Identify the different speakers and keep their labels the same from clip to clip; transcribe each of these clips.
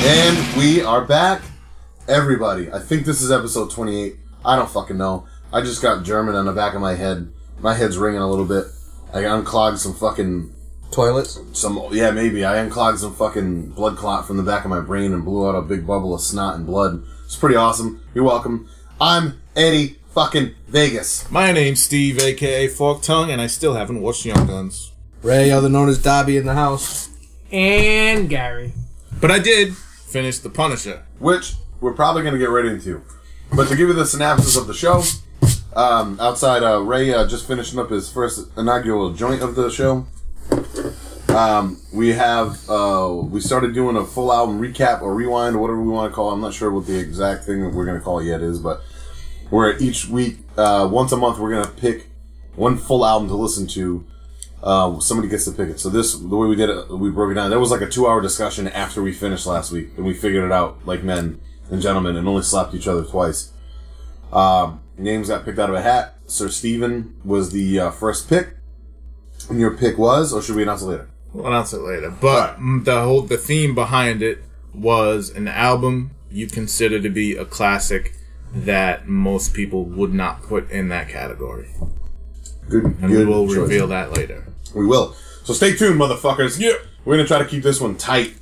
Speaker 1: And we are back, everybody. I think this is episode 28. I don't fucking know. I just got German on the back of my head. My head's ringing a little bit. I unclogged some fucking
Speaker 2: Toilets.
Speaker 1: some yeah maybe I unclogged some fucking blood clot from the back of my brain and blew out a big bubble of snot and blood. It's pretty awesome. You're welcome. I'm Eddie fucking Vegas.
Speaker 3: My name's Steve, aka Fork Tongue, and I still haven't watched Young Guns.
Speaker 2: Ray, other known as Dobby, in the house.
Speaker 4: And Gary.
Speaker 3: But I did finish The Punisher.
Speaker 1: which we're probably going to get right into. But to give you the synopsis of the show, um, outside uh, Ray uh, just finishing up his first inaugural joint of the show, um, we have uh, we started doing a full album recap or rewind or whatever we want to call. it. I'm not sure what the exact thing that we're going to call it yet is, but where each week, uh, once a month, we're going to pick one full album to listen to. Uh, somebody gets to pick it. So this, the way we did it, we broke it down. There was like a two-hour discussion after we finished last week, and we figured it out like men and gentlemen, and only slapped each other twice. Um, names got picked out of a hat. Sir Stephen was the uh, first pick, and your pick was, or should we announce it later?
Speaker 3: We'll announce it later. But mm, the whole the theme behind it was an album you consider to be a classic that most people would not put in that category.
Speaker 1: Good,
Speaker 3: And
Speaker 1: good
Speaker 3: we will
Speaker 1: choice.
Speaker 3: reveal that later.
Speaker 1: We will. So stay tuned, motherfuckers. Yeah, we're gonna try to keep this one tight,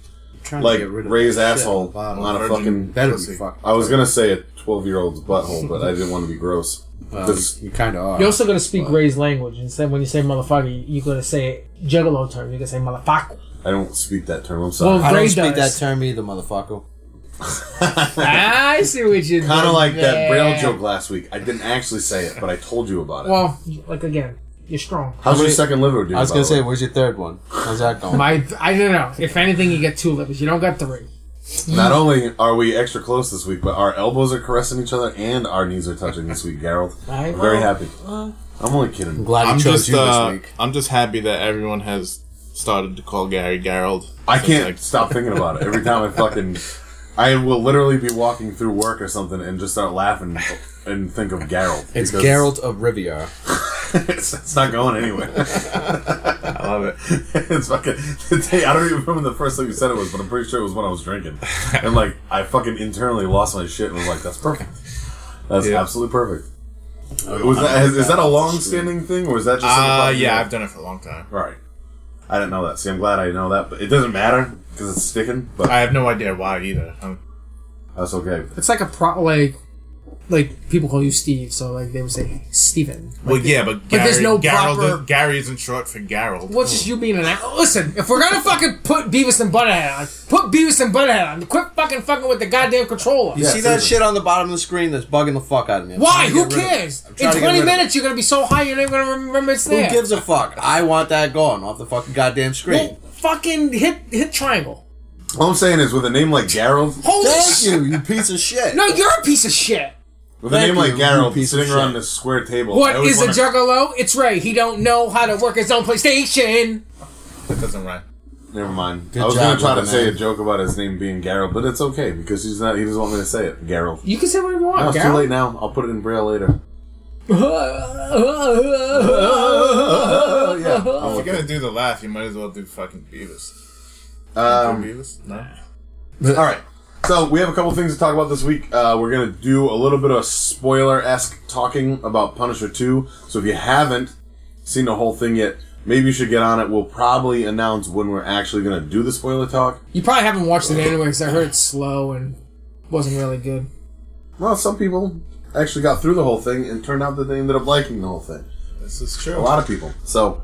Speaker 2: Trying
Speaker 1: like Ray's asshole
Speaker 2: bottom.
Speaker 1: on a fucking.
Speaker 2: That would
Speaker 3: Pussy.
Speaker 2: be fucking.
Speaker 1: I was gonna say a twelve-year-old's butthole, but I didn't want to be gross.
Speaker 2: Well,
Speaker 1: 'Cause-
Speaker 2: you kind of are.
Speaker 4: You're also going to speak Ray's language. Instead, when you say motherfucker, you're going to say juggalo term. You're going to say motherfucker.
Speaker 1: I don't speak that term. I'm sorry.
Speaker 4: Well,
Speaker 2: I
Speaker 4: Ray
Speaker 2: don't speak that
Speaker 4: does.
Speaker 2: term either, motherfucker.
Speaker 4: I see what you did.
Speaker 1: kind of like that
Speaker 4: there.
Speaker 1: braille joke last week. I didn't actually say it, but I told you about it.
Speaker 4: Well, like again, you're strong.
Speaker 1: How's your
Speaker 2: many-
Speaker 1: second liver doing?
Speaker 2: I was
Speaker 1: by
Speaker 2: gonna
Speaker 1: the way?
Speaker 2: say, where's your third one? How's that going?
Speaker 4: My, I don't know. If anything, you get two livers. You don't got three.
Speaker 1: Not only are we extra close this week, but our elbows are caressing each other and our knees are touching this week, Gerald.
Speaker 4: I
Speaker 1: I'm very happy. I'm only kidding.
Speaker 2: I'm glad
Speaker 3: I'm
Speaker 2: you chose
Speaker 3: just
Speaker 2: you
Speaker 3: uh,
Speaker 2: this week.
Speaker 3: I'm just happy that everyone has started to call Gary Gerald.
Speaker 1: I
Speaker 3: So
Speaker 1: can't
Speaker 3: it's
Speaker 1: stop thinking about it every time I fucking. I will literally be walking through work or something and just start laughing and think of Gerald.
Speaker 2: It's
Speaker 1: because
Speaker 2: Geralt of Riviera.
Speaker 1: it's, it's not going anywhere.
Speaker 3: Like, I love it.
Speaker 1: it's fucking. Hey, I don't even remember the first thing you said it was, but I'm pretty sure it was when I was drinking. And like, I fucking internally lost my shit and was like, "That's perfect. That's
Speaker 3: Yeah.
Speaker 1: absolutely perfect." Was that is, is that a long-standing thing, or is that just? something
Speaker 3: Uh,
Speaker 1: about you?
Speaker 3: yeah, I've done it for a long time.
Speaker 1: All right. I didn't know that. See, I'm glad I know that, but it doesn't matter because it's sticking. But
Speaker 3: I have no idea why either. Um, I'm,
Speaker 1: that's okay.
Speaker 4: It's like a pro, like, like people call you Steve, so like they would say Steven.
Speaker 3: well, yeah, but Gary,
Speaker 4: there's no
Speaker 3: Gerald-
Speaker 4: proper-
Speaker 3: Gary isn't short for Gerald. Oh,
Speaker 4: What's just you being an asshole? Listen, if we're gonna fucking put Beavis and Butthead on, put Beavis and Butthead on. Quit fucking fucking with the goddamn controller.
Speaker 2: You
Speaker 1: Yeah,
Speaker 2: see that
Speaker 1: seriously.
Speaker 2: shit on the bottom of the screen that's bugging the fuck out of me. I'm trying
Speaker 4: Why?
Speaker 2: to
Speaker 4: Who
Speaker 2: get rid of it.
Speaker 4: cares?
Speaker 2: I'm
Speaker 4: In
Speaker 2: trying to get
Speaker 4: 20
Speaker 2: rid of it.
Speaker 4: minutes, you're gonna be so high you're not gonna remember it's there.
Speaker 2: Who gives a fuck? I want that gone off the fucking goddamn screen.
Speaker 4: Well, fucking hit hit triangle.
Speaker 1: All I'm saying is, with a name like Gerald,
Speaker 4: Holy
Speaker 2: Thank
Speaker 4: shit!
Speaker 2: you, you piece of shit.
Speaker 4: No, you're a piece of shit.
Speaker 1: with a
Speaker 2: Thank
Speaker 1: name like
Speaker 2: you,
Speaker 1: Gerald
Speaker 2: you piece of
Speaker 1: sitting around
Speaker 2: shit.
Speaker 1: this square table, I
Speaker 4: What
Speaker 1: always
Speaker 4: is a
Speaker 1: wanna-
Speaker 4: juggalo? It's Ray. He don't know how to work his own PlayStation.
Speaker 3: That doesn't rhyme.
Speaker 1: Never mind.
Speaker 2: Good
Speaker 1: I was
Speaker 2: job,
Speaker 1: gonna try to
Speaker 2: little
Speaker 1: say a
Speaker 2: man.
Speaker 1: joke about his name being Gerald, but it's okay because he's not. He doesn't want me to say it, Gerald.
Speaker 4: You can say whatever you
Speaker 1: No,
Speaker 4: want,
Speaker 1: it's too late now. I'll put it in braille later.
Speaker 4: Garrett.
Speaker 1: Oh yeah. I'll
Speaker 3: If
Speaker 1: look
Speaker 3: you're
Speaker 1: it.
Speaker 3: gonna do the laugh, you might as well do fucking Beavis.
Speaker 1: Um,
Speaker 3: Do Beavis? No.
Speaker 1: All right. So we have a couple things to talk about this week. Uh, we're gonna do a little bit of spoiler esque talking about Punisher Two. So if you haven't seen the whole thing yet, maybe you should get on it. We'll probably announce when we're actually gonna do the spoiler talk.
Speaker 4: You probably haven't watched it anyway because I heard it's slow and wasn't really good.
Speaker 1: Well, some people actually got through the whole thing and turned out that they ended up liking the whole thing.
Speaker 3: This is true.
Speaker 1: A lot of people. So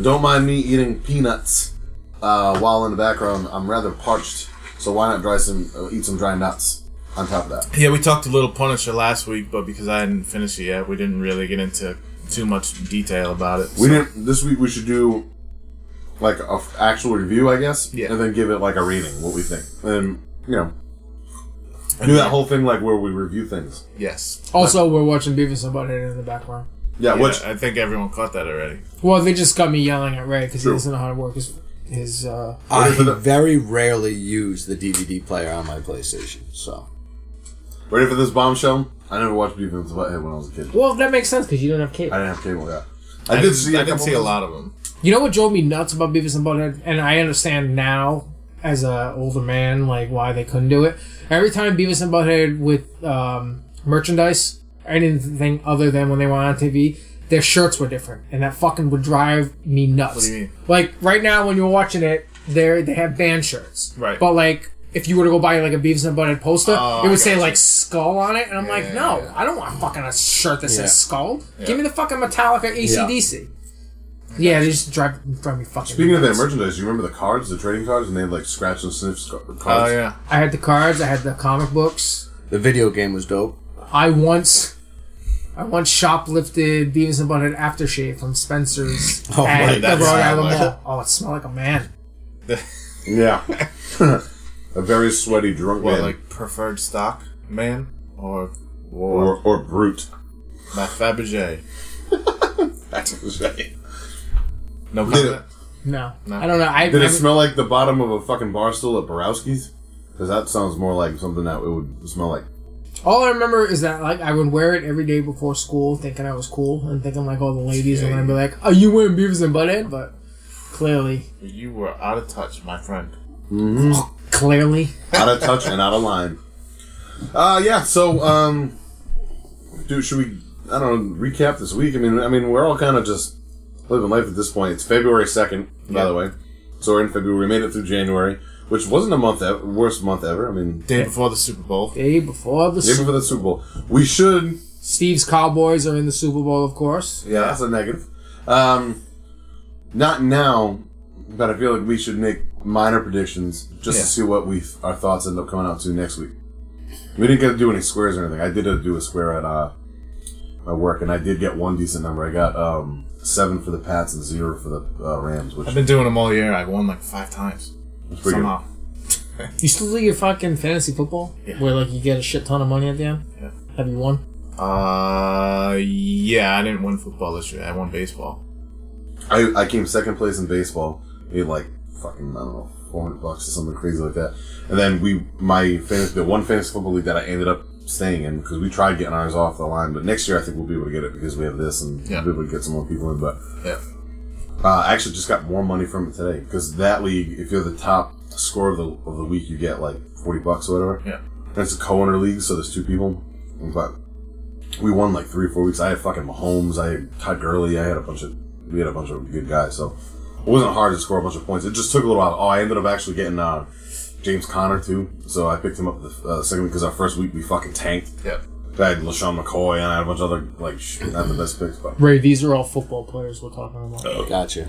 Speaker 1: don't mind me eating peanuts uh, while in the background. I'm rather parched, so why not dry some uh, eat some dry nuts on top of that.
Speaker 3: Yeah, we talked a little Punisher last week, but because I hadn't finished it yet, we didn't really get into too much detail about it.
Speaker 1: We
Speaker 3: So-
Speaker 1: didn't. This week we should do like a f- actual review, I guess.
Speaker 3: Yeah.
Speaker 1: And then give it like a rating, what we think, and you know, do that whole thing like where we review things.
Speaker 3: Yes.
Speaker 4: Also, we're watching Beavis and Butthead in the background.
Speaker 1: Yeah.
Speaker 3: Yeah,
Speaker 1: Which
Speaker 3: I think everyone caught that already.
Speaker 4: Well, they just got me yelling at Ray because he
Speaker 1: True.
Speaker 4: doesn't know how to work his his. Uh,
Speaker 2: I
Speaker 1: Ready for the-
Speaker 2: very rarely use the DVD player on my PlayStation, so
Speaker 1: ready for this bombshell? I never watched Beavis and Butthead when I was a kid.
Speaker 4: well, that makes sense because you don't have cable.
Speaker 1: I didn't have cable. Yeah.
Speaker 3: I, did see. I
Speaker 1: couple
Speaker 3: did see a
Speaker 1: things.
Speaker 3: lot of them.
Speaker 4: You know what drove me nuts about Beavis and Butthead, and I understand now as a older man, like why they couldn't do it. Every time Beavis and Butthead with um, merchandise, anything other than when they were on TV, their shirts were different, and that fucking would drive me nuts. What
Speaker 3: do you mean?
Speaker 4: Like right now, when you're watching it, they they have band shirts,
Speaker 3: Right.
Speaker 4: But like. If you were to go buy like a Beavis and Butthead poster,
Speaker 3: Oh,
Speaker 4: it
Speaker 3: I
Speaker 4: would say
Speaker 3: gotcha.
Speaker 4: like skull on it, and I'm like,
Speaker 3: yeah,
Speaker 4: no,
Speaker 3: yeah.
Speaker 4: I don't want fucking a shirt that
Speaker 2: Yeah.
Speaker 4: says skull. Give me the fucking Metallica ACDC. Yeah, they just drive drive me fucking.
Speaker 1: Speaking of that
Speaker 4: nuts.
Speaker 1: merchandise, you remember the cards, the trading cards, and they had like scratch and sniff sc- cards.
Speaker 3: Oh yeah.
Speaker 4: I had the cards. I had the comic books.
Speaker 2: The video game was dope.
Speaker 4: I once, I once shoplifted Beavis and Butthead aftershave from Spencer's
Speaker 2: Oh,
Speaker 4: at
Speaker 3: my,
Speaker 4: the Rhode
Speaker 3: that's
Speaker 4: Island
Speaker 3: not
Speaker 4: Mall. Oh, it smelled like a man.
Speaker 1: yeah. a very sweaty drunk
Speaker 3: What
Speaker 1: man
Speaker 3: like preferred stock man or
Speaker 1: or or brute.
Speaker 3: my Fabergé?
Speaker 1: That's what I'm saying.
Speaker 3: No
Speaker 1: Did
Speaker 3: comment.
Speaker 1: it-
Speaker 4: No,
Speaker 3: No.
Speaker 4: I don't know. I,
Speaker 1: Did
Speaker 4: I-
Speaker 1: it smell like the bottom of a fucking bar stool at Borowski's? Because that sounds more like something that it would smell like.
Speaker 4: all I remember is that like I would wear it every day before school, thinking I was cool and thinking like all the ladies were gonna be like, "Are you wearing Beavis and Butthead?" But clearly,
Speaker 3: You were out of touch, my friend.
Speaker 1: Mm.
Speaker 4: clearly,
Speaker 1: out of touch and out of line. Uh yeah, so um dude, should we I don't know, recap this week? I mean I mean we're all kind of just living life at this point. It's February second, by the way. So we're in February, we made it through January, which wasn't a month ever, worst month ever. I mean
Speaker 3: Day before the Super Bowl.
Speaker 4: day before the
Speaker 1: maybe
Speaker 4: Su-
Speaker 1: for the Super Bowl. We should
Speaker 4: Steve's Cowboys are in the Super Bowl, of course.
Speaker 1: yeah, that's a negative. Um not now, but I feel like we should make minor predictions just
Speaker 3: Yeah.
Speaker 1: to see what we our thoughts end up coming out to next week. We didn't get to do any squares or anything. I did do a square at uh, my work, and I did get one decent number. I got um, seven for the Pats and zero for the uh, Rams, which
Speaker 3: I've been doing them all year. I won like five times
Speaker 1: was pretty
Speaker 3: somehow.
Speaker 4: You still do your fucking fantasy football,
Speaker 3: Yeah.
Speaker 4: where like you get a shit ton of money at the end.
Speaker 3: Yeah.
Speaker 4: Have you won?
Speaker 3: Uh, yeah, I didn't win football this year. I won baseball.
Speaker 1: good. I, I came second place in baseball. Made like fucking I don't know four hundred bucks or something crazy like that. And then we my fantasy the one fantasy football league that I ended up staying in because we tried getting ours off the line, but next year I think we'll be able to get it because we have this and
Speaker 3: Yeah.
Speaker 1: we'll be able to get some more people in. But
Speaker 3: Yeah.
Speaker 1: Uh, I actually just got more money from it today because that league, if you're the top scorer of the, of the week, you get like 40 bucks or whatever.
Speaker 3: Yeah.
Speaker 1: And it's a co owner league, so there's two people. But we won like three or four weeks. I had fucking Mahomes, I had Todd Gurley, I had a bunch of, we had a bunch of good guys. So it wasn't hard to score a bunch of points. It just took a little while. Oh, I ended up actually getting uh, James Conner too. So I picked him up the uh, second week because our first week we fucking tanked.
Speaker 3: Yeah.
Speaker 1: I had LaShawn McCoy and I had a bunch of other, like, sh- not the best picks, but.
Speaker 4: Ray, these are all football players we're talking about.
Speaker 2: Oh. Gotcha.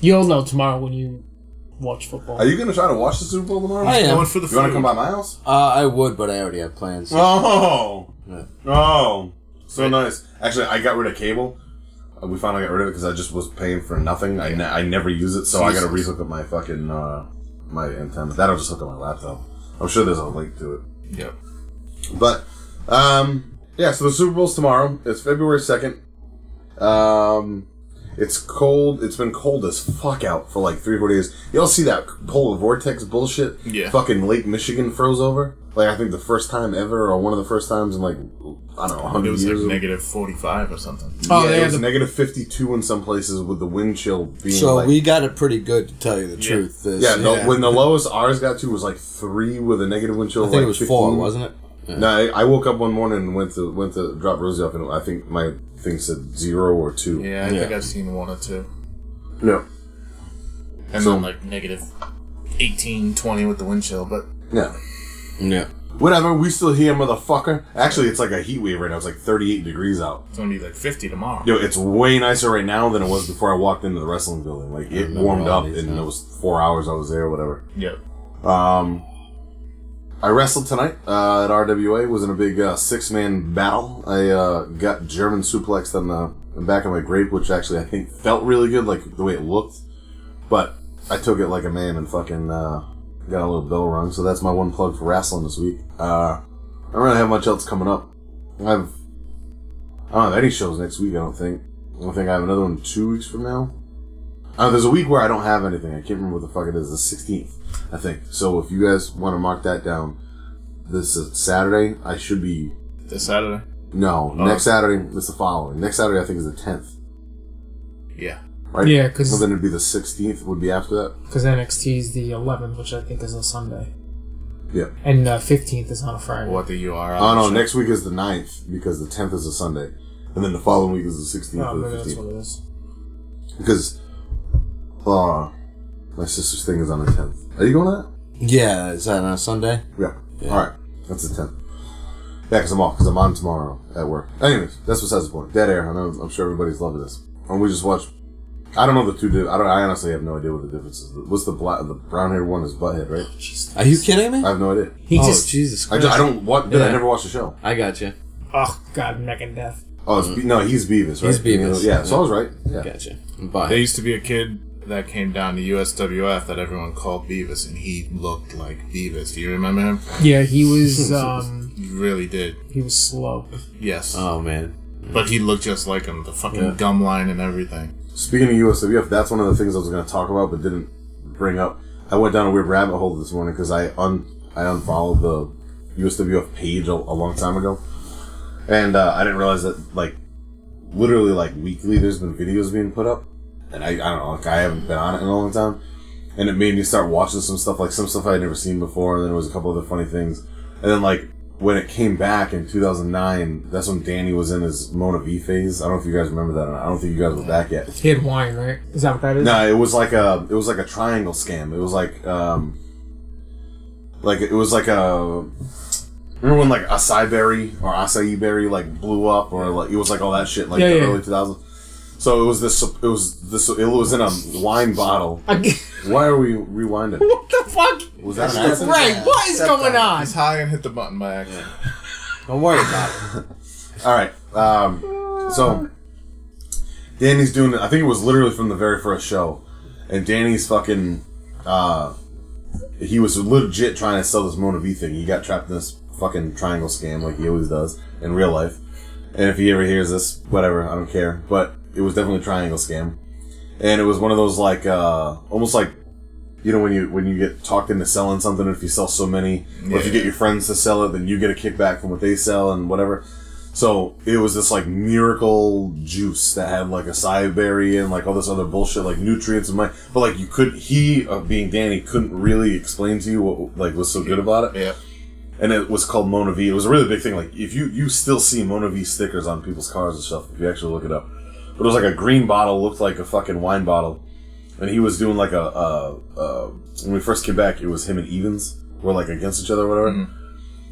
Speaker 4: You'll know tomorrow when you watch football.
Speaker 1: Are you going to try to watch the Super Bowl tomorrow?
Speaker 2: I am.
Speaker 3: Going for the
Speaker 1: You want
Speaker 3: food.
Speaker 1: to come by my house?
Speaker 2: Uh, I would, but I already have plans.
Speaker 1: Oh,
Speaker 2: Yeah.
Speaker 1: oh, so nice. Actually, I got rid of cable. Uh, We finally got rid of it because I just was paying for nothing. I, ne- I never use it, so I got to
Speaker 3: Jesus.
Speaker 1: rehook up my fucking uh, my antenna. That'll just hook up my laptop. I'm sure there's a link to it.
Speaker 3: Yep.
Speaker 1: But um, yeah, so the Super Bowl's tomorrow. It's February second. Um, it's cold. It's been cold as fuck out for like three four days. Y'all see that polar vortex bullshit?
Speaker 3: Yeah.
Speaker 1: Fucking Lake Michigan froze over. Like I think the first time ever, or one of the first times in like I don't know
Speaker 3: It
Speaker 1: hundred
Speaker 3: was
Speaker 1: years.
Speaker 3: like
Speaker 1: or-
Speaker 3: negative forty-five or something.
Speaker 4: Oh,
Speaker 1: yeah,
Speaker 4: they
Speaker 1: it
Speaker 4: had
Speaker 1: was
Speaker 4: the-
Speaker 1: negative fifty two in some places with the wind chill being.
Speaker 2: So
Speaker 1: like,
Speaker 2: we got it pretty good, to tell you the truth. This,
Speaker 1: yeah, the- when the lowest ours got to was like three with a negative wind chill.
Speaker 2: I
Speaker 1: of,
Speaker 2: think
Speaker 1: like
Speaker 2: it was four,
Speaker 1: 15.
Speaker 2: wasn't it?
Speaker 1: No, I, I woke up one morning and went to went to drop Rosie off, and I think my thing said zero or two.
Speaker 3: Yeah, I
Speaker 2: Yeah.
Speaker 3: think I've seen one or two.
Speaker 1: No.
Speaker 3: And
Speaker 1: So-
Speaker 3: then like negative 18, 20 with the wind chill, but
Speaker 1: No.
Speaker 2: Yeah.
Speaker 1: Whatever, we still here, motherfucker. Actually, it's like a heat wave right now. It's like 38 degrees out.
Speaker 3: it's gonna be like fifty tomorrow.
Speaker 1: Yo, it's way nicer right now than it was before I walked into the wrestling building. Like, it
Speaker 2: remember
Speaker 1: warmed
Speaker 2: all
Speaker 1: up
Speaker 2: these
Speaker 1: in
Speaker 2: now.
Speaker 1: those four hours I was there or whatever.
Speaker 3: Yep.
Speaker 1: Um, I wrestled tonight uh, at RWA. Was in a big uh, six man battle. I uh, got German suplexed on the, the back of my grape, which actually I think felt really good, like the way it looked. But I took it like a man and fucking uh, got a little bell rung. So that's my one plug for wrestling this week. Uh, I don't really have much else coming up. I have I don't have any shows next week. I don't think. I don't think I have another one two weeks from now. Uh, there's a week where I don't have anything. I can't remember what the fuck it is. The 16th, I think. So if you guys want to mark that down, this is Saturday. I should be.
Speaker 3: This Saturday.
Speaker 1: No,
Speaker 3: Oh.
Speaker 1: next Saturday is the following. Next Saturday, I think, is the 10th.
Speaker 3: Yeah.
Speaker 1: right?
Speaker 4: Yeah, 'cause-
Speaker 1: well, then it'd be the sixteenth. Would be after that.
Speaker 4: because NXT is the 11th, which I think is a Sunday,
Speaker 1: Yeah.
Speaker 4: and uh, 15th is on a Friday.
Speaker 3: What the URL?
Speaker 1: Oh no,
Speaker 3: should-
Speaker 1: next week is the 9th because the tenth is a Sunday, and then the following week is the sixteenth
Speaker 4: Oh,
Speaker 1: or the
Speaker 4: maybe that's
Speaker 1: fifteenth.
Speaker 4: what it is.
Speaker 1: Because, uh, my sister's thing is on the tenth. Are you going to that?
Speaker 2: Yeah, is that on a Sunday?
Speaker 1: Yeah. All right. That's the tenth. Yeah, because I'm off. Because I'm on tomorrow at work. Anyways, that's besides the point. Dead air. I know. I'm sure everybody's loving this. And we just watched. I don't know the two. Di- I don't. I honestly have no idea what the difference is. What's the black? The brown hair one is butthead, right?
Speaker 2: Are you kidding me?
Speaker 1: I have no idea.
Speaker 4: He
Speaker 2: oh,
Speaker 4: just,
Speaker 2: Jesus
Speaker 1: I,
Speaker 2: Christ!
Speaker 1: just, I don't. What? dude, I
Speaker 2: Yeah.
Speaker 1: never watched the show.
Speaker 2: I got you.
Speaker 4: oh god, Megan Death.
Speaker 1: Oh, it's, Be- no, he's Beavis, right?
Speaker 2: Mm-hmm. He's Beavis.
Speaker 1: Yeah, so I was right. Yeah.
Speaker 2: Got you. Bye.
Speaker 3: There used to be a kid that came down to USWF that everyone called Beavis, and he looked like Beavis. Do you remember him?
Speaker 4: Yeah, he was um,
Speaker 3: You really did.
Speaker 4: he was slow.
Speaker 3: Yes.
Speaker 1: Uh,
Speaker 2: Oh man.
Speaker 3: but he looked just like him. The fucking
Speaker 2: Yeah.
Speaker 3: gum line and everything.
Speaker 1: Speaking of USWF, that's one of the things I was going to talk about but didn't bring up. I went down a weird rabbit hole this morning because I un I unfollowed the USWF page a, a long time ago, and uh, I didn't realize that like literally like weekly there's been videos being put up, and I, I don't know like I haven't been on it in a long time, and it made me start watching some stuff like some stuff I had never seen before, and then there was a couple other funny things, and then like. When it came back in 2009, that's when Danny was in his Mona V phase. I don't know if you guys remember that or not. I don't think you guys were back yet.
Speaker 4: He had wine, right? Is that what that is?
Speaker 1: No, it was like a it was like a triangle scam. It was like um like it was like a remember when like acai berry or acai berry like blew up or like it was like all that shit like
Speaker 4: Yeah,
Speaker 1: the
Speaker 4: yeah.
Speaker 1: early 2000s. So it was this it was this it was in a wine bottle.
Speaker 4: I-
Speaker 1: Why are we rewinding?
Speaker 4: what the fuck?
Speaker 1: Was that an accident?
Speaker 4: Ray, what is going on?
Speaker 3: He's high and hit the button by accident.
Speaker 2: Don't worry about it.
Speaker 1: All right. Um, so Danny's doing. I think it was literally from the very first show, and Danny's fucking. Uh, he was legit trying to sell this Mona V thing. He got trapped in this fucking triangle scam, like he always does in real life. And if he ever hears this, whatever, I don't care. But it was definitely a triangle scam, and it was one of those like uh, almost like. You know when you when you get talked into selling something, if you sell so many, or if you
Speaker 3: Yeah.
Speaker 1: get your friends to sell it, then you get a kickback from what they sell and whatever. So it was this like miracle juice that had like acai berry and like all this other bullshit, like nutrients and my. But like you could, he uh, being Danny couldn't really explain to you what like was so good about it.
Speaker 3: Yeah.
Speaker 1: And it was called Mona V. It was a really big thing. Like if you you still see Mona V stickers on people's cars and stuff if you actually look it up. But it was like a green bottle, looked like a fucking wine bottle, and he was doing like a uh, uh, when we first came back, it was him and Evans were like against each other or whatever.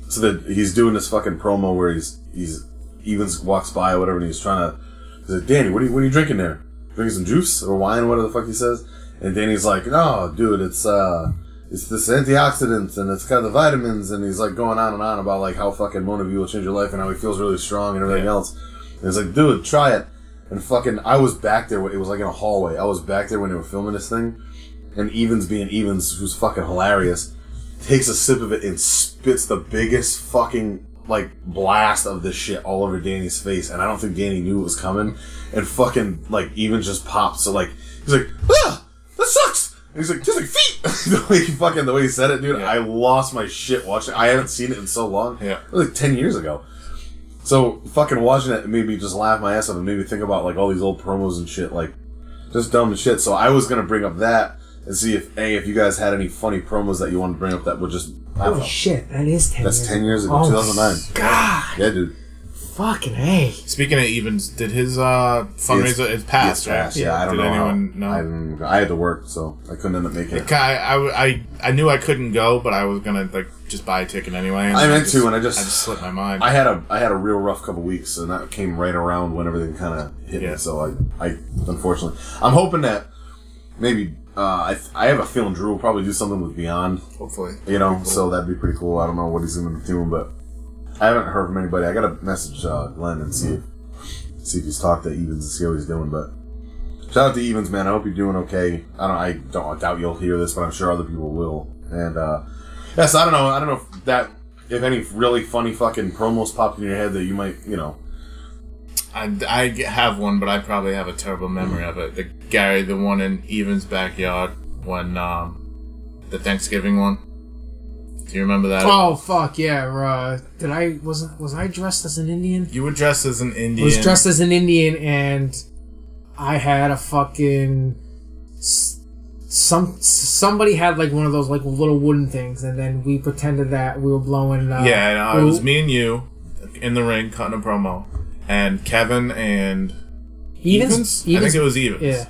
Speaker 1: So that he's doing this fucking promo where he's he's Evans walks by or whatever, and he's trying to. He's like, Danny, what are you what are you drinking there? Drinking some juice or wine, whatever the fuck he says. And Danny's like, No, dude, it's uh, it's this antioxidants and it's got the vitamins, and he's like going on and on about like how fucking Mona V will change your life and how he feels really strong and everything else. And he's like, Dude, try it. And fucking, I was back there. It was like in a hallway. I was back there when they were filming this thing, and Evans being Evans, who's fucking hilarious takes a sip of it and spits the biggest fucking like blast of this shit all over Danny's face, and I don't think Danny knew it was coming, and fucking like even just popped. So like he's like, ah, that sucks. And he's like, just like feet. the way he fucking the way he said it, dude.
Speaker 3: Yeah.
Speaker 1: I lost my shit watching. I haven't seen it in so long.
Speaker 3: Yeah.
Speaker 1: it was like ten years ago. So fucking watching it made me just laugh my ass off and made me think about like all these old promos and shit, like just dumb shit. So I was gonna bring up that and see if a if you guys had any funny promos that you wanted to bring up that would just I don't
Speaker 4: Oh
Speaker 1: know.
Speaker 4: shit, that is ten.
Speaker 1: That's
Speaker 4: years
Speaker 1: ten years ago,
Speaker 4: Oh,
Speaker 1: two thousand nine.
Speaker 4: God,
Speaker 1: Yeah, dude.
Speaker 4: fucking hey.
Speaker 3: Speaking of Evans, did his uh, fundraiser? It's passed,
Speaker 1: It's
Speaker 3: right?
Speaker 1: fast. Yeah, I don't
Speaker 3: did
Speaker 1: know. how-
Speaker 3: anyone know?
Speaker 1: I, didn't- I had to work, so I couldn't end up making it.
Speaker 3: Ki- I, I, I knew I couldn't go, but I was gonna like just buy a ticket anyway. and
Speaker 1: I meant
Speaker 3: just-
Speaker 1: to, and I just-
Speaker 3: I just slipped my mind.
Speaker 1: I had a I had a real rough couple weeks, and that came right around when everything kind of hit me.
Speaker 3: Yeah.
Speaker 1: So I, I unfortunately, I'm hoping that maybe uh, I I have a feeling Drew will probably do something with Beyond.
Speaker 3: Hopefully,
Speaker 1: You know, so that'd be pretty cool. I don't know what he's gonna be doing, but I haven't heard from anybody. I gotta message uh, Glenn and see if, see if he's talked to Evans and see how he's doing. But shout out to Evans, man. I hope you're doing okay. I don't. I don't I doubt you'll hear this, but I'm sure other people will. And uh, yes, I don't know. I don't know if that if any really funny fucking promos popped in your head that you might you know.
Speaker 3: I, I g- have one, but I probably have a terrible memory of it. The Gary, the one in Evan's backyard when um, the Thanksgiving one. Do you remember that?
Speaker 4: Oh fuck yeah! Uh, did I wasn't was I dressed as an Indian?
Speaker 3: You were dressed as an Indian.
Speaker 4: I was dressed as an Indian and I had a fucking s- some somebody had like one of those like little wooden things, and then we pretended that we were blowing. Uh,
Speaker 3: Yeah, and, uh, it was
Speaker 4: we-
Speaker 3: me and you in the ring cutting a promo, and Kevin and
Speaker 4: Evans.
Speaker 3: I think it was Evans.
Speaker 4: Yeah.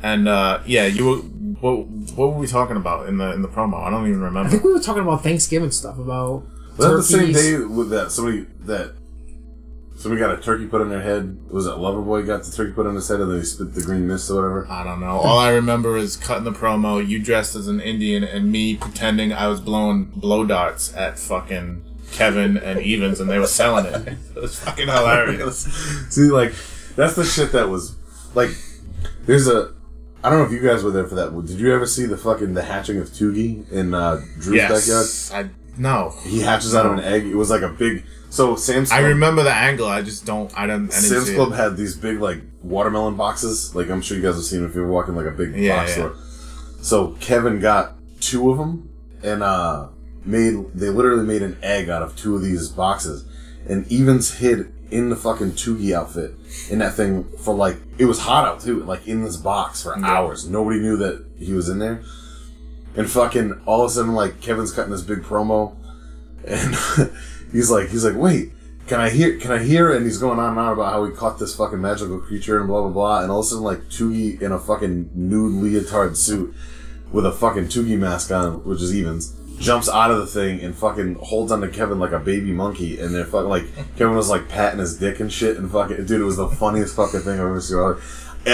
Speaker 3: And uh, yeah, you were what, what were we talking about in the in the promo? I don't even
Speaker 4: I
Speaker 3: remember.
Speaker 4: think we were talking about Thanksgiving stuff about.
Speaker 1: Was that the same
Speaker 4: turkeys.
Speaker 1: day with that somebody that somebody got a turkey put on their head? Was that Loverboy got the turkey put on his head and then he spit the green mist or whatever?
Speaker 3: I don't know. All I remember is cutting the promo. You dressed as an Indian and me pretending I was blowing blow darts at fucking Kevin and Evans, and they were selling it. It was fucking hilarious.
Speaker 1: See, like that's the shit that was like. There's a. I don't know if you guys were there for that. Did you ever see the fucking the hatching of Toogie in uh, Drew's backyard?
Speaker 3: Yes, I no.
Speaker 1: He hatches out of an egg. It was like a big. So Sam's.
Speaker 3: I
Speaker 1: Club-
Speaker 3: remember the angle. I just don't. I don't. I didn't
Speaker 1: Sam's
Speaker 3: see it.
Speaker 1: Club had these big like watermelon boxes. Like I'm sure you guys have seen them if you ever walk in like a big
Speaker 3: Yeah,
Speaker 1: box
Speaker 3: yeah.
Speaker 1: store. So Kevin got two of them and uh made they literally made an egg out of two of these boxes. And Evans hid in the fucking Toogie outfit in that thing for like it was hot out too, like in this box for hours. Nobody knew that he was in there. And fucking all of a sudden like Kevin's cutting this big promo and he's like, he's like, wait, can I hear? Can I hear? And he's going on and on about how he caught this fucking magical creature and blah blah blah. And all of a sudden, like Toogie in a fucking nude leotard suit with a fucking Toogie mask on, which is Evans, jumps out of the thing and fucking holds onto Kevin like a baby monkey. And they're fucking like Kevin was like patting his dick and shit. And fucking dude, it was the funniest fucking thing I've ever seen. I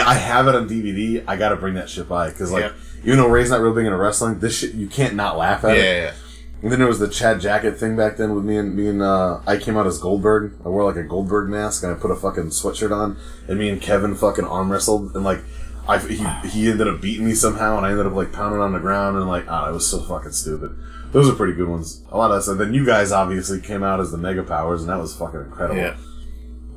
Speaker 1: I have it on DVD. I gotta bring that shit by because like.
Speaker 3: Yep.
Speaker 1: Even though Ray's not real big into wrestling, this shit you can't not laugh at
Speaker 3: Yeah,
Speaker 1: it.
Speaker 3: yeah, yeah.
Speaker 1: And then there was the Chad jacket thing back then with me and me and uh, I came out as Goldberg. I wore like a Goldberg mask and I put a fucking sweatshirt on. And me and Kevin fucking arm wrestled and like I he, he ended up beating me somehow and I ended up like pounding on the ground and like ah it was so fucking stupid. Those are pretty good ones. A lot of us. And then you guys obviously came out as the Mega Powers and that was fucking incredible.
Speaker 3: yeah.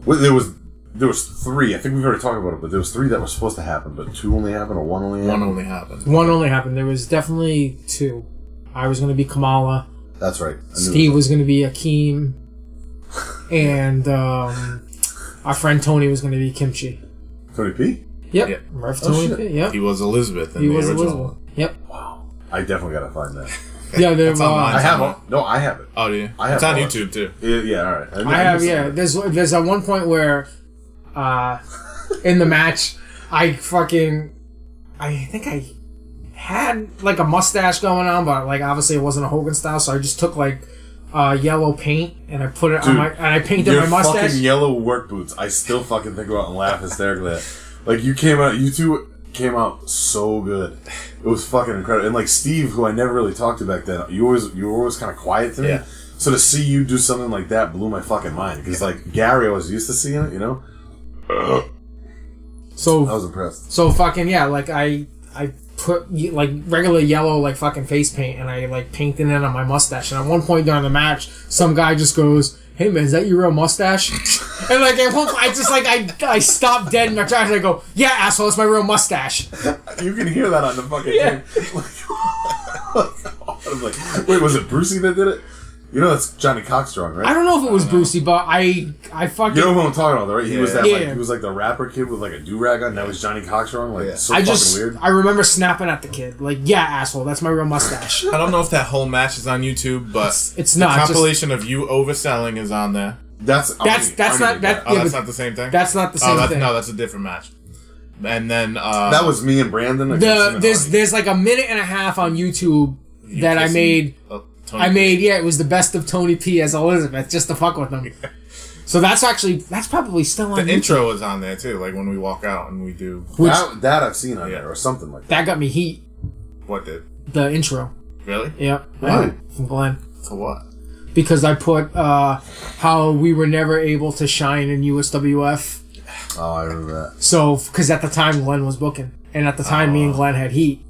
Speaker 1: Well, there was there was three. I think we've already talked about it, but there was three that were supposed to happen, but two only happened or one only happened.
Speaker 3: One only happened.
Speaker 4: One only happened. There was definitely two. I was going to be Kamala.
Speaker 1: That's right. I knew it.
Speaker 4: Steve was going to be Akeem. And um, our friend Tony was going to be Kimchi.
Speaker 1: Tony P.
Speaker 4: Yep.
Speaker 3: Yeah.
Speaker 4: Ref
Speaker 1: Oh,
Speaker 4: Tony.
Speaker 1: shit.
Speaker 4: Yep.
Speaker 3: He was Elizabeth in
Speaker 4: He
Speaker 3: the
Speaker 4: was
Speaker 3: original.
Speaker 4: Elizabeth. Yep.
Speaker 1: Wow. I definitely gotta find that.
Speaker 4: Yeah, there
Speaker 3: That's online.
Speaker 1: I
Speaker 4: uh,
Speaker 1: have it. No, I have it.
Speaker 3: Oh, yeah.
Speaker 1: I have
Speaker 3: it's on
Speaker 1: one.
Speaker 3: YouTube too.
Speaker 1: Yeah, yeah, all right.
Speaker 4: I have yeah. There's there's at one point where, uh, in the match, I fucking, I think I had like a mustache going on, but like obviously it wasn't a Hogan style, so I just took like uh yellow paint and I put it on
Speaker 1: Dude,
Speaker 4: my and I painted
Speaker 1: Your
Speaker 4: my mustache.
Speaker 1: fucking yellow work boots. I still fucking think about and laugh hysterically. at. Like you came out, you two came out so good. It was fucking incredible. And like Steve, who I never really talked to back then, you always you were always kind of quiet to me.
Speaker 3: Yeah.
Speaker 1: So to see you do something like that blew my fucking mind. Because like Gary, I was used to seeing it. You know, I
Speaker 4: so
Speaker 1: was impressed.
Speaker 4: so fucking yeah, like I I put ye- like regular yellow like fucking face paint and I like painted it on my mustache. And at one point during the match, some guy just goes. Hey man, is that your real mustache? And like at one point, I just like I I stopped dead in my tracks. and I go, yeah, asshole, it's my real mustache.
Speaker 1: You can hear that on the fucking
Speaker 4: Yeah.
Speaker 1: thing. Like, I was like, wait, was it Brucey that did it? You know that's Johnny Cockstrong, right?
Speaker 4: I don't know if it was Brucey, but I I fucking
Speaker 1: You know who I'm talking about, right? He was that like
Speaker 4: Yeah.
Speaker 1: he was like the rapper kid with like a do rag on. Now he's Johnny Coxrong. Like so
Speaker 4: I
Speaker 1: fucking
Speaker 4: just
Speaker 1: weird.
Speaker 4: I remember snapping at the kid like, yeah, asshole, that's my real mustache.
Speaker 3: I don't know if that whole match is on YouTube, but
Speaker 4: it's
Speaker 3: the
Speaker 4: not, just-
Speaker 3: compilation of you overselling is on there.
Speaker 1: That's I'm
Speaker 4: That's-
Speaker 1: gonna-
Speaker 4: that's
Speaker 1: I'm gonna get
Speaker 4: not- that-
Speaker 3: Oh,
Speaker 4: Yeah,
Speaker 3: that's
Speaker 4: but
Speaker 3: not the same thing.
Speaker 4: That's not the same
Speaker 3: oh, that's,
Speaker 4: thing.
Speaker 3: No, that's a different match. And then uh,
Speaker 1: That was me and Brandon. against him
Speaker 4: the
Speaker 1: and
Speaker 4: there's
Speaker 1: Arnie.
Speaker 4: there's like a minute and a half on YouTube that I
Speaker 3: kissing-
Speaker 4: made.
Speaker 3: oh, Tony
Speaker 4: I made yeah, it was the best of Tony P as Elizabeth just to fuck with them. So that's actually that's probably still on
Speaker 3: The
Speaker 4: YouTube.
Speaker 3: intro is on there too. Like when we walk out and we do
Speaker 4: which-
Speaker 1: that, that I've seen on
Speaker 3: Yeah.
Speaker 1: there or something like that.
Speaker 4: That got me heat.
Speaker 3: what did
Speaker 4: The intro.
Speaker 3: really
Speaker 4: Yep.
Speaker 1: Why?
Speaker 4: From Glenn.
Speaker 3: for what?
Speaker 4: Because I put uh, how we were never able to shine in USWF.
Speaker 1: Oh, I remember that.
Speaker 4: So, because at the time Glenn was booking, and at the time me and Glenn had heat.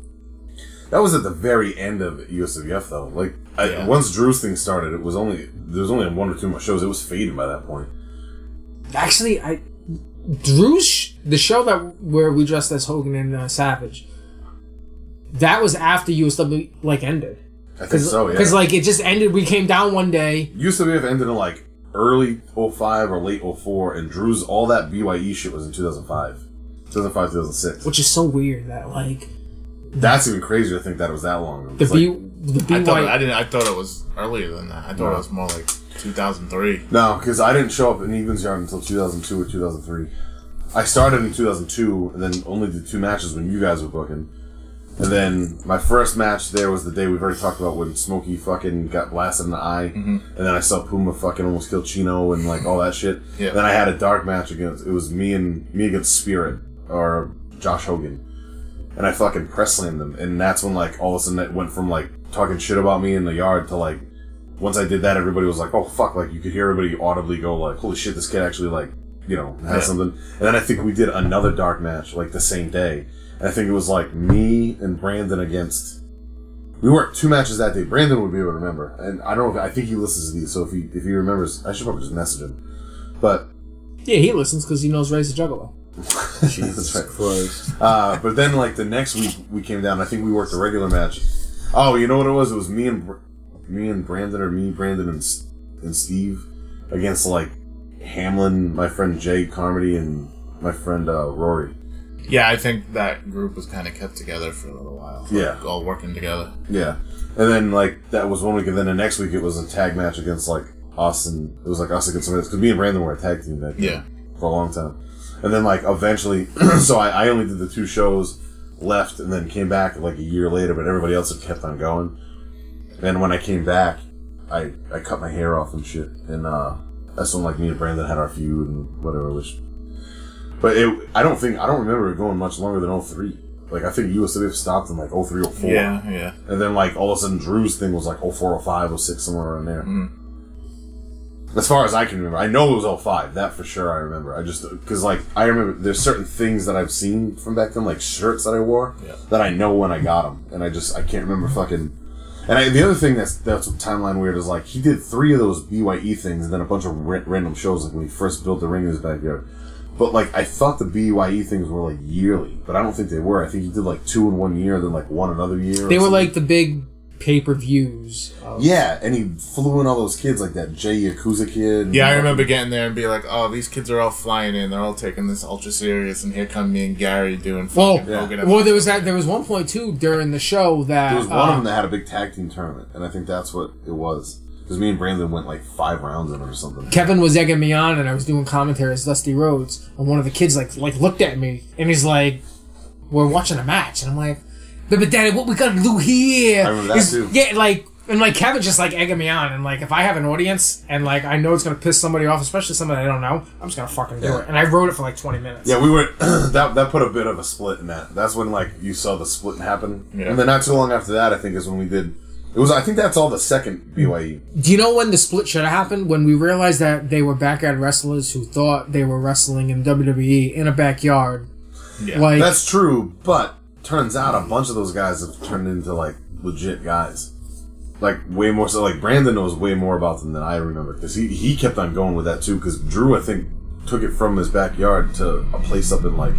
Speaker 1: That was at the very end of USWF though. Like I,
Speaker 3: Yeah.
Speaker 1: once Drew's thing started, it was only there was only one or two more shows. It was fading by that point.
Speaker 4: Actually, I Drew's sh- the show that where we dressed as Hogan and uh, Savage. That was after USW like ended.
Speaker 1: I think so. Yeah.
Speaker 4: Because like it just ended. We came down one day.
Speaker 1: USWF ended in like oh E early 05 or late 04, and Drew's all that BYE shit was in 2005. 2005, 2006.
Speaker 4: which is so weird that like
Speaker 1: That's even crazier to think that it was that long. ago.
Speaker 4: the
Speaker 1: It's like-
Speaker 4: B the
Speaker 3: I thought
Speaker 4: BY
Speaker 3: I didn't. I thought it was earlier than that. I thought it was more like 2003.
Speaker 1: No, because I didn't show up in Even's Yard until 2002 or 2003. I started in 2002 and then only did two matches when you guys were booking. And then my first match there was the day we've already talked about when Smokey fucking got blasted in the eye. And then I saw Puma fucking almost kill Chino and like all that shit.
Speaker 3: Yeah.
Speaker 1: Then I had a dark match against, it was me and me against Spirit or Josh Hogan. And I fucking press slammed them. And that's when like all of a sudden it went from like talking shit about me in the yard to like once I did that, everybody was like, "Oh fuck!" Like you could hear everybody audibly go, "Like holy shit, this kid actually like you know has
Speaker 3: Yeah.
Speaker 1: something." And then I think we did another dark match like the same day. And I think it was like me and Brandon against. We worked two matches that day. Brandon would be able to remember, and I don't know. If, I think he listens to these, so if he if he remembers, I should probably just message him. But
Speaker 4: yeah he listens because he knows Ray's a juggalo
Speaker 2: Jesus
Speaker 1: That's right.
Speaker 2: Christ.
Speaker 1: uh, but then like the next week we came down. I think we worked a regular match. Oh, you know what it was? It was me and Br- me and Brandon, or me, Brandon, and S- and Steve against like Hamlin, my friend Jay Carmody, and my friend uh, Rory.
Speaker 3: Yeah, I think that group was kind of kept together for a little while. like,
Speaker 1: Yeah.
Speaker 3: all working together.
Speaker 1: Yeah, and then like that was one week, and then the next week it was a tag match against like us, and it was like us against somebody else because me and Brandon were a tag team that
Speaker 3: Yeah.
Speaker 1: for a long time. And then like eventually, so I, I only did the two shows, left, and then came back like a year later. But everybody else had kept on going. And when I came back, I I cut my hair off and shit. And uh, that's when like me and Brandon had our feud and whatever. Which, but it I don't think I don't remember it going much longer than 03. Like I think USWF stopped in like 03 or 04.
Speaker 3: Yeah, yeah.
Speaker 1: And then like all of a sudden Drew's thing was like 04, 05, 06, somewhere around there.
Speaker 3: Mhm.
Speaker 4: Mm-hmm.
Speaker 1: As far as I can remember, I know it was 05. That for sure I remember. I just because like I remember there's certain things that I've seen from back then, like shirts that I wore
Speaker 3: Yeah.
Speaker 1: that I know when I got them, and I just I can't remember fucking. And I, the other thing that's that's timeline weird is like he did three of those BYE things and then a bunch of ra- random shows like when he first built the ring in his backyard. But like I thought the BYE things were like yearly, but I don't think they were. I think he did like two in one year, then like one another year. or
Speaker 4: they were
Speaker 1: something.
Speaker 4: like the big pay per views
Speaker 1: Yeah, and he flew in all those kids like that Jay Yakuza kid.
Speaker 3: Yeah, I remember getting there and be like, "Oh, these kids are all flying in. They're all taking this ultra serious." And here come me and Gary doing
Speaker 4: well
Speaker 3: fucking Hogan and-
Speaker 4: well there was that there was one point too during the show that
Speaker 1: There was one
Speaker 4: uh,
Speaker 3: Uh-huh.
Speaker 1: of them that had a big tag team tournament, and I think that's what it was. Because me and Brandon went like five rounds in it or something.
Speaker 4: Kevin was egging me on, and I was doing commentary as Dusty Rhodes, and one of the kids like like looked at me, and he's like, "We're watching a match," and I'm like, "But, but Daddy, what we gotta do here?"
Speaker 1: I remember that
Speaker 4: is-
Speaker 1: too.
Speaker 4: Yeah, like and like Kevin just like egging me on, and like if I have an audience, and like I know it's gonna piss somebody off, especially somebody I don't know, I'm just gonna fucking do
Speaker 1: Yeah.
Speaker 4: it. And I wrote it for like 20 minutes.
Speaker 1: Yeah, we were that that put a bit of a split in that. That's when like you saw the split happen,
Speaker 3: Yeah.
Speaker 1: and then not too long after that, I think is when we did. It was I think that's all the second E BYE.
Speaker 4: Do you know when the split should have happened? When we realized that they were backyard wrestlers who thought they were wrestling in WWE in a backyard.
Speaker 3: Yeah.
Speaker 4: Like
Speaker 1: That's true, but turns out a bunch of those guys have turned into like legit guys. Like way more so. Like Brandon knows way more about them than I remember because he he kept on going with that too. Because Drew, I think, took it from his backyard to a place up in like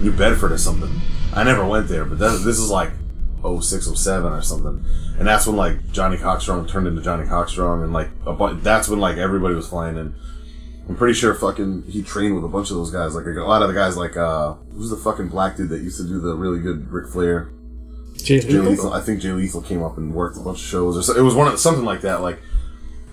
Speaker 1: New Bedford or something. I never went there, but that, this is like 06, 07 or something. And that's when like Johnny Cockstrong turned into Johnny Cockstrong, and like a bu- that's when like everybody was flying in. I'm pretty sure fucking he trained with a bunch of those guys. Like a lot of the guys, like uh, who's the fucking black dude that used to do the really good Ric Flair?
Speaker 4: Jay
Speaker 1: Jay Lethal. I think Jay Lethal came up and worked a bunch of shows, or so, it was one of something like that. Like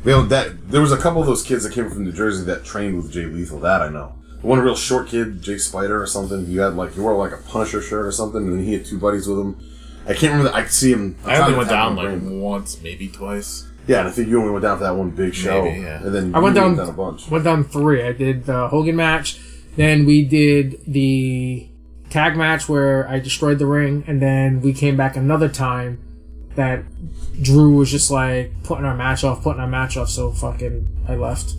Speaker 1: they all- that there was a couple of those kids that came from New Jersey that trained with Jay Lethal. That I know. One real short kid, Jay Spider or something. He had like he wore like a Punisher shirt or something, and he had two buddies with him. I can't remember. The, I could see him.
Speaker 3: I only went down like
Speaker 1: Brain.
Speaker 3: once, maybe twice.
Speaker 1: yeah, and I think you only went down for that one big show,
Speaker 3: Maybe, yeah.
Speaker 1: and then
Speaker 4: I
Speaker 1: you
Speaker 4: went down,
Speaker 1: a bunch.
Speaker 4: Went down three. I did the Hogan match, then we did the tag match where I destroyed the ring, and then we came back another time that Drew was just like putting our match off, putting our match off. So fucking, I left.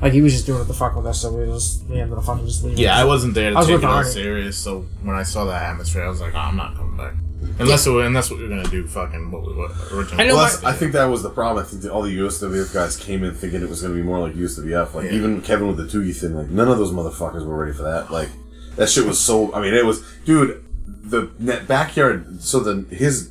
Speaker 4: Like he was just doing it to fuck with us, so we just we ended up fucking just leaving.
Speaker 3: Yeah, I wasn't there to
Speaker 4: I was
Speaker 3: take
Speaker 4: with
Speaker 3: it all
Speaker 4: Arnie.
Speaker 3: serious. So when I saw that atmosphere, I was like, oh, "I'm not coming back." Unless it, unless we were gonna do fucking what we were originally.
Speaker 4: I know
Speaker 1: Well,
Speaker 4: my-
Speaker 1: that's, I think that was the problem. I think that all the USWF guys came in thinking it was going to be more like USWF. Like
Speaker 3: Yeah.
Speaker 1: even Kevin with the Toogie thing, like none of those motherfuckers were ready for that. Like that shit was so. I mean, it was, dude. The net backyard. So the his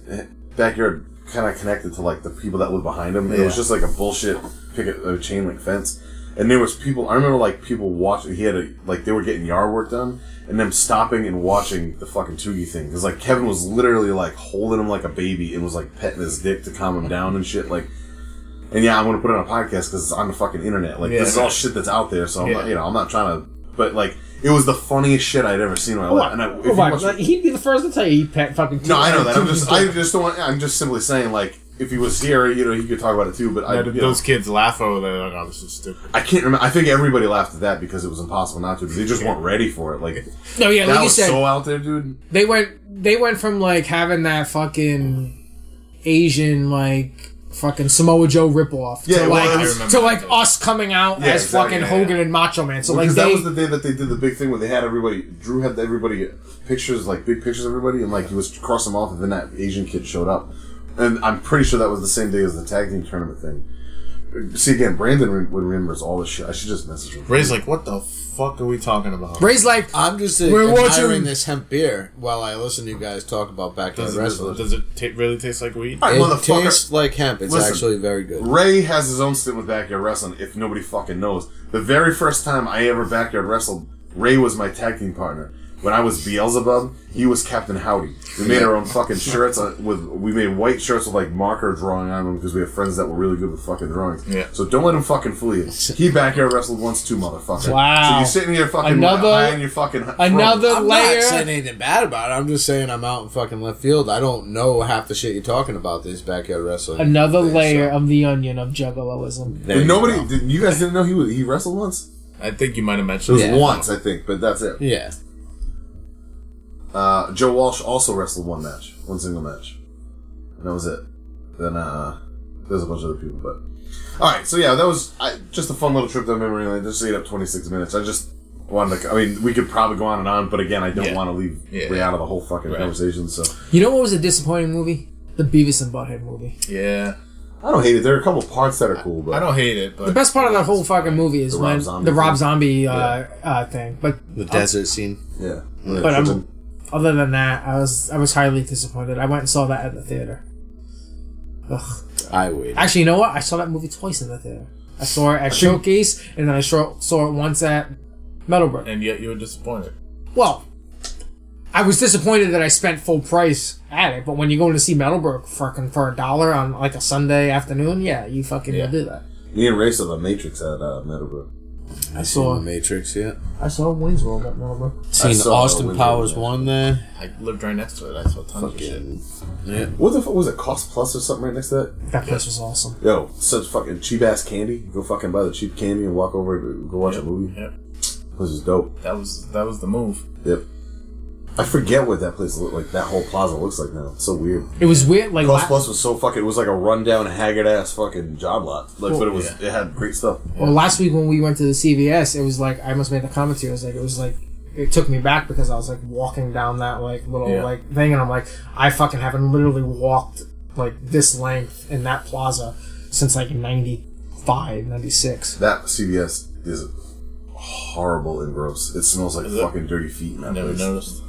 Speaker 1: backyard kind of connected to like the people that live behind him. It was
Speaker 3: Yeah.
Speaker 1: just like a bullshit picket a chain link fence. and there was people. I remember like people watching. He had a like they were getting yard work done, and them stopping and watching the fucking Toogie thing because like Kevin was literally like holding him like a baby and was like petting his dick to calm him down and shit. Like, and yeah, I'm gonna put it on a podcast because it's on the fucking internet. Like, this is
Speaker 3: Yeah.
Speaker 1: all shit that's out there. So I'm not,
Speaker 3: Yeah.
Speaker 1: you know, I'm not trying to. But like, it was the funniest shit I'd ever seen in my life. And I, if you
Speaker 4: Come on,
Speaker 1: watch-
Speaker 4: like, he'd be the first to tell you he pet fucking.
Speaker 1: no, I know that. I'm
Speaker 4: Tootie's
Speaker 1: just, I
Speaker 4: dick.
Speaker 1: just don't want. I'm just simply saying, like, if he was here, you know, he could talk about it too. But I,
Speaker 3: That-
Speaker 1: you know,
Speaker 3: those kids laugh over that. Like, oh, this is stupid.
Speaker 1: I can't remember. I think everybody laughed at that because it was impossible not to. Because they just weren't ready for it. Like
Speaker 4: no, yeah,
Speaker 1: that
Speaker 4: like you
Speaker 1: was
Speaker 4: said,
Speaker 1: so out there, dude.
Speaker 4: they went they went from like having that fucking Asian like fucking Samoa Joe ripoff
Speaker 1: Yeah,
Speaker 4: to
Speaker 1: well, I
Speaker 4: like
Speaker 3: remember
Speaker 4: to like
Speaker 3: that.
Speaker 4: us coming out
Speaker 1: Yeah,
Speaker 4: as
Speaker 1: exactly,
Speaker 4: fucking
Speaker 1: yeah,
Speaker 4: Hogan and Macho Man. So like
Speaker 1: Because
Speaker 4: they
Speaker 1: that was the day that they did the big thing where they had everybody. Drew had everybody pictures, like big pictures of everybody, and like he was crossing them off, and then that Asian kid showed up. And I'm pretty sure that was the same day as the tag team tournament thing. See again, Brandon re- would remembers all this shit. I should just message him.
Speaker 3: Ray's like, what the fuck are we talking about?
Speaker 4: Bray's like
Speaker 2: I'm just
Speaker 4: We're
Speaker 2: We're admiring
Speaker 4: watching-
Speaker 2: this hemp beer while I listen to you guys talk about backyard
Speaker 3: Does it,
Speaker 2: wrestling.
Speaker 3: does it ta- really taste like weed?
Speaker 1: All right,
Speaker 2: It
Speaker 1: motherfucker.
Speaker 2: tastes like hemp. It's
Speaker 1: Listen.
Speaker 2: actually very good.
Speaker 1: Ray has his own stint with backyard wrestling. If nobody fucking knows, the very first time I ever backyard wrestled, Ray was my tag team partner. When I was Beelzebub, he was Captain Howdy. We made our own fucking shirts uh, with. We made white shirts with like marker drawing on them because we have friends that were really good with fucking drawings.
Speaker 3: Yeah.
Speaker 1: So don't let him fucking fool you. He backyard wrestled once too, motherfucker.
Speaker 4: Wow.
Speaker 1: So you're sitting here fucking
Speaker 4: Another-
Speaker 1: high on your fucking throat.
Speaker 4: another
Speaker 2: I'm
Speaker 4: layer.
Speaker 2: not saying anything bad about it. I'm just saying I'm out in fucking left field. I don't know half the shit you're talking about. This backyard wrestling.
Speaker 4: Another
Speaker 2: thing,
Speaker 4: layer
Speaker 2: so-
Speaker 4: of the onion of juggaloism.
Speaker 2: There you
Speaker 1: Nobody.
Speaker 2: go.
Speaker 1: Did, you guys didn't know he was, he wrestled once.
Speaker 3: I think you might have
Speaker 1: It
Speaker 3: mentioned
Speaker 1: was
Speaker 2: Yeah.
Speaker 1: once, I think, but that's it.
Speaker 2: Yeah.
Speaker 1: Uh, Joe Walsh also wrestled one match, one single match, and that was it. Then uh, there's a bunch of other people, but all right. So yeah, that was I, just a fun little trip down memory lane. Just ate up 26 minutes. I just wanted to. I mean, we could probably go on and on, but again, I don't
Speaker 3: Yeah.
Speaker 1: want to leave
Speaker 3: Yeah.
Speaker 1: Ray out of the whole fucking
Speaker 3: Right.
Speaker 1: conversation. So
Speaker 4: You know what was a disappointing movie? The Beavis and Butthead movie.
Speaker 3: Yeah.
Speaker 1: I don't hate it. There are a couple parts that are cool, but
Speaker 3: I don't hate it, but
Speaker 4: The best part of that whole fucking movie is
Speaker 1: The Rob
Speaker 4: when
Speaker 1: Zombie
Speaker 4: the Rob
Speaker 1: thing.
Speaker 4: Zombie uh, uh, thing. But
Speaker 2: The desert scene.
Speaker 1: yeah. Yeah,
Speaker 4: But I'm-
Speaker 1: something-
Speaker 4: other than that, I was I was highly disappointed. I went and saw that at the theater. Ugh.
Speaker 2: I waited.
Speaker 4: Actually, you know what? I saw that movie twice in the theater. I saw it at Showcase, and then I saw, saw it once at Meadowbrook.
Speaker 3: and yet you were disappointed.
Speaker 4: Well, I was disappointed that I spent full price at it, but when you're going to see Meadowbrook fucking for a dollar on like a Sunday afternoon, yeah, you fucking
Speaker 3: Yeah.
Speaker 4: do that.
Speaker 1: me and Ray saw the Matrix at uh, Meadowbrook.
Speaker 4: I
Speaker 2: Seen the
Speaker 4: saw
Speaker 2: Matrix yet?
Speaker 4: I saw Wayne's World at Meadowbrook.
Speaker 2: Seen
Speaker 1: saw
Speaker 2: Austin
Speaker 1: Winter
Speaker 2: Powers
Speaker 1: Man.
Speaker 2: one there.
Speaker 3: I lived right next to it. I saw tons of shit.
Speaker 2: Fucking. Yeah.
Speaker 1: What the fuck was it? Cost Plus or something right next to that?
Speaker 4: That place was awesome.
Speaker 1: Yo, such fucking cheap ass candy. Go fucking buy the cheap candy and walk over to go watch a movie.
Speaker 3: Yep.
Speaker 1: This is dope.
Speaker 3: That was that was the move.
Speaker 1: Yep. I forget what that place looked like. That whole plaza looks like now. It's so weird.
Speaker 4: It was weird. Like
Speaker 1: Cost
Speaker 4: la-
Speaker 1: Plus was so fucking. It was like a rundown, haggard ass fucking job lot. Like, but it was. It had great stuff.
Speaker 4: Well, last week when we went to the CVS, it was like I must make the comment to you. It was like it was like it took me back because I was like walking down that like little
Speaker 3: Yeah.
Speaker 4: like thing, and I'm like I fucking haven't literally walked like this length in that plaza since like 95, 96.
Speaker 1: That CVS is horrible and gross. It smells like fucking dirty feet in
Speaker 3: I
Speaker 1: that
Speaker 3: never
Speaker 1: place.
Speaker 3: noticed.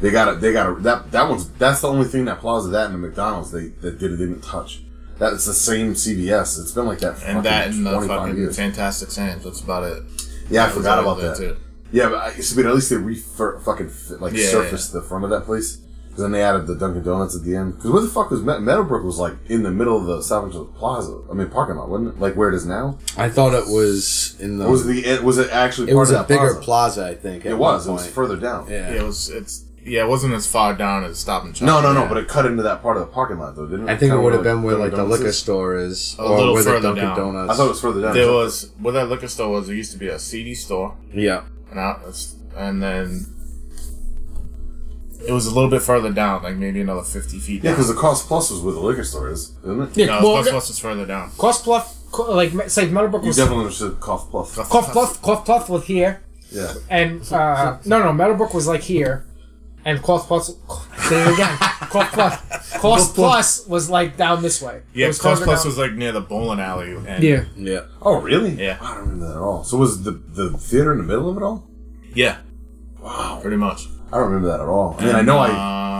Speaker 1: They got a. They got a. That that one's. That's the only thing that plaza that and the McDonald's they that did it didn't touch. That's the same CVS. It's been like that for
Speaker 3: And that and the
Speaker 1: twenty five
Speaker 3: fucking
Speaker 1: years.
Speaker 3: Fantastic Sands. That's about it.
Speaker 1: Yeah, I
Speaker 3: That was
Speaker 1: forgot
Speaker 3: it,
Speaker 1: about
Speaker 3: that's
Speaker 1: that.
Speaker 3: it.
Speaker 1: Yeah, but, I, so, but at least they re fucking fi- like
Speaker 3: Yeah,
Speaker 1: surfaced the front of that place. Because then they added the Dunkin' Donuts at the end. Because where the fuck was Met- Meadowbrook was like in the middle of the Salvation Plaza? I mean, parking lot, wasn't it? Like where it is now?
Speaker 2: I thought it was in the.
Speaker 1: Or was the it was it actually
Speaker 2: it
Speaker 1: part
Speaker 2: was
Speaker 1: of
Speaker 2: a
Speaker 1: that
Speaker 2: bigger plaza,
Speaker 1: plaza?
Speaker 2: I think. at
Speaker 1: It was. It
Speaker 2: one
Speaker 1: was
Speaker 2: point.
Speaker 1: further down.
Speaker 2: Yeah.
Speaker 3: Yeah, it was. It's yeah, it wasn't as far down as Stop and Shop.
Speaker 1: No, no, no.
Speaker 2: Yeah.
Speaker 1: But it cut into that part of the parking lot though, didn't it?
Speaker 2: I think it
Speaker 1: Kinda
Speaker 2: would have
Speaker 1: like
Speaker 2: been where like the
Speaker 1: Dunkin' Donuts
Speaker 2: liquor
Speaker 1: is.
Speaker 2: store is,
Speaker 3: A
Speaker 2: or
Speaker 3: little
Speaker 2: where the
Speaker 3: further
Speaker 2: Dunkin'
Speaker 3: down.
Speaker 2: Donuts.
Speaker 1: I thought it was further down.
Speaker 3: There was where that liquor store was. There used to be a CD store,
Speaker 2: Yeah.
Speaker 3: and I, and then it was a little bit further down, like maybe another fifty feet.
Speaker 1: yeah,
Speaker 3: down.
Speaker 1: because the Cost Plus was where the liquor store is, isn't it?
Speaker 4: Yeah,
Speaker 3: no,
Speaker 4: well,
Speaker 3: Plus Plus was further down.
Speaker 4: Cost Plus, co- like it's like Meadowbrook
Speaker 1: You
Speaker 4: was
Speaker 1: definitely understood Cost Plus.
Speaker 4: Cost Plus, Cost Plus was here,
Speaker 1: Yeah.
Speaker 4: and uh, no, no, Meadowbrook was like here, and Cost Plus, say it again, Cost Plus, Cost Plus was like down this way. It
Speaker 3: Yeah,
Speaker 4: was
Speaker 3: Cost
Speaker 4: further
Speaker 3: Plus
Speaker 4: down-
Speaker 3: was like near the bowling alley. And
Speaker 4: yeah.
Speaker 2: Yeah.
Speaker 1: Oh, really?
Speaker 3: Yeah.
Speaker 1: I don't remember that at all. So was the the theater in the middle of it all?
Speaker 3: yeah, wow, pretty much. Uh,
Speaker 1: I don't remember that at all. I mean, I know I,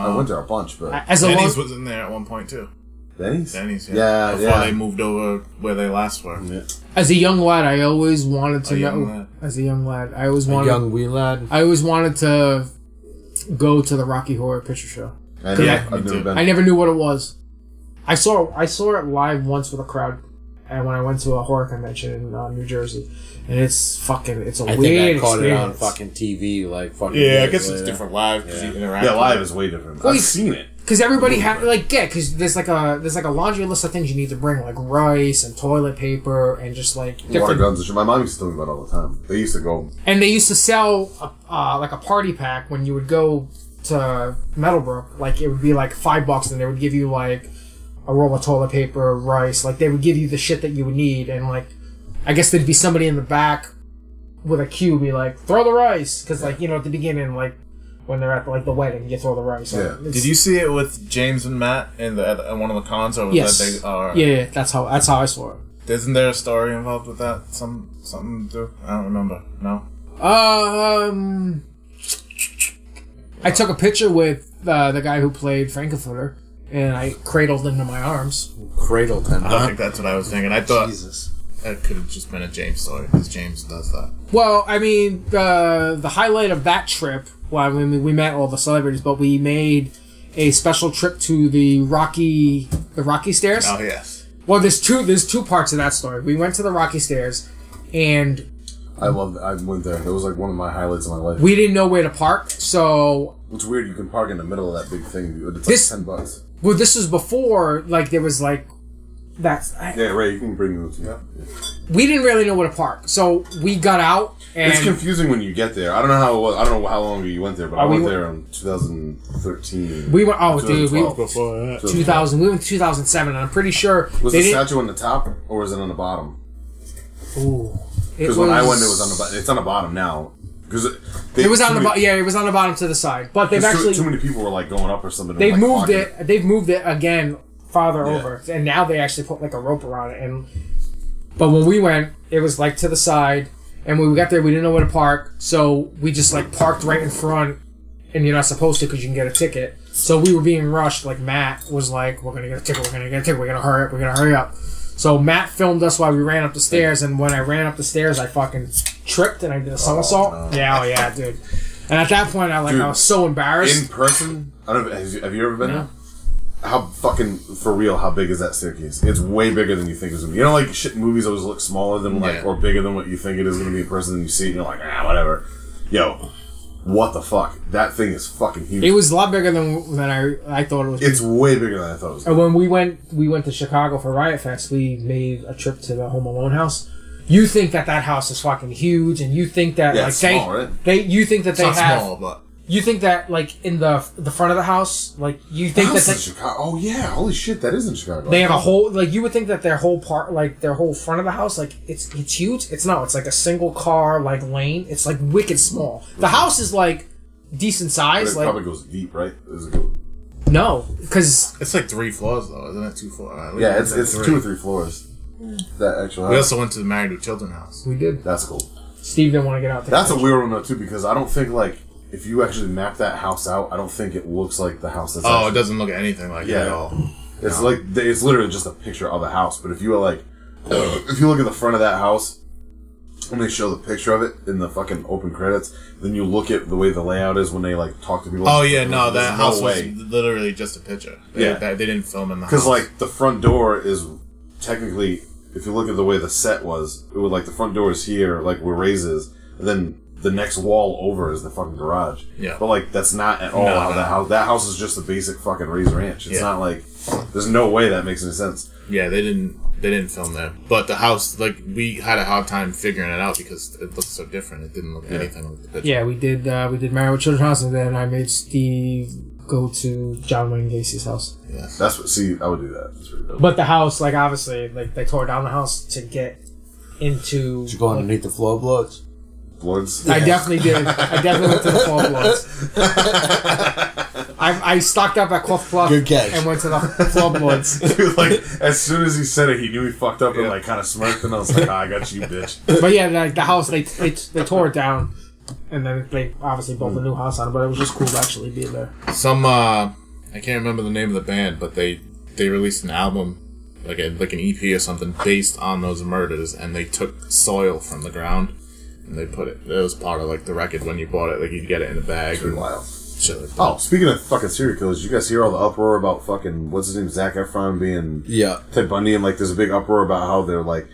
Speaker 1: I went there a bunch, but
Speaker 4: As a
Speaker 3: Denny's
Speaker 4: long,
Speaker 3: was in there at one point too.
Speaker 1: Denny's?
Speaker 3: Denny's.
Speaker 1: Yeah,
Speaker 3: Before
Speaker 1: yeah.
Speaker 3: they moved over where they last were.
Speaker 1: Yeah.
Speaker 4: As a young lad, I always wanted to
Speaker 3: A
Speaker 4: know.
Speaker 3: young lad.
Speaker 4: As a young lad, I always
Speaker 2: A
Speaker 4: wanted.
Speaker 2: young wee lad.
Speaker 4: I always wanted to go to the Rocky Horror Picture Show.
Speaker 1: I never,
Speaker 3: Yeah,
Speaker 1: I've
Speaker 3: me
Speaker 1: never
Speaker 3: too.
Speaker 1: been.
Speaker 4: I never knew what it was. I saw I saw it live once with a crowd, and when I went to a horror convention in uh, New Jersey, and it's fucking it's a
Speaker 2: I think
Speaker 4: weird
Speaker 2: I caught it on
Speaker 4: experience.
Speaker 2: fucking TV, like fucking.
Speaker 3: Yeah, I
Speaker 2: years
Speaker 3: guess it's
Speaker 2: later.
Speaker 3: different live because you interact.
Speaker 1: yeah,
Speaker 3: with
Speaker 1: live
Speaker 3: it.
Speaker 1: is way different.
Speaker 4: Well,
Speaker 1: I've
Speaker 4: you-
Speaker 1: seen it.
Speaker 4: Because everybody had like yeah, because there's like a there's like a laundry list of things you need to bring like rice and toilet paper and just like
Speaker 1: Water
Speaker 4: different.
Speaker 1: guns and shit. My mom used to tell me about it all the time. They used to go.
Speaker 4: And they used to sell a, uh, like a party pack when you would go to Meadowbrook. Like it would be like five bucks, and they would give you like a roll of toilet paper, rice. Like they would give you the shit that you would need, and like I guess there'd be somebody in the back with a cue, be like throw the rice, because like you know at the beginning like when they're at like the wedding, you throw the rice.
Speaker 1: Yeah.
Speaker 4: It's-
Speaker 3: Did you see it with James and Matt in the at one of the cons or was
Speaker 4: Yes.
Speaker 3: that they are?
Speaker 4: yeah, yeah, that's how that's how I saw it.
Speaker 3: Isn't there a story involved with that? Some something to I don't remember. No.
Speaker 4: Um, I took a picture with uh, the guy who played Frankenfooter, and I cradled him in my arms.
Speaker 2: Cradle time.
Speaker 1: Uh-huh.
Speaker 3: I don't think that's what I was thinking. I thought
Speaker 2: Jesus.
Speaker 3: that could have just been a James story because James does that.
Speaker 4: Well, I mean, uh, the highlight of that trip, well, I mean, we met all the celebrities, but we made a special trip to the Rocky, the Rocky Stairs.
Speaker 3: Oh yes.
Speaker 4: Well, there's two, there's two parts of that story. We went to the Rocky Stairs, and
Speaker 1: I
Speaker 4: Mm.
Speaker 1: love. I went there. That was like one of my highlights of my life.
Speaker 4: we didn't know where to park, so
Speaker 1: It's weird. You can park in the middle of that big thing. It's like
Speaker 4: This-
Speaker 1: ten bucks.
Speaker 4: well, this was before like there was like that's I,
Speaker 1: Yeah, right. You can bring those. Yeah.
Speaker 4: we didn't really know where to park, so we got out and
Speaker 1: It's confusing when you get there. I don't know how it was. I don't know how long you went there, but I
Speaker 4: we
Speaker 1: went
Speaker 4: went-
Speaker 1: there in 2013.
Speaker 4: we went. Oh, dude, we
Speaker 1: 2012.
Speaker 3: Before that.
Speaker 4: 2000. We went to 2007, and I'm pretty sure
Speaker 1: Was
Speaker 4: they
Speaker 1: the
Speaker 4: didn't.
Speaker 1: statue on the top or was it on the bottom?
Speaker 4: Ooh, it
Speaker 1: Because when I went, it was on the bottom. It's on the bottom now. Because it, they-
Speaker 4: It was on
Speaker 1: too
Speaker 4: the
Speaker 1: many-
Speaker 4: bottom. Yeah, it was on the bottom to the side. But they've
Speaker 1: 'cause
Speaker 4: actually
Speaker 1: too, too many people were like going up or something.
Speaker 4: they've
Speaker 1: like,
Speaker 4: moved
Speaker 1: blocking
Speaker 4: it. They've moved it again farther over, and now they actually put like a rope around it. And but when we went, it was like to the side, and when we got there, we didn't know where to park, so we just like parked right in front. And you're not supposed to because you can get a ticket. So we were being rushed. Like Matt was like, "We're gonna get a ticket. We're gonna get a ticket. We're gonna hurry up. We're gonna hurry up." So Matt filmed us while we ran up the stairs, and when I ran up the stairs, I fucking tripped and I did a somersault. Yeah, oh, yeah, dude. And at that point, I like
Speaker 1: Dude.
Speaker 4: I was so embarrassed.
Speaker 1: in person. I don't. know, Have you, have you ever been there? How fucking for real? How big is that staircase? It's way bigger than you think it's gonna be. You know, like shit in movies always look smaller than like
Speaker 3: Yeah.
Speaker 1: or bigger than what you think it is gonna be in person. And you see it, and you're like, ah, whatever. Yo, what the fuck? That thing is fucking huge.
Speaker 4: It was a lot bigger than than I I thought it was.
Speaker 1: it's way bigger than I thought it was.
Speaker 4: And when we went we went to Chicago for Riot Fest, we made a trip to the Home Alone house. You think that that house is fucking huge, and you think that
Speaker 1: Yeah,
Speaker 4: like
Speaker 1: it's
Speaker 4: they
Speaker 1: small, right?
Speaker 4: they you think that
Speaker 3: It's
Speaker 4: they
Speaker 3: not
Speaker 4: have
Speaker 3: small, but
Speaker 4: you think that like in the the front of the house like you think that
Speaker 1: House in
Speaker 4: they,
Speaker 1: Chicago. Oh yeah, holy shit, that is in Chicago.
Speaker 4: they have a whole like you would think that their whole part like their whole front of the house like it's it's huge. It's not. It's like a single car like lane. It's like wicked small. The house is like decent
Speaker 1: But
Speaker 4: size.
Speaker 1: it
Speaker 4: Like
Speaker 1: Mm-hmm. probably goes deep, right? Is it go-
Speaker 4: no, because
Speaker 3: it's like three floors though, isn't it? Two floors.
Speaker 1: Oh, Yeah, it's, it's two or three floors. That actual
Speaker 3: We
Speaker 1: house.
Speaker 3: also went to the Married with Children house.
Speaker 4: we did.
Speaker 1: That's cool.
Speaker 4: Steve didn't want to get out. The
Speaker 1: That's a weird one though too, because I don't think like if you actually map that house out, I don't think it looks like the house that's.
Speaker 3: Oh, it
Speaker 1: actually-
Speaker 3: doesn't look anything like
Speaker 1: Yeah.
Speaker 3: it at all.
Speaker 1: it's like it's literally just a picture of a house. But if you were like, if you look at the front of that house. When they show the picture of it in the fucking open credits, then you look at the way the layout is when they like talk to people.
Speaker 3: Oh yeah, no,
Speaker 1: There's
Speaker 3: that house was literally just a picture. They,
Speaker 1: Yeah.
Speaker 3: they, they didn't film in the house.
Speaker 1: Because like the front door is technically, if you look at the way the set was, it would like the front door is here, like where Ray's is, and then the next wall over is the fucking garage.
Speaker 3: Yeah.
Speaker 1: But like that's not at all
Speaker 3: No,
Speaker 1: how
Speaker 3: no.
Speaker 1: that house. That house is just a basic fucking Ray's ranch. It's
Speaker 3: Yeah.
Speaker 1: not like there's no way that makes any sense.
Speaker 3: Yeah, they didn't. They didn't film there. But the house, like, we had a hard time figuring it out because it looked so different. It didn't look anything like the picture.
Speaker 4: Yeah, we did. Uh, we did Married with Children house, and then I made Steve go to John Wayne Gacy's house.
Speaker 3: Yes.
Speaker 1: That's what. See, I would do that. That's pretty dope.
Speaker 4: But the house, like obviously, like they tore down the house to get into.
Speaker 2: Did you go underneath the floor bloods?
Speaker 1: Bloods.
Speaker 4: I definitely did. I definitely went to the Fall Bloods. I, I stocked up at Cloth Bluff
Speaker 2: Good catch.
Speaker 4: and went to the Fall Bloods.
Speaker 1: Dude, like as soon as he said it, he knew he fucked up and like kind of smirked, and I was like, ah, "I got you, bitch."
Speaker 4: But yeah, like the house, they, they they tore it down, and then they obviously built
Speaker 2: Hmm.
Speaker 4: a new house on it. But it was just cool to actually be there.
Speaker 3: Some. uh I can't remember the name of the band, but they they released an album, like a, like an EP or something, based on those murders, and they took soil from the ground and they put it. That was part of like the record when you bought it. Like you'd get it in a bag
Speaker 1: Pretty
Speaker 3: and
Speaker 1: wild.
Speaker 3: shit like that.
Speaker 1: Oh, speaking of fucking serial killers, you guys hear all the uproar about fucking what's his name, Zach Efron being
Speaker 2: Yeah.
Speaker 1: Ted Bundy, and like there's a big uproar about how they're like,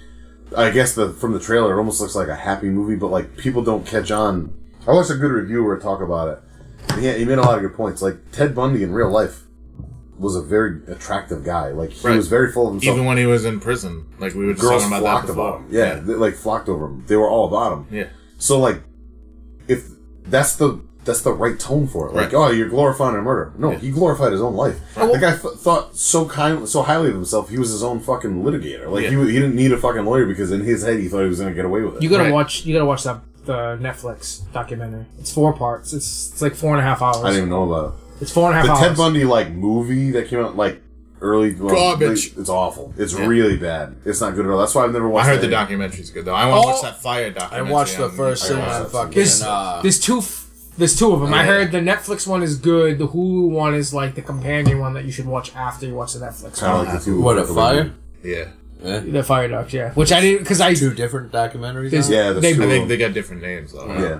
Speaker 1: I guess the from the trailer it almost looks like a happy movie, but like people don't catch on. I watched a good reviewer talk about it. And yeah, he made a lot of good points. Like Ted Bundy in real life was a very attractive guy. Like he
Speaker 3: Right.
Speaker 1: was very full of himself.
Speaker 3: Even when he was in prison, like we were just
Speaker 1: Girls
Speaker 3: talking about
Speaker 1: flocked
Speaker 3: that
Speaker 1: about
Speaker 3: before.
Speaker 1: him. Yeah, They, like flocked over him. They were all about him.
Speaker 3: yeah.
Speaker 1: So like, if that's the that's the right tone for it, like,
Speaker 3: Right.
Speaker 1: oh, you're glorifying a murder. No, he glorified his own life. The guy f- thought so kind, so highly of himself. He was his own fucking litigator. Like he,
Speaker 3: Yeah.
Speaker 1: he didn't need a fucking lawyer because in his head he thought he was gonna get away with it.
Speaker 4: You gotta
Speaker 3: Right.
Speaker 4: watch. You gotta watch that the Netflix documentary. It's four parts. It's it's like four and a half hours.
Speaker 1: I didn't even know about it.
Speaker 4: It's four and a half
Speaker 1: The Ted
Speaker 4: hours.
Speaker 1: Bundy like movie that came out like early well,
Speaker 3: Garbage.
Speaker 1: late- it's awful. It's really bad. It's not good at all. That's why I've never
Speaker 3: I
Speaker 1: watched.
Speaker 3: heard the
Speaker 1: any-
Speaker 3: documentary's good though. I want to
Speaker 4: Oh.
Speaker 3: watch that fire
Speaker 2: I
Speaker 3: documentary.
Speaker 2: watched the
Speaker 3: on-
Speaker 2: first
Speaker 1: I
Speaker 2: thing
Speaker 1: watched
Speaker 2: on
Speaker 1: that.
Speaker 2: fucking.
Speaker 4: There's
Speaker 2: uh,
Speaker 4: there's two f- there's two of them. I
Speaker 2: yeah.
Speaker 4: heard the Netflix one is good. The Hulu one is like the companion one that you should watch after you watch the Netflix
Speaker 1: Kinda
Speaker 4: one.
Speaker 3: Uh,
Speaker 1: like the two
Speaker 2: What a fire!
Speaker 3: Yeah,
Speaker 2: Eh?
Speaker 4: The Fire Dogs, yeah. Which I didn't because I
Speaker 2: Two different documentaries.
Speaker 4: There's-
Speaker 2: now?
Speaker 1: Yeah, the
Speaker 4: They-
Speaker 1: two
Speaker 3: I
Speaker 1: of
Speaker 3: think they
Speaker 1: them.
Speaker 3: got different names though.
Speaker 1: Yeah.
Speaker 3: yeah.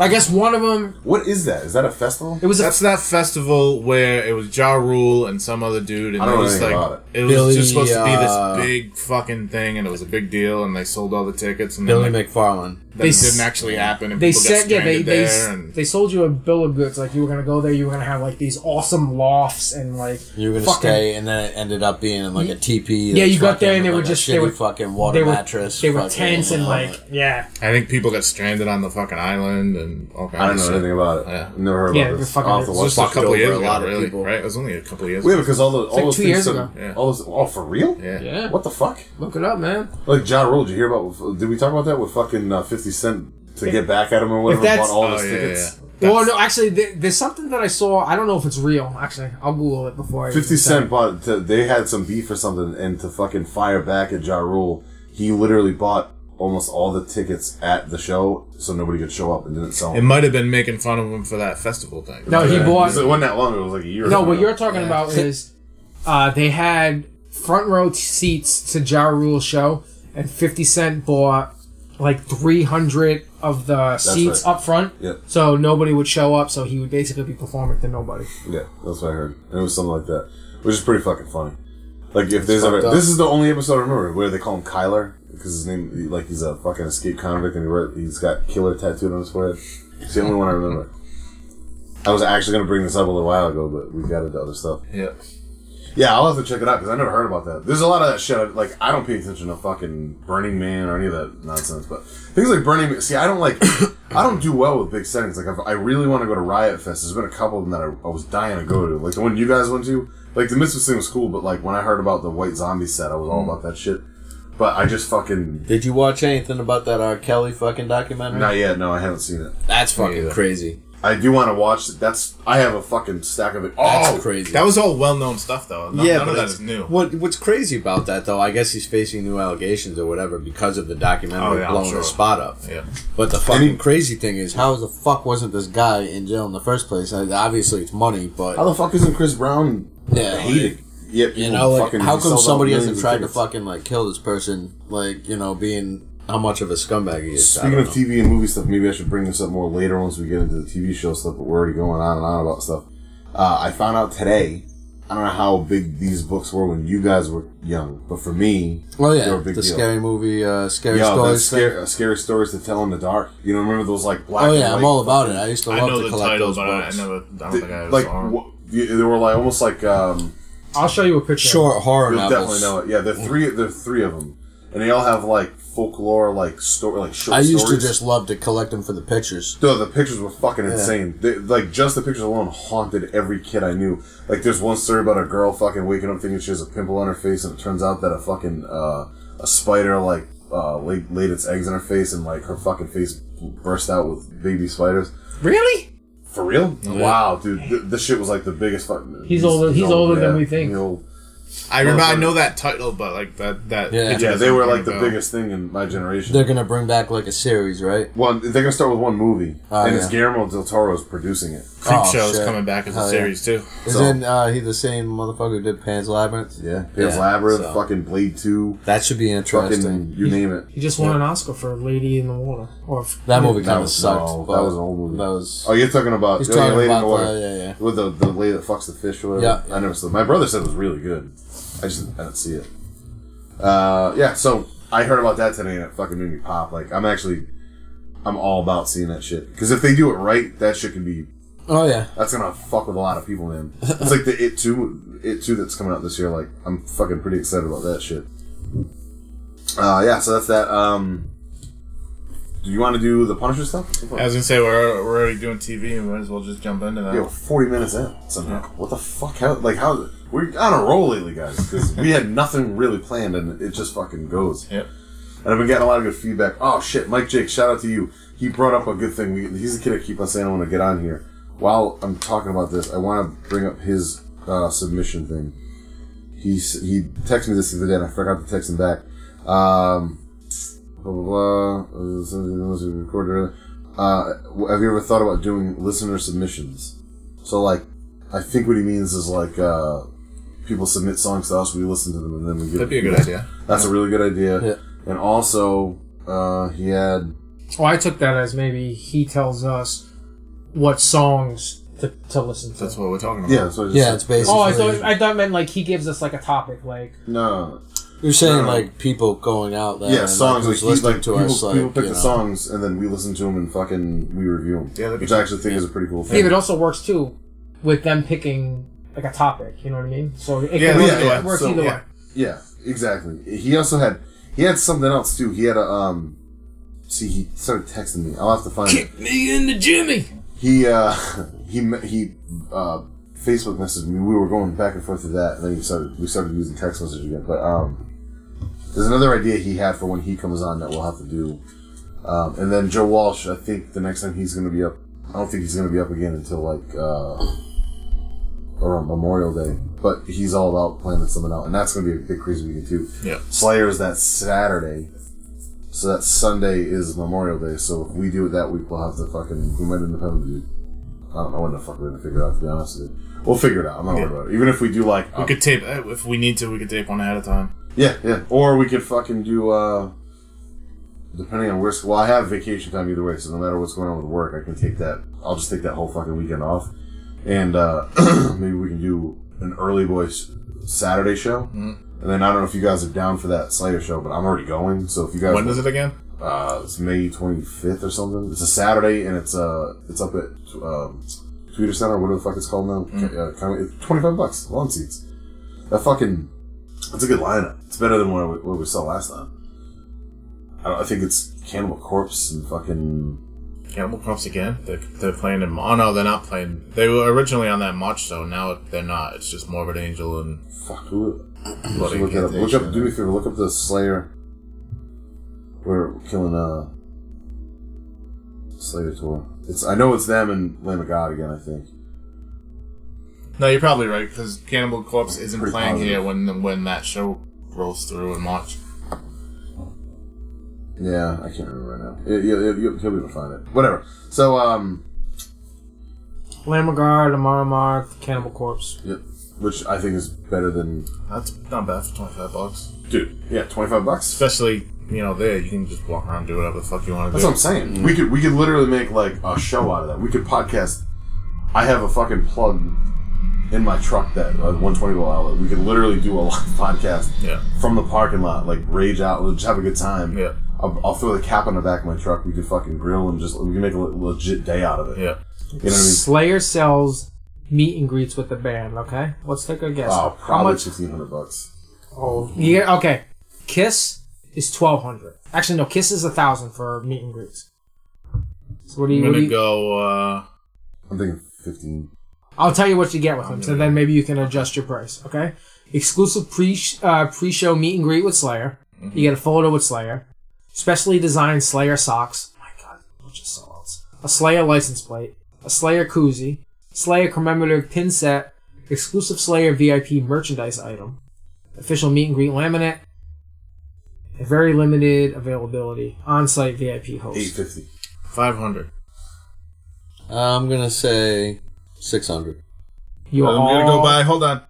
Speaker 4: I guess one of them
Speaker 1: What is that? Is that a festival?
Speaker 4: it was a
Speaker 3: That's that festival where it was Ja Rule and some other dude, and
Speaker 1: I don't
Speaker 3: it
Speaker 1: know
Speaker 3: was
Speaker 1: anything
Speaker 3: like
Speaker 1: about
Speaker 3: it was
Speaker 2: Billy,
Speaker 3: just supposed to be
Speaker 2: uh,
Speaker 3: this big fucking thing, and it was a big deal, and they sold all the tickets, and
Speaker 2: Billy
Speaker 3: then like,
Speaker 2: McFarlane.
Speaker 3: that
Speaker 4: They
Speaker 3: didn't
Speaker 4: s-
Speaker 3: actually happen. And
Speaker 4: they
Speaker 3: people got
Speaker 4: said yeah they
Speaker 3: stranded
Speaker 4: they,
Speaker 3: there, and
Speaker 4: they sold you a bill of goods like you were gonna go there you were gonna have like these awesome lofts and like
Speaker 2: You were gonna
Speaker 4: fucking-
Speaker 2: stay, and then it ended up being in like a teepee.
Speaker 4: Yeah,
Speaker 2: that's
Speaker 4: you got there
Speaker 2: fucking
Speaker 4: and they were
Speaker 2: like a
Speaker 4: just- they
Speaker 2: shitty
Speaker 4: were-
Speaker 2: fucking water
Speaker 4: they were
Speaker 2: mattress.
Speaker 4: they were
Speaker 2: fucking,
Speaker 4: tense and
Speaker 2: uh,
Speaker 4: like yeah
Speaker 3: I think people got stranded on the fucking island, and all kinds
Speaker 1: I don't
Speaker 3: of
Speaker 1: know
Speaker 3: shit.
Speaker 1: anything about it.
Speaker 3: Yeah.
Speaker 1: Never heard
Speaker 4: Yeah,
Speaker 1: about
Speaker 4: they're
Speaker 1: this.
Speaker 4: fucking-
Speaker 1: I'll have to
Speaker 4: it's
Speaker 1: watch
Speaker 3: It was just a
Speaker 1: this.
Speaker 3: couple
Speaker 2: over
Speaker 3: years
Speaker 2: a
Speaker 3: ago,
Speaker 2: lot of
Speaker 3: really,
Speaker 2: people.
Speaker 3: right? It was only a couple years.
Speaker 1: Yeah,
Speaker 3: ago.
Speaker 1: because all the all
Speaker 4: like
Speaker 1: those
Speaker 4: two
Speaker 1: things
Speaker 4: years
Speaker 1: that-
Speaker 4: ago.
Speaker 3: Yeah.
Speaker 1: All those, oh, for real?
Speaker 3: Yeah.
Speaker 4: yeah
Speaker 1: What the fuck?
Speaker 4: look it up man
Speaker 1: Like John Rule, did you hear about? Did we talk about that with fucking uh, Fifty Cent to get back at him or whatever?
Speaker 4: that's-
Speaker 1: bought all
Speaker 3: Oh,
Speaker 1: his
Speaker 3: yeah, yeah,
Speaker 1: tickets.
Speaker 3: yeah.
Speaker 4: well no actually there, there's something that I saw I don't know if it's real actually I'll Google it before I
Speaker 1: Fifty Cent bought. To, they had some beef or something, and to fucking fire back at Ja Rule, he literally bought almost all the tickets at the show, so nobody could show up and didn't sell
Speaker 3: It
Speaker 1: them.
Speaker 3: might have been making fun of him for that festival thing.
Speaker 4: no he bought
Speaker 1: It wasn't that long. ago, It was like a year.
Speaker 4: No,
Speaker 1: ago.
Speaker 4: what you're talking
Speaker 3: Yeah.
Speaker 4: about is uh, they had front row t- seats to Ja Rule show, and 50 Cent bought like 300 of the seats
Speaker 1: right.
Speaker 4: up front.
Speaker 1: Yeah.
Speaker 4: So nobody would show up, so he would basically be performing to nobody.
Speaker 1: Yeah, that's what I heard. And it was something like that, which is pretty fucking funny. Like if there's
Speaker 2: fucked
Speaker 1: ever
Speaker 2: up.
Speaker 1: this is the only episode I remember where they call him Kyler because his name like he's a fucking escaped convict and he wrote, he's got killer tattooed on his forehead. It's the only one I remember. I was actually gonna bring this up a little while ago, but we got into other stuff.
Speaker 3: Yeah.
Speaker 1: Yeah, I'll have to check it out because I never heard about that. There's a lot of that shit. I- Like I don't pay attention to fucking Burning Man or any of that nonsense. But things like Burning Man. See, I don't like. I don't do well with big settings. Like I've, I really want to go to Riot Fest. There's been a couple of them that I, I was dying to go to. Like the one you guys went to. Like the Misfits thing was cool, but like when I heard about the White Zombie set, I was
Speaker 2: Mm.
Speaker 1: all about that shit. But I just fucking
Speaker 2: Did you watch anything about that R. Kelly fucking documentary?
Speaker 1: not yet. No, I haven't seen it.
Speaker 2: That's fucking
Speaker 3: Yeah.
Speaker 2: crazy.
Speaker 1: I do want to watch. it. That's I have a fucking stack of it.
Speaker 2: That's
Speaker 1: Oh,
Speaker 2: crazy.
Speaker 3: That was all well-known stuff, though. None, none of that
Speaker 2: it's-
Speaker 3: is new.
Speaker 2: What What's crazy about that though? I guess he's facing new allegations or whatever because of the documentary
Speaker 3: Oh, yeah, I'm
Speaker 2: blowing
Speaker 3: sure.
Speaker 2: his spot up.
Speaker 3: Yeah.
Speaker 2: But the fucking
Speaker 1: he-
Speaker 2: crazy thing is, how the fuck wasn't this guy in jail in the first place? I- Obviously, it's money, but
Speaker 1: how the fuck isn't Chris Brown
Speaker 2: Yeah,
Speaker 1: hated? Yeah,
Speaker 2: you know, like, how come somebody hasn't tried
Speaker 1: fucking.
Speaker 2: to
Speaker 1: he sold out millions of tickets.
Speaker 2: fucking like kill this person? Like, you know, being how much of a scumbag he is. I
Speaker 1: Speaking
Speaker 2: don't
Speaker 1: of
Speaker 2: know.
Speaker 1: TV and movie stuff, maybe I should bring this up more later once we get into the TV show stuff, but we're already going on and on about stuff. Uh, I found out today, I don't know how big these books were when you guys were young, but for me,
Speaker 2: oh
Speaker 1: they were
Speaker 2: yeah,
Speaker 1: a
Speaker 2: the
Speaker 1: big deal.
Speaker 2: scary movie, uh, scary
Speaker 1: yeah,
Speaker 2: stories.
Speaker 1: those
Speaker 2: thing.
Speaker 1: scary, uh, scary stories to tell in the dark. You know, remember those like black
Speaker 2: Oh
Speaker 1: and
Speaker 2: yeah, I'm
Speaker 1: white
Speaker 2: all about it. I used to
Speaker 3: I
Speaker 2: love
Speaker 3: know
Speaker 2: to
Speaker 3: the
Speaker 2: collect
Speaker 3: title,
Speaker 2: those
Speaker 3: but I, I
Speaker 2: books.
Speaker 3: never. I don't think I
Speaker 1: th-
Speaker 3: ever
Speaker 1: like
Speaker 3: saw 'em.
Speaker 1: wh- you- they were like almost like um,
Speaker 4: I'll show you a picture.
Speaker 2: Short horror
Speaker 1: you'll definitely
Speaker 2: novels.
Speaker 1: know it. Yeah, there are three. There are three of them, and they all have like folklore, like story, like short.
Speaker 2: I used to
Speaker 1: stories.
Speaker 2: just love to collect them for the pictures.
Speaker 1: No, the pictures were fucking insane. They, like just the pictures alone haunted every kid I knew. Like there's one story about a girl fucking waking up thinking she has a pimple on her face, and it turns out that a fucking uh, a spider like uh, laid, laid its eggs in her face, and like her fucking face burst out with baby spiders.
Speaker 4: Really?
Speaker 1: For real? Wow, dude, th- this shit was like the biggest fucking.
Speaker 4: He's older- he's older than we think.
Speaker 1: He's old.
Speaker 3: I remember I know that title, but like that that
Speaker 2: Yeah.
Speaker 3: picture
Speaker 1: Yeah, they
Speaker 3: doesn't
Speaker 1: were
Speaker 3: ring
Speaker 1: like
Speaker 3: a
Speaker 1: the
Speaker 3: bell.
Speaker 1: biggest thing in my generation.
Speaker 2: They're gonna bring back like a series, right?
Speaker 1: One, they're gonna start with one movie,
Speaker 2: Oh,
Speaker 1: and it's
Speaker 2: yeah.
Speaker 1: Guillermo del Toro's producing it.
Speaker 3: Creep
Speaker 2: Oh,
Speaker 3: Show's
Speaker 2: shit.
Speaker 3: coming back as a
Speaker 2: Hell yeah.
Speaker 3: series too.
Speaker 2: Isn't uh, he the same motherfucker who did Pan's Labyrinth?
Speaker 1: Yeah, Pan's
Speaker 2: Yeah,
Speaker 1: Labyrinth,
Speaker 2: so-
Speaker 1: fucking Blade Two,
Speaker 2: That should be interesting.
Speaker 1: fucking you name it.
Speaker 4: He just won an Oscar for Lady in the Water. Or f-
Speaker 2: That movie kind of
Speaker 1: was-
Speaker 2: sucked.
Speaker 1: no,
Speaker 2: but
Speaker 1: that was an old movie.
Speaker 2: That was.
Speaker 1: Oh, you're talking about
Speaker 2: He's
Speaker 1: the lady
Speaker 2: talking
Speaker 1: in the
Speaker 2: about
Speaker 1: water.
Speaker 2: the- yeah, yeah.
Speaker 1: with the the lady that fucks the fish or whatever.
Speaker 2: Yeah.
Speaker 1: I never saw. My brother said it was really good. I just I didn't see it. Uh, yeah. So I heard about that today, and it fucking made me pop. Like I'm actually, I'm all about seeing that shit because if they do it right, that shit can be.
Speaker 2: Oh yeah.
Speaker 1: That's gonna fuck with a lot of people, man. It's like the it two, it two that's coming out this year. Like I'm fucking pretty excited about that shit. Uh, yeah. So that's that. Um, do you want to do the Punisher stuff?
Speaker 3: I was gonna say we're, we're already doing TV, and we might as well just jump into that.
Speaker 1: Yeah, we're 40 minutes in somehow. What the fuck? How, like, how? We're on a roll lately, guys, because we had nothing really planned and it just fucking goes.
Speaker 3: Yep.
Speaker 1: And I've been getting a lot of good feedback. Oh, shit, Mike Jake, shout out to you. He brought up a good thing. We, he's the kid I keep on saying I want to get on here. While I'm talking about this, I want to bring up his uh, submission thing. He, s- he texted me this the other day and I forgot to text him back. Um, blah blah blah. Uh, something else we recorded earlier. Uh, w- have you ever thought about doing listener submissions? So like, I think what he means is like uh, people submit songs to us, we listen to them, and then we give.
Speaker 3: That'd be a good idea.
Speaker 1: That's a really good idea.
Speaker 2: Yeah.
Speaker 1: And also, uh, he had
Speaker 4: well, I took that as maybe he tells us what songs to, to listen to.
Speaker 3: That's what we're talking about.
Speaker 1: yeah. So just
Speaker 2: Yeah, it's basically.
Speaker 4: Oh, I thought I thought it meant like he gives us like a topic, like
Speaker 1: no.
Speaker 2: You're saying
Speaker 1: No.
Speaker 2: like people going out there.
Speaker 1: Yeah,
Speaker 2: and,
Speaker 1: songs like,
Speaker 2: who's
Speaker 1: he,
Speaker 2: listening
Speaker 1: like
Speaker 2: to
Speaker 1: people,
Speaker 2: us, like
Speaker 1: people pick
Speaker 2: you
Speaker 1: the
Speaker 2: know.
Speaker 1: songs and then we listen to them and fucking we review them.
Speaker 3: Yeah, that'd be
Speaker 1: which I actually think is a pretty cool
Speaker 4: yeah,
Speaker 1: thing.
Speaker 4: but it also works too with them picking like a topic. You know what I mean? So it
Speaker 3: Yeah,
Speaker 4: can work,
Speaker 1: yeah,
Speaker 4: it
Speaker 1: yeah,
Speaker 4: works
Speaker 1: so,
Speaker 4: either
Speaker 3: yeah.
Speaker 4: way.
Speaker 1: Yeah, exactly. He also had he had something else too. He had a um. See, he started texting me. I'll have to find it.
Speaker 4: me into Jimmy.
Speaker 1: He uh he me- he uh Facebook messaged me. We were going back and forth to that, and then he started we started using text message again. But um, there's another idea he had for when he comes on that we'll have to do. Um, and then Joe Walsh, I think the next time he's going to be up. I don't think he's going to be up again until like uh around Memorial Day. But he's all about planning something out, and that's going to be a big crazy weekend too.
Speaker 3: Yeah.
Speaker 1: Slayer is that Saturday. So that Sunday is Memorial Day. So if we do it that week, we'll have to fucking. We might end up having to do. I don't know when the fuck we're gonna figure it out. To be honest with you, we'll figure it out. I'm not worried about it. Even if we do like,
Speaker 3: We could tape uh, if we need to. We could tape one ahead of time.
Speaker 1: yeah, yeah, or we could fucking do. uh Depending on where, well, I have vacation time either way, so no matter what's going on with work, I can take that. I'll just take that whole fucking weekend off, and uh maybe we can do an early boys Saturday show. And then I don't know if you guys are down for that Slayer show, but I'm already going. So if you guys
Speaker 3: When is it again?
Speaker 1: uh, it's May 25th or something. It's a Saturday, and it's uh, it's up at um, Tweeter Center, whatever the fuck it's called
Speaker 3: Mm.
Speaker 1: now. Uh, kind of, it's 25 bucks, lawn seats. That fucking, it's a good lineup. It's better than what we, what we saw last time. I, don't, I think it's Cannibal Corpse and fucking.
Speaker 3: Cannibal Corpse again? They're, they're playing in. Oh no, they're not playing. They were originally on that March show. Now they're not. It's just Morbid Angel and
Speaker 1: Fuck, who?
Speaker 3: Bloody
Speaker 1: look it up. Look up.
Speaker 3: Incantation.
Speaker 1: Do me a favor. Look up the Slayer. We're killing uh. Slayer tour. It's. I know it's them and Lamb of God again. I think.
Speaker 3: No, you're probably right because Cannibal Corpse isn't
Speaker 1: Pretty
Speaker 3: playing
Speaker 1: positive.
Speaker 3: here when when that show rolls through in March.
Speaker 1: Yeah, I can't remember right now. It, you, you, he'll be able to find it. Whatever. So, um,
Speaker 4: Lamagard, Amara Mark, Cannibal Corpse.
Speaker 1: yep, which I think is better than.
Speaker 3: That's not bad for twenty five bucks,
Speaker 1: Dude, yeah, twenty five bucks.
Speaker 3: especially you know there you can just walk around do whatever the fuck you want to
Speaker 1: That's
Speaker 3: do.
Speaker 1: what I'm saying.
Speaker 3: mm.
Speaker 1: We could we could literally make like a show out of that. We could podcast. I have a fucking plug in my truck that uh, 120 will outlet. We could literally do a live podcast
Speaker 3: Yeah.
Speaker 1: from the parking lot, like rage out, we'll just have a good time.
Speaker 3: Yeah.
Speaker 1: I'll, I'll throw the cap on the back of my truck. We could fucking grill and just we can make a le- legit day out of it.
Speaker 3: yeah,
Speaker 1: You know what I mean?
Speaker 4: Slayer sells meet and greets with the band. Okay, let's take a guess.
Speaker 1: Oh,
Speaker 4: How
Speaker 1: probably
Speaker 4: much?
Speaker 1: 1600 bucks.
Speaker 4: Oh, yeah. Okay, Kiss is twelve hundred. Actually, no, Kiss is a thousand for meet and greets. So what do
Speaker 3: I'm
Speaker 4: you? What do
Speaker 3: gonna
Speaker 4: you
Speaker 3: go. uh
Speaker 1: I'm thinking 15.
Speaker 4: I'll tell you what you get with them, so then maybe you can adjust your price. Okay, exclusive pre uh, pre show meet and greet with Slayer. You get a photo with Slayer, specially designed Slayer socks. my God, bunch of sellouts. A Slayer license plate, a Slayer koozie, Slayer commemorative pin set, exclusive Slayer VIP merchandise item, official meet and greet laminate. Very limited availability. On site VIP host.
Speaker 1: Eight fifty.
Speaker 3: Five hundred.
Speaker 2: I'm gonna say six hundred.
Speaker 4: You
Speaker 3: I'm
Speaker 4: all...
Speaker 3: gonna go by. Hold on.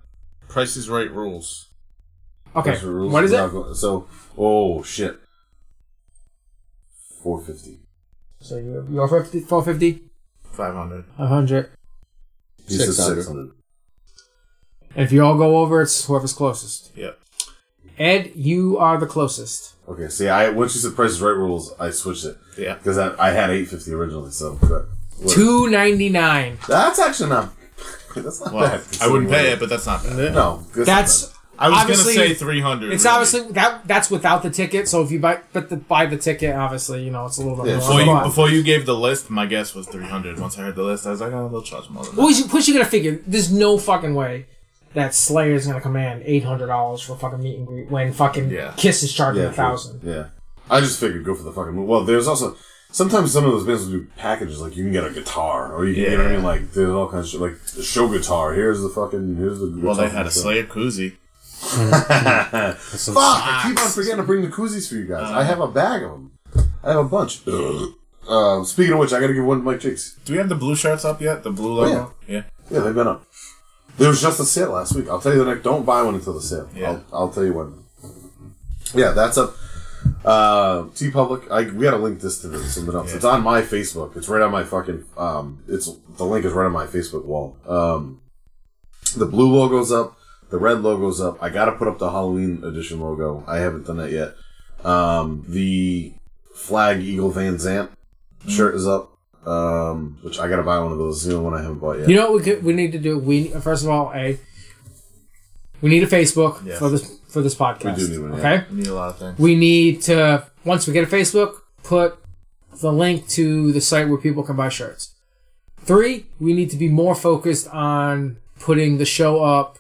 Speaker 3: Price is Right rules.
Speaker 4: Okay. What is it?
Speaker 1: so, oh shit. Four fifty.
Speaker 4: So you- you're 50, 450,
Speaker 3: Five hundred.
Speaker 4: 100.
Speaker 1: He said
Speaker 2: 600.
Speaker 1: 600.
Speaker 4: If you all go over, it's whoever's closest.
Speaker 3: Yep.
Speaker 4: Ed, you are the closest.
Speaker 1: Okay, see, I once you said Price is Right rules, I switched it
Speaker 3: Yeah.
Speaker 1: because I, I had eight fifty originally. So, but what-
Speaker 4: Two ninety nine.
Speaker 1: That's actually not. That's not
Speaker 3: Well,
Speaker 1: bad.
Speaker 3: I wouldn't pay it, but that's not bad.
Speaker 1: No, not
Speaker 4: That's
Speaker 1: bad.
Speaker 3: I was
Speaker 4: Obviously,
Speaker 3: gonna say three hundred.
Speaker 4: it's obviously that that's without the ticket. So if you buy but the, buy the ticket, obviously you know it's a little bit
Speaker 1: Yeah,
Speaker 4: more.
Speaker 3: before you,
Speaker 4: but-
Speaker 3: before you gave the list. My guess was three hundred. Once I heard the list, I was like, oh, they'll charge more than that.
Speaker 4: Well, you, plus you gotta figure, there's no fucking way that Slayer's gonna command eight hundred dollars for fucking meet and greet when fucking
Speaker 3: Yeah.
Speaker 4: Kiss is charging
Speaker 1: yeah,
Speaker 4: a
Speaker 1: true.
Speaker 4: thousand.
Speaker 1: Yeah, I just figured go for the fucking. Well, there's also sometimes some of those bands will do packages like you can get a guitar or you can, you know what I
Speaker 3: Yeah.
Speaker 1: mean. Like there's all kinds of shit, like the show guitar. Here's the fucking. Here's the. guitar
Speaker 3: Well, they had a
Speaker 1: for the
Speaker 3: Slayer koozie.
Speaker 1: show. Fuck! I keep on forgetting to bring the koozies for you guys. I have a bag of them. I have a bunch. Uh, speaking of which, I gotta give one to Mike Cheeks.
Speaker 3: Do we have the blue shirts up yet? The blue logo. yeah.
Speaker 1: Yeah, they've been up. There was just a sale last week. I'll tell you the next. Don't buy one until the sale.
Speaker 3: Yeah.
Speaker 1: I'll, I'll tell you when. Yeah, that's up. Uh, T Public. I we gotta link this to the- something else.
Speaker 3: Yeah.
Speaker 1: It's on my Facebook. It's right on my fucking. Um, it's the link is right on my Facebook wall. Um, the blue logo's up. The red logo's up. I gotta put up the Halloween edition logo. I haven't done that yet. Um, the flag eagle Van Zant shirt is up. Um, which I gotta buy one of those. The only one I haven't bought yet.
Speaker 4: You know what we could, we need to do? We first of all, a we need a Facebook
Speaker 3: Yes.
Speaker 4: for this for this podcast.
Speaker 1: We do need one, yeah.
Speaker 4: okay,
Speaker 3: We need a lot of things.
Speaker 4: we need to once we get a Facebook, put the link to the site where people can buy shirts. Three, we need to be more focused on putting the show up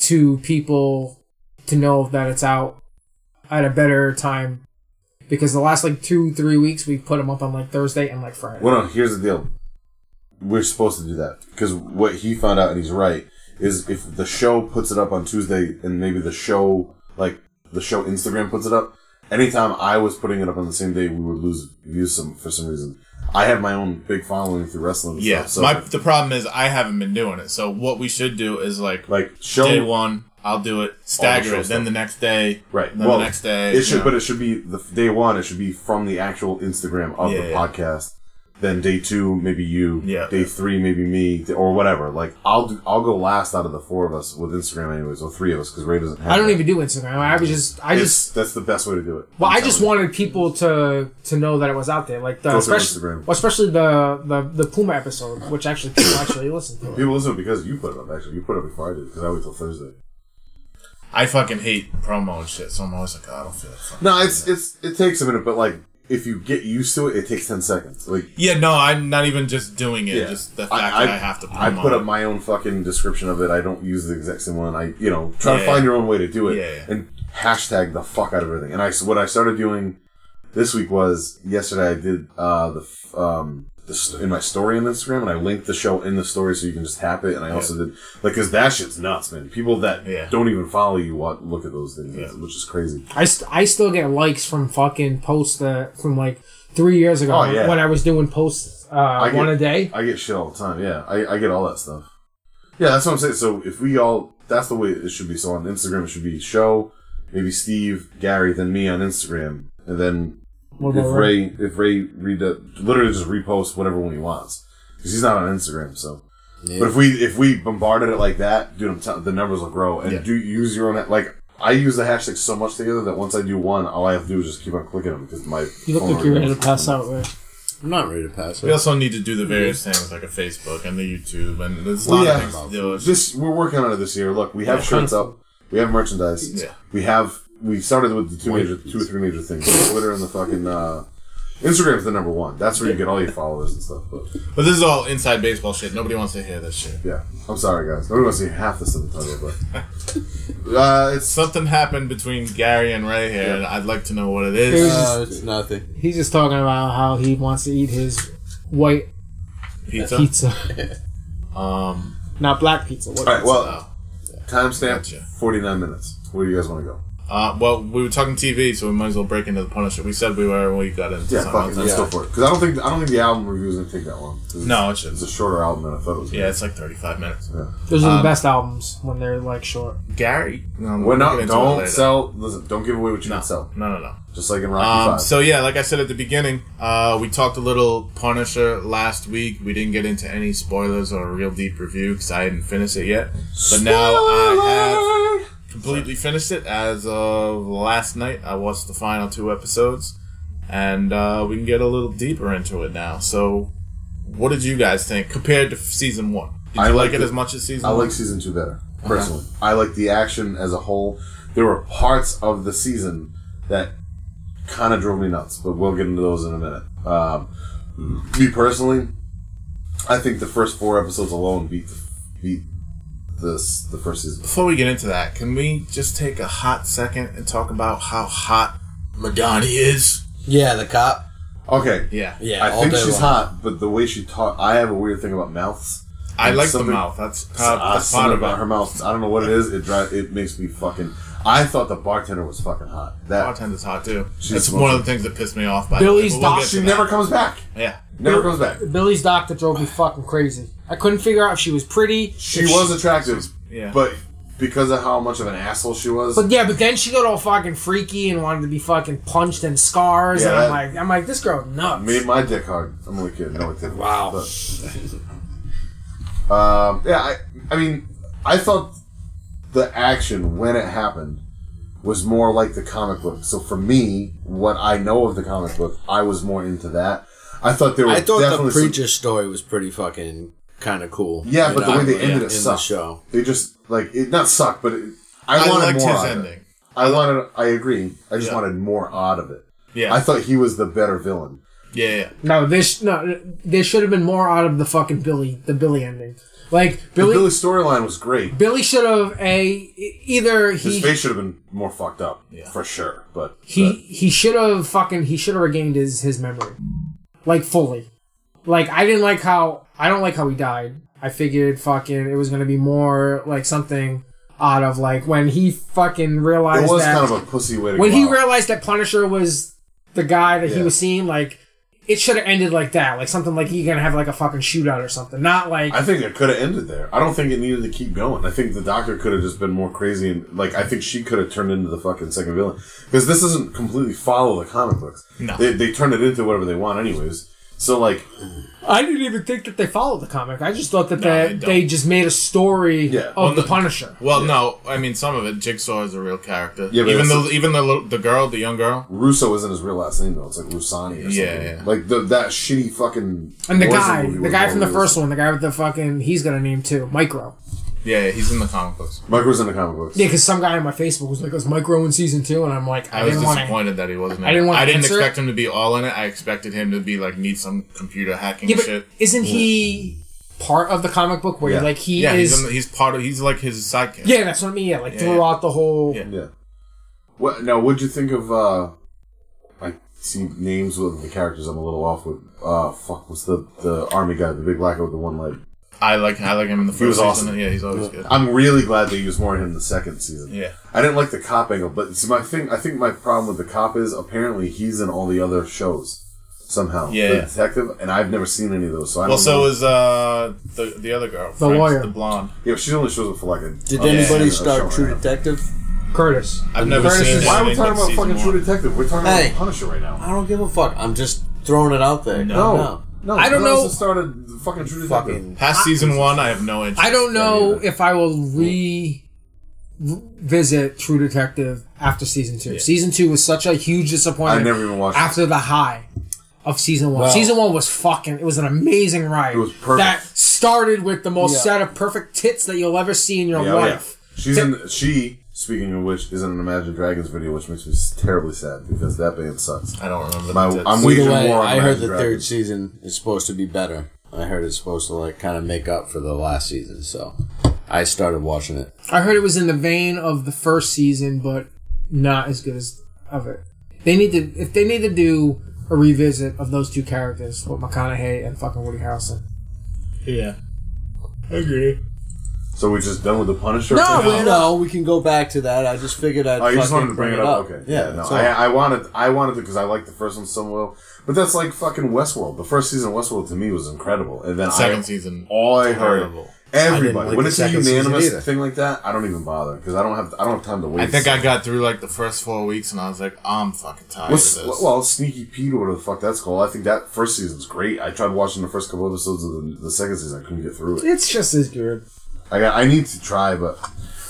Speaker 4: to people to know that it's out at a better time because the last like two three weeks we put them up on like Thursday and like Friday.
Speaker 1: Well, no, here's the deal. We're supposed to do that because what he found out, and he's right, is if the show puts it up on Tuesday, and maybe the show, like the show Instagram, puts it up. Anytime I was putting it up on the same day, we would lose views some for some reason. I have my own big following through wrestling. And
Speaker 3: Yeah.
Speaker 1: stuff, so
Speaker 3: my the problem is I haven't been doing it. So what we should do is like
Speaker 1: like show
Speaker 3: day one, I'll do it, stagger
Speaker 1: show
Speaker 3: it, then
Speaker 1: stuff.
Speaker 3: the next day,
Speaker 1: right.
Speaker 3: Then
Speaker 1: well,
Speaker 3: the next day.
Speaker 1: it should,
Speaker 3: you know.
Speaker 1: but it should be the day one. It should be from the actual Instagram of
Speaker 3: Yeah,
Speaker 1: the
Speaker 3: yeah.
Speaker 1: podcast. Then day two, maybe you.
Speaker 3: Yeah.
Speaker 1: Day three, maybe me, th- or whatever. Like I'll do, I'll go last out of the four of us with Instagram, anyways, or three of us because Ray doesn't have.
Speaker 4: I don't
Speaker 1: that.
Speaker 4: even do Instagram. I was just I
Speaker 1: It's-
Speaker 4: just
Speaker 1: that's the best way to do it.
Speaker 4: Well,
Speaker 1: I'm
Speaker 4: I just
Speaker 1: telling
Speaker 4: wanted people to to know that it was out there, like the
Speaker 1: Go through
Speaker 4: especially,
Speaker 1: Instagram.
Speaker 4: well, especially the, the the Puma episode, which actually people actually listened to.
Speaker 1: you.
Speaker 4: It.
Speaker 1: people listen because you put it up. Actually, you put it up before I did because I wait till Thursday.
Speaker 3: I fucking hate promo and shit, so I'm always like, oh, I don't feel like fucking
Speaker 1: No,
Speaker 3: doing
Speaker 1: it's
Speaker 3: that.
Speaker 1: it's it takes a minute, but like if you get used to it, it takes ten seconds. Like
Speaker 3: yeah, no, I'm not even just doing it. Just the fact that I have to.
Speaker 1: I
Speaker 3: promo
Speaker 1: put
Speaker 3: it.
Speaker 1: up my own fucking description of it. I don't use the exact same one. I, you know, try to
Speaker 3: Yeah.
Speaker 1: find your own way to do it
Speaker 3: Yeah, yeah.
Speaker 1: and hashtag the fuck out of everything. And I, so what I started doing this week was yesterday I did uh, the f- um the, st- in my story on Instagram and I linked the show in the story so you can just tap it. And I also did like because that shit's nuts, man. People that
Speaker 3: Yeah.
Speaker 1: don't even follow you wa- look at those things, which is crazy.
Speaker 4: I, st- I still get likes from fucking posts that from like three years ago
Speaker 1: Oh, yeah.
Speaker 4: when I was doing posts uh,
Speaker 1: get-
Speaker 4: one a day.
Speaker 1: I get shit all the time. Yeah, I, I get all that stuff. Yeah, that's what I'm saying. So if we all, that's the way it should be. So on Instagram, it should be show, maybe Steve, Gary, then me on Instagram, and then
Speaker 4: What
Speaker 1: if
Speaker 4: about Ray?
Speaker 1: Ray, if Ray read that, literally just repost whatever one he wants because he's not on Instagram. So, but if we if we bombarded it like that, dude, I'm tell- the numbers will grow. And
Speaker 3: Yeah.
Speaker 1: do use your own like. I use the hashtag so much together that once I do one, all I have to do is just keep on clicking them because my
Speaker 4: You look
Speaker 1: phone
Speaker 4: like
Speaker 1: already
Speaker 4: you're ready
Speaker 1: knows.
Speaker 4: to pass out. Ray.
Speaker 2: I'm not ready to pass.
Speaker 3: We
Speaker 2: It.
Speaker 3: also need to do the various things like a Facebook and the YouTube and there's a
Speaker 1: Well,
Speaker 3: lot
Speaker 1: yeah.
Speaker 3: of things to do. It's
Speaker 1: This we're working on it this year. Look, we have shirts up, we have merchandise,
Speaker 3: Yeah.
Speaker 1: we have we started with the two major, two or three major things: Twitter and the fucking uh, Instagram's the number one. That's where you get all your followers and stuff. But
Speaker 3: But this is all inside baseball shit. Nobody wants to hear this shit.
Speaker 1: yeah, I'm sorry guys, nobody wants to see half this in the title, but uh, it's
Speaker 3: Something happened between Gary and Ray here, and I'd like to know what it is.
Speaker 4: Here's-
Speaker 2: Uh, it's nothing.
Speaker 4: He's just talking about how he wants to eat his white
Speaker 3: Pizza.
Speaker 4: pizza,
Speaker 3: Um.
Speaker 4: not black pizza. What
Speaker 1: all right. Well,
Speaker 3: Oh.
Speaker 1: timestamp
Speaker 3: Gotcha.
Speaker 1: forty nine minutes. Where do you guys want to go?
Speaker 3: Uh, well, we were talking TV, so we might as well break into the Punisher. We said we were, and we got into
Speaker 1: Yeah,
Speaker 3: something
Speaker 1: fuck it.
Speaker 3: else.
Speaker 1: Let's
Speaker 3: That's
Speaker 1: go for it. Because I don't think I don't think the album review is gonna take that long. 'Cause it's-
Speaker 3: No, it shouldn't.
Speaker 1: it's a shorter album than I thought it was. gonna
Speaker 3: Yeah, it's like 35 minutes.
Speaker 4: Those
Speaker 1: um,
Speaker 4: are the best albums when they're like short.
Speaker 3: Gary? No,
Speaker 1: We're not. Don't
Speaker 3: sell.
Speaker 1: sell. Listen, don't give away what you
Speaker 3: No,
Speaker 1: can sell.
Speaker 3: no, no, no.
Speaker 1: Just like in Rocky
Speaker 3: Um,
Speaker 1: Five.
Speaker 3: so yeah, like I said at the beginning, uh, we talked a little Punisher last week. We didn't get into any spoilers or a real deep review because I hadn't finished it yet. But now I have completely finished it as of last night. I watched the final two episodes, and uh, we can get a little deeper into it now. So, what did you guys think compared to season one? Did you
Speaker 1: I
Speaker 3: like
Speaker 1: liked
Speaker 3: it
Speaker 1: it.
Speaker 3: as much as season
Speaker 1: I
Speaker 3: one?
Speaker 1: like season two better personally. I like the action as a whole. There were parts of the season that kind of drove me nuts, but we'll get into those in a minute. Um, me personally, I think the first four episodes alone beat the, beat this the first season.
Speaker 3: Before we get into that, can we just take a hot second and talk about how hot Madani is?
Speaker 2: Yeah, the cop.
Speaker 1: Okay,
Speaker 3: Yeah.
Speaker 2: Yeah,
Speaker 1: I
Speaker 2: all
Speaker 1: think
Speaker 2: day
Speaker 1: she's
Speaker 2: long.
Speaker 1: hot, but the way she talk, I have a weird thing about mouths.
Speaker 3: I
Speaker 1: And
Speaker 3: like the
Speaker 1: something-
Speaker 3: mouth. That's, part-
Speaker 1: Uh,
Speaker 3: that's part
Speaker 1: something
Speaker 3: of
Speaker 1: about her
Speaker 3: it.
Speaker 1: mouth. I don't know what it is. It drives. It makes me fucking. I thought the bartender was fucking hot. That
Speaker 3: Bartender's hot too.
Speaker 1: She's
Speaker 3: That's
Speaker 1: smoking.
Speaker 3: one of the things that pissed me off. By the
Speaker 4: Billy's
Speaker 3: way, but we'll
Speaker 4: dog-
Speaker 3: get to
Speaker 1: she
Speaker 3: that.
Speaker 1: never comes back.
Speaker 3: Yeah.
Speaker 1: Never comes back.
Speaker 4: Billy's doctor drove me fucking crazy. I couldn't figure out if she was pretty.
Speaker 1: She
Speaker 4: if
Speaker 1: was attractive,
Speaker 3: yeah.
Speaker 1: but because of how much of an asshole she was,
Speaker 4: But yeah, but then she got all fucking freaky and wanted to be fucking punched and scars. and
Speaker 1: Yeah.
Speaker 4: I'm like, I'm like, this girl nuts.
Speaker 1: made my dick hard. I'm only kidding. No, it didn't.
Speaker 2: Wow.
Speaker 1: But, um, yeah, I, I mean, I thought the action when it happened was more like the comic book. So for me, what I know of the comic book, I was more into that. I thought there were
Speaker 2: I thought
Speaker 1: definitely
Speaker 2: the
Speaker 1: some-
Speaker 2: preacher story was pretty fucking kind of cool.
Speaker 1: Yeah,
Speaker 2: You
Speaker 1: but the
Speaker 2: know,
Speaker 1: way they
Speaker 2: yeah,
Speaker 1: ended
Speaker 2: in
Speaker 1: it sucked.
Speaker 2: The show.
Speaker 1: They just like it not sucked, but it, I,
Speaker 3: I
Speaker 1: wanted
Speaker 3: liked
Speaker 1: more
Speaker 3: his
Speaker 1: out of it.
Speaker 3: ending.
Speaker 1: I wanted. I agree. I just
Speaker 3: Yeah.
Speaker 1: wanted more out of it.
Speaker 3: Yeah.
Speaker 1: I thought he was the better villain.
Speaker 3: yeah. Yeah.
Speaker 4: No, this no, there should have been more out of the fucking Billy, the Billy ending. Like
Speaker 1: the
Speaker 4: Billy,
Speaker 1: Billy
Speaker 4: Billy,
Speaker 1: storyline was great.
Speaker 4: should have a e- either
Speaker 1: His
Speaker 4: he
Speaker 1: face should have been more fucked up, for sure. But
Speaker 4: he he should have fucking he should have regained his his memory, like fully. Like I didn't like how I don't like how he died. I figured fucking it was gonna be more like something out of like when he fucking
Speaker 1: but
Speaker 4: realized
Speaker 1: it was
Speaker 4: that
Speaker 1: kind of a pussy way to
Speaker 4: when
Speaker 1: go
Speaker 4: he
Speaker 1: out.
Speaker 4: realized that Punisher was the guy that he
Speaker 1: Yeah.
Speaker 4: was seeing, like it should have ended like that, like something like he gonna have like a fucking shootout or something, not like
Speaker 1: I think it could have ended there. I don't think it needed to keep going. I think the doctor could have just been more crazy and like I think she could have turned into the fucking second villain because this doesn't completely follow the comic books.
Speaker 3: No.
Speaker 1: they they turn it into whatever they want, anyways. So like,
Speaker 4: I didn't even think that they followed the comic. I just thought that
Speaker 3: they
Speaker 4: they,
Speaker 3: don't.
Speaker 4: they, just made a story
Speaker 1: Yeah.
Speaker 4: of
Speaker 1: Well,
Speaker 4: the Punisher.
Speaker 3: Well, no. I mean, some of it. Jigsaw is a real character.
Speaker 1: Yeah, but
Speaker 3: even
Speaker 1: that's-
Speaker 3: the even the little- the girl, the young girl.
Speaker 1: Russo isn't his real last name though. It's like Rusani or something.
Speaker 3: Yeah, yeah.
Speaker 1: Like the, that shitty fucking
Speaker 4: And the
Speaker 1: Warzone
Speaker 4: guy,
Speaker 1: movie
Speaker 4: the
Speaker 1: was
Speaker 4: guy from the
Speaker 1: horrible.
Speaker 4: first one, the guy with the fucking, he's got a name too, Micro.
Speaker 3: Yeah, yeah, he's in the comic books.
Speaker 1: Micro's in the comic books.
Speaker 4: Yeah, because some guy on my Facebook was like, "Was Micro in season two? And I'm like, I,
Speaker 3: I was
Speaker 4: didn't want to.
Speaker 3: disappointed that he wasn't. In
Speaker 4: I didn't
Speaker 3: it.
Speaker 4: wanna
Speaker 3: I didn't
Speaker 4: answer
Speaker 3: expect him to be all in it. I expected him to be like need some computer hacking
Speaker 4: Yeah, but
Speaker 3: shit.
Speaker 4: isn't he part of the comic book where
Speaker 1: Yeah.
Speaker 4: like he
Speaker 3: Yeah,
Speaker 4: is?
Speaker 3: he's, in the, he's part of. He's like his sidekick.
Speaker 4: yeah, that's what I mean. Yeah, like
Speaker 3: Yeah,
Speaker 4: throughout the whole.
Speaker 3: Yeah.
Speaker 1: Yeah. What now? What'd you think of? uh I see names with the characters. I'm a little off with. Uh, fuck, what's the the army guy, the big black guy with the one leg?
Speaker 3: I like. I like him in the first
Speaker 1: was
Speaker 3: season.
Speaker 1: awesome.
Speaker 3: Yeah, he's always good.
Speaker 1: I'm really glad they used more of him in the second season.
Speaker 3: Yeah.
Speaker 1: I didn't like the cop angle, but see, my thing. I think my problem with the cop is apparently he's in all the other shows somehow.
Speaker 3: Yeah,
Speaker 1: the
Speaker 3: yeah.
Speaker 1: detective, and I've never seen any of those. So I don't
Speaker 3: Well, so
Speaker 1: know.
Speaker 3: is uh the the other girl, Frank's-
Speaker 4: lawyer.
Speaker 3: the blonde.
Speaker 1: yeah, she only shows up for like a.
Speaker 2: Did
Speaker 1: a
Speaker 2: anybody
Speaker 1: scene in a show
Speaker 2: start
Speaker 1: and a
Speaker 2: True
Speaker 1: half.
Speaker 2: Detective?
Speaker 4: Curtis.
Speaker 3: I've never
Speaker 4: Curtis
Speaker 3: seen.
Speaker 4: is-
Speaker 1: Why are we
Speaker 3: anything
Speaker 1: talking
Speaker 3: but
Speaker 1: about
Speaker 3: season
Speaker 1: fucking True
Speaker 3: one.
Speaker 1: Detective? We're talking
Speaker 2: Hey.
Speaker 1: about Punisher right now.
Speaker 2: I don't give a fuck. I'm just throwing it out there.
Speaker 3: No.
Speaker 1: No, no.
Speaker 4: I don't
Speaker 1: none of us
Speaker 4: know-
Speaker 1: have Started the fucking True Detective.
Speaker 2: Fucking.
Speaker 3: Past season one, I have no interest.
Speaker 4: I don't know
Speaker 1: either.
Speaker 4: if I will re visit True Detective after season two. Season two was such a huge disappointment.
Speaker 1: I never even watched it.
Speaker 4: after the high of season one.
Speaker 2: Well-
Speaker 4: season one was fucking. It was an amazing ride. It
Speaker 1: was perfect.
Speaker 4: That started with the most
Speaker 2: Yeah.
Speaker 4: set of perfect tits that you'll ever see in your
Speaker 1: Yeah, oh yeah.
Speaker 4: life.
Speaker 1: She's in. She speaking of which is in an Imagine Dragons video, which makes me terribly sad because that band sucks.
Speaker 3: I don't remember.
Speaker 1: My-
Speaker 3: the tits.
Speaker 1: I'm-
Speaker 2: Either
Speaker 1: Legion
Speaker 2: way,
Speaker 1: War on
Speaker 2: I heard
Speaker 1: Imagine
Speaker 2: the third
Speaker 1: Dragons.
Speaker 2: season is supposed to be better. I heard it's supposed to like kind of make up for the last season, so I started watching it.
Speaker 4: I heard it was in the vein of the first season, but not as good as of it. They need to if they need to do a revisit of those two characters with McConaughey and fucking Woody Harrelson.
Speaker 3: yeah, I agree.
Speaker 1: So we're just done with the Punisher.
Speaker 2: No,
Speaker 1: for now?
Speaker 2: we, no, we can go back to that. I just figured I'd.
Speaker 1: Oh, you just
Speaker 2: fucking
Speaker 1: wanted to bring it up. Okay. Yeah. no,
Speaker 2: so-
Speaker 1: I, I wanted, I wanted to because I liked the first one so well. But that's like fucking Westworld. The first season of Westworld to me was incredible, and then
Speaker 3: Second
Speaker 1: I,
Speaker 3: season.
Speaker 1: all I heard,
Speaker 3: Terrible.
Speaker 2: I didn't
Speaker 1: everybody
Speaker 2: like
Speaker 1: when
Speaker 2: the
Speaker 1: it's a
Speaker 2: second season
Speaker 1: unanimous
Speaker 2: either.
Speaker 1: thing like that, I don't even bother because I don't have, I don't have time to wait.
Speaker 3: I think I got through like the first four weeks, and I was like, I'm fucking tired
Speaker 1: What's,
Speaker 3: of this.
Speaker 1: well, Sneaky Pete, or whatever the fuck that's called. I think that first season's great. I tried watching the first couple episodes of the, the second season. I couldn't get through it.
Speaker 4: It's just as good.
Speaker 1: I got, I need to try, but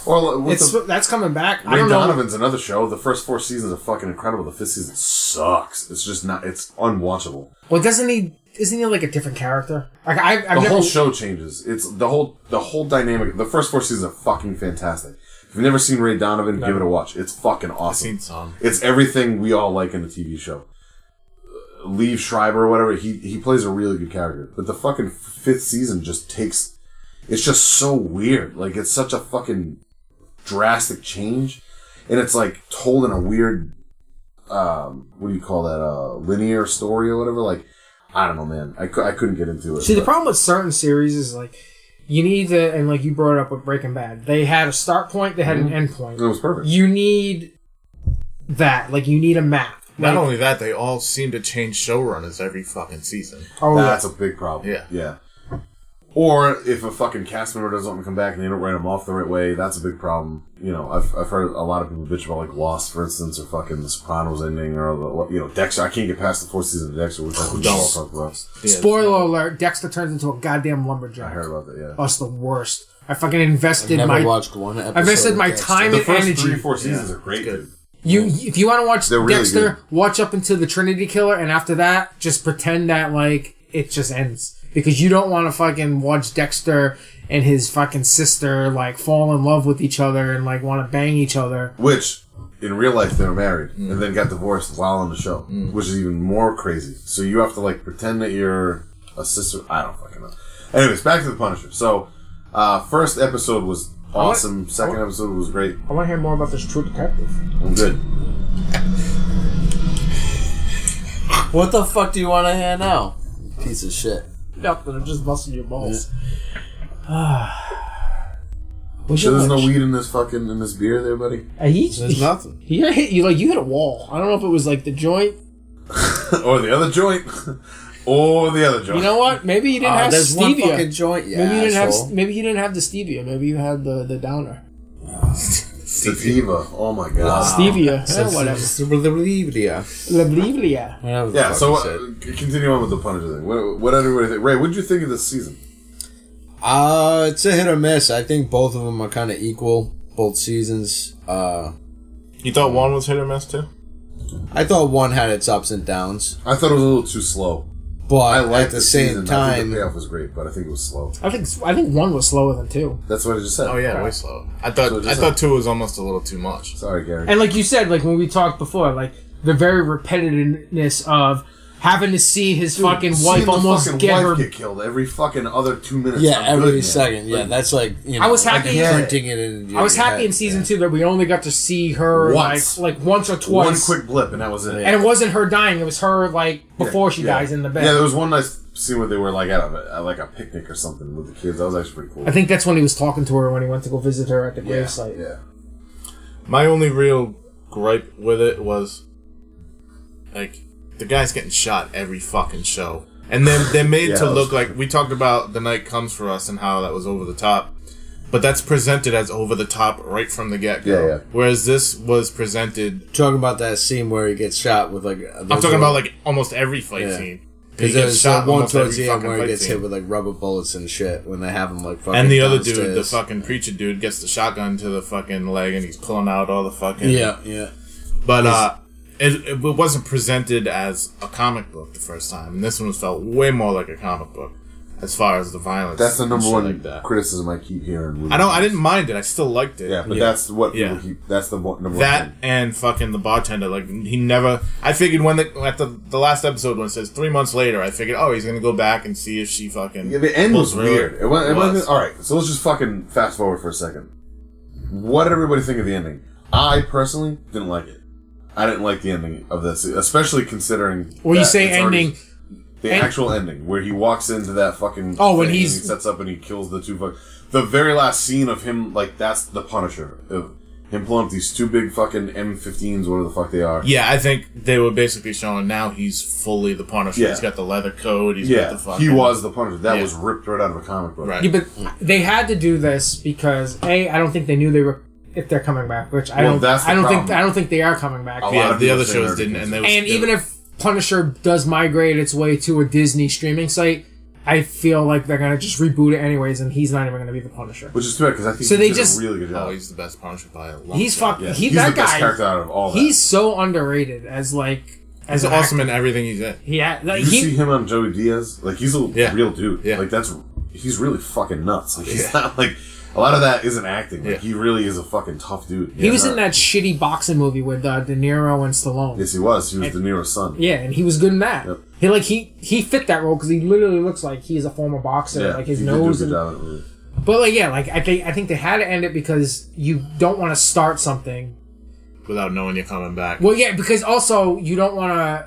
Speaker 1: or what's
Speaker 4: It's
Speaker 1: the,
Speaker 4: that's coming back. I
Speaker 1: Ray
Speaker 4: don't know.
Speaker 1: Donovan's another show. The first four seasons are fucking incredible. The fifth season sucks. It's just not. It's unwatchable.
Speaker 4: Well, doesn't he? Isn't he like a different character? Like I, I've
Speaker 1: The
Speaker 4: never,
Speaker 1: whole show changes. It's the whole the whole dynamic. The first four seasons are fucking fantastic. If you've never seen Ray Donovan, give it a watch. It's fucking
Speaker 3: I've seen
Speaker 1: awesome.
Speaker 3: some.
Speaker 1: It's everything we all like in a TV show. Uh, Leave Schreiber or whatever. He he plays a really good character. But the fucking fifth season just takes. It's just so weird. Like it's such a fucking drastic change, and it's like told in a weird, um, what do you call that? Uh, linear story or whatever. Like I don't know, man. I, cou- I couldn't get into it.
Speaker 4: See, the
Speaker 1: but-
Speaker 4: problem with certain series is like you need to, and like you brought it up with Breaking Bad, they had a start point, they had an end point.
Speaker 1: Mm-hmm. It was perfect.
Speaker 4: You need that. Like you need a map.
Speaker 3: Not
Speaker 4: Like,
Speaker 3: only that, they all seem to change showrunners every fucking season.
Speaker 4: oh, yeah.
Speaker 1: That's a big problem.
Speaker 3: Yeah.
Speaker 1: Yeah. Or if a fucking cast member doesn't want to come back and they don't write them off the right way, that's a big problem. You know, I've, I've heard a lot of people bitch about like Lost, for instance, or fucking The Sopranos ending, or the, you know Dexter. I can't get past the fourth season of Dexter, which I think we all
Speaker 3: Jesus.
Speaker 1: talked about.
Speaker 4: Spoiler alert: Dexter turns into a goddamn
Speaker 1: I
Speaker 4: lumberjack.
Speaker 1: heard about that. Yeah.
Speaker 4: Oh, it's the worst. I fucking invested
Speaker 2: Never
Speaker 4: my.
Speaker 2: watched one episode.
Speaker 4: invested
Speaker 2: of
Speaker 4: my
Speaker 2: Dexter.
Speaker 4: time-
Speaker 1: the
Speaker 4: mean,
Speaker 1: first
Speaker 4: energy.
Speaker 1: three, four seasons are great.
Speaker 3: good.
Speaker 1: dude.
Speaker 4: You, if you want to watch
Speaker 1: They're really
Speaker 4: Dexter,
Speaker 1: good.
Speaker 4: watch up until the Trinity Killer, and after that, just pretend that like it just ends because you don't want to fucking watch Dexter and his fucking sister like fall in love with each other and like want to bang each other.
Speaker 1: Which in real life they were married
Speaker 4: Mm.
Speaker 1: and then got divorced while on the show, which is even more crazy. So you have to like pretend that you're a sister. I don't fucking know. Anyways, back to the Punisher. So uh, first episode was awesome. Second episode was great.
Speaker 4: I want to hear more about this True Detective.
Speaker 1: I'm good.
Speaker 2: What the fuck do you want to hear now? Piece of shit.
Speaker 4: Nothing. I'm just busting your balls.
Speaker 1: So there's no weed in this fucking in this beer there, buddy.
Speaker 4: He,
Speaker 2: There's nothing.
Speaker 4: he hit you like you hit a wall. I don't know if it was like the joint.
Speaker 1: or the other joint. or the other joint.
Speaker 4: You know what? Maybe you didn't
Speaker 2: Uh,
Speaker 4: have
Speaker 2: there's one fucking
Speaker 4: stevia.
Speaker 2: joint. Yeah,
Speaker 4: Maybe you didn't have.
Speaker 2: asshole.
Speaker 4: Maybe you didn't have the stevia. Maybe you had the the downer.
Speaker 1: Sativa. Oh my god.
Speaker 4: Stevia. Eh, whatever.
Speaker 2: whatever.
Speaker 4: Labrivlia.
Speaker 1: Yeah. So uh, continue on with the Punisher thing. What, what everybody think? Ray, what did you think of this season?
Speaker 2: Uh, it's a hit or miss. I think both of them are kind of equal. Both seasons. Uh,
Speaker 3: You thought one was hit or miss too?
Speaker 2: I thought one had its ups and downs,
Speaker 1: I thought it was a little too slow.
Speaker 2: but
Speaker 1: I liked
Speaker 2: at the, same
Speaker 1: season. I think
Speaker 2: time,
Speaker 1: the payoff was great, but I think it was slow.
Speaker 4: I think I think one was slower than two.
Speaker 1: That's what I just said.
Speaker 3: Oh yeah, way slow. I thought
Speaker 1: So
Speaker 3: I
Speaker 1: just
Speaker 3: thought two was almost a little too much.
Speaker 1: Sorry, Gary.
Speaker 4: And like you said, like when we talked before, like the very repetitiveness of having to see his fucking
Speaker 1: Seeing
Speaker 4: wife
Speaker 1: the
Speaker 4: almost
Speaker 1: fucking
Speaker 4: get
Speaker 1: wife
Speaker 4: her.
Speaker 1: get killed every fucking other two minutes.
Speaker 2: yeah,
Speaker 1: I'm good,
Speaker 2: every
Speaker 1: man.
Speaker 2: second. Yeah,
Speaker 1: Like,
Speaker 2: that's like you know.
Speaker 4: I was
Speaker 2: like
Speaker 4: happy-
Speaker 2: imprinting it in your
Speaker 4: I was happy
Speaker 2: head,
Speaker 4: in season
Speaker 2: yeah.
Speaker 4: two that we only got to see her
Speaker 1: Once.
Speaker 4: like like once or
Speaker 1: one
Speaker 4: twice,
Speaker 1: quick blip, and that was it.
Speaker 4: and it wasn't her dying; it was her like before she
Speaker 1: Yeah.
Speaker 4: dies in the bed.
Speaker 1: Yeah, there was one nice scene where they were like at, a, at like a picnic or something with the kids. That was actually pretty cool.
Speaker 4: I think that's when he was talking to her when he went to go visit her at the
Speaker 1: yeah,
Speaker 4: gravesite.
Speaker 1: yeah.
Speaker 3: My only real gripe with it was like the guy's getting shot every fucking show. And then they're made
Speaker 1: Yeah,
Speaker 3: to
Speaker 1: that
Speaker 3: look
Speaker 1: was-
Speaker 3: like we talked about the night comes for us and how that was over the top. But that's presented as over the top right from the get go.
Speaker 1: Yeah, yeah.
Speaker 3: Whereas this was presented
Speaker 2: Talking about that scene where he gets shot with like.
Speaker 3: I'm talking about like almost every fight
Speaker 2: Yeah.
Speaker 3: scene. He
Speaker 2: Because
Speaker 3: gets
Speaker 2: there's that
Speaker 3: shot
Speaker 2: one
Speaker 3: almost
Speaker 2: towards
Speaker 3: every
Speaker 2: the end
Speaker 3: fucking
Speaker 2: where he
Speaker 3: fight
Speaker 2: gets
Speaker 3: scene.
Speaker 2: hit with like rubber bullets and shit when they have him like fucking.
Speaker 3: And the other dude, the
Speaker 2: downstairs.
Speaker 3: fucking preacher dude, gets the shotgun to the fucking leg, and he's pulling out all the fucking.
Speaker 2: Yeah, yeah.
Speaker 3: But uh, it, it wasn't presented as a comic book the first time. And this one felt way more like a comic book as far as the violence.
Speaker 1: That's the
Speaker 3: and
Speaker 1: number
Speaker 3: shit
Speaker 1: one
Speaker 3: Like that.
Speaker 1: criticism I keep hearing.
Speaker 3: I don't. I didn't mind it. I still liked it.
Speaker 1: Yeah, but that's what people
Speaker 3: Yeah.
Speaker 1: keep. That's the one, number one.
Speaker 3: That
Speaker 1: thing.
Speaker 3: and fucking the bartender, like he never. I figured when the at the, the last episode when it says three months later, I figured oh he's gonna go back and see if she fucking.
Speaker 1: Yeah, the end was
Speaker 3: pulls through
Speaker 1: weird. It was, it
Speaker 3: Was.
Speaker 1: was. all right. So let's just fucking fast forward for a second. What did everybody think of the ending? I personally didn't like it. I didn't like the ending of this, especially considering.
Speaker 4: Well, you
Speaker 1: that
Speaker 4: say
Speaker 1: it's already-
Speaker 4: ending.
Speaker 1: The
Speaker 4: And-
Speaker 1: actual ending where he walks into that fucking
Speaker 4: Oh, when
Speaker 1: thing and
Speaker 4: he's-
Speaker 1: he sets up and he kills the two fuck. The very last scene of him like that's the Punisher of him pulling up these two big fucking M15s, whatever the fuck they are.
Speaker 3: Yeah, I think they were basically showing now he's fully the Punisher.
Speaker 1: Yeah.
Speaker 3: He's got the leather coat. He's got
Speaker 1: Yeah,
Speaker 3: the fucking.
Speaker 1: he was the Punisher. That
Speaker 3: Yeah.
Speaker 1: was ripped right out of a comic book.
Speaker 3: Right.
Speaker 4: Yeah, but they had to do this because a I don't think they knew they were if they're coming back, which I
Speaker 1: Well,
Speaker 4: don't.
Speaker 1: that's the
Speaker 4: I don't think
Speaker 1: problem.
Speaker 4: I don't think they are coming back.
Speaker 1: lot
Speaker 3: Yeah,
Speaker 1: of
Speaker 3: the
Speaker 1: people
Speaker 3: other
Speaker 1: say
Speaker 3: shows
Speaker 1: they're
Speaker 3: didn't, and they was,
Speaker 4: And
Speaker 3: they
Speaker 4: even
Speaker 3: were-
Speaker 4: if Punisher does migrate its way to a Disney streaming site, I feel like they're gonna just reboot it anyways, and he's not even gonna be the Punisher.
Speaker 1: Which is too bad because I think
Speaker 4: So
Speaker 1: he
Speaker 4: they
Speaker 1: did
Speaker 4: just-
Speaker 1: a really good job.
Speaker 3: oh, he's the best Punisher by a long
Speaker 4: He's
Speaker 3: shot.
Speaker 4: fuck.
Speaker 1: Yeah,
Speaker 4: He
Speaker 1: he's
Speaker 4: that
Speaker 1: the
Speaker 4: guy.
Speaker 1: best character out of all. That.
Speaker 4: He's so underrated as like as
Speaker 3: He's
Speaker 4: an
Speaker 3: awesome
Speaker 4: actor.
Speaker 3: in everything he's in.
Speaker 4: Yeah, like,
Speaker 1: You
Speaker 4: he,
Speaker 1: see him on Joey Diaz, like he's a
Speaker 3: Yeah.
Speaker 1: real dude.
Speaker 3: Yeah.
Speaker 1: Like that's he's really fucking nuts. Like he's not like a lot of that isn't acting. Like
Speaker 3: Yeah.
Speaker 1: he really is a fucking tough dude.
Speaker 4: he was in that shitty boxing movie with uh, De Niro and Stallone.
Speaker 1: Yes, he was. He was De Niro's son.
Speaker 4: Yeah, and he was good in that.
Speaker 1: Yep.
Speaker 4: He like he he fit that role because he literally looks like he is a former boxer, like his
Speaker 1: he
Speaker 4: nose.
Speaker 1: Did
Speaker 4: And,
Speaker 1: do a good job in that movie.
Speaker 4: but like yeah, like I think I think they had to end it because you don't want to start something.
Speaker 3: Without knowing you're coming back.
Speaker 4: Well, yeah, because also you don't want to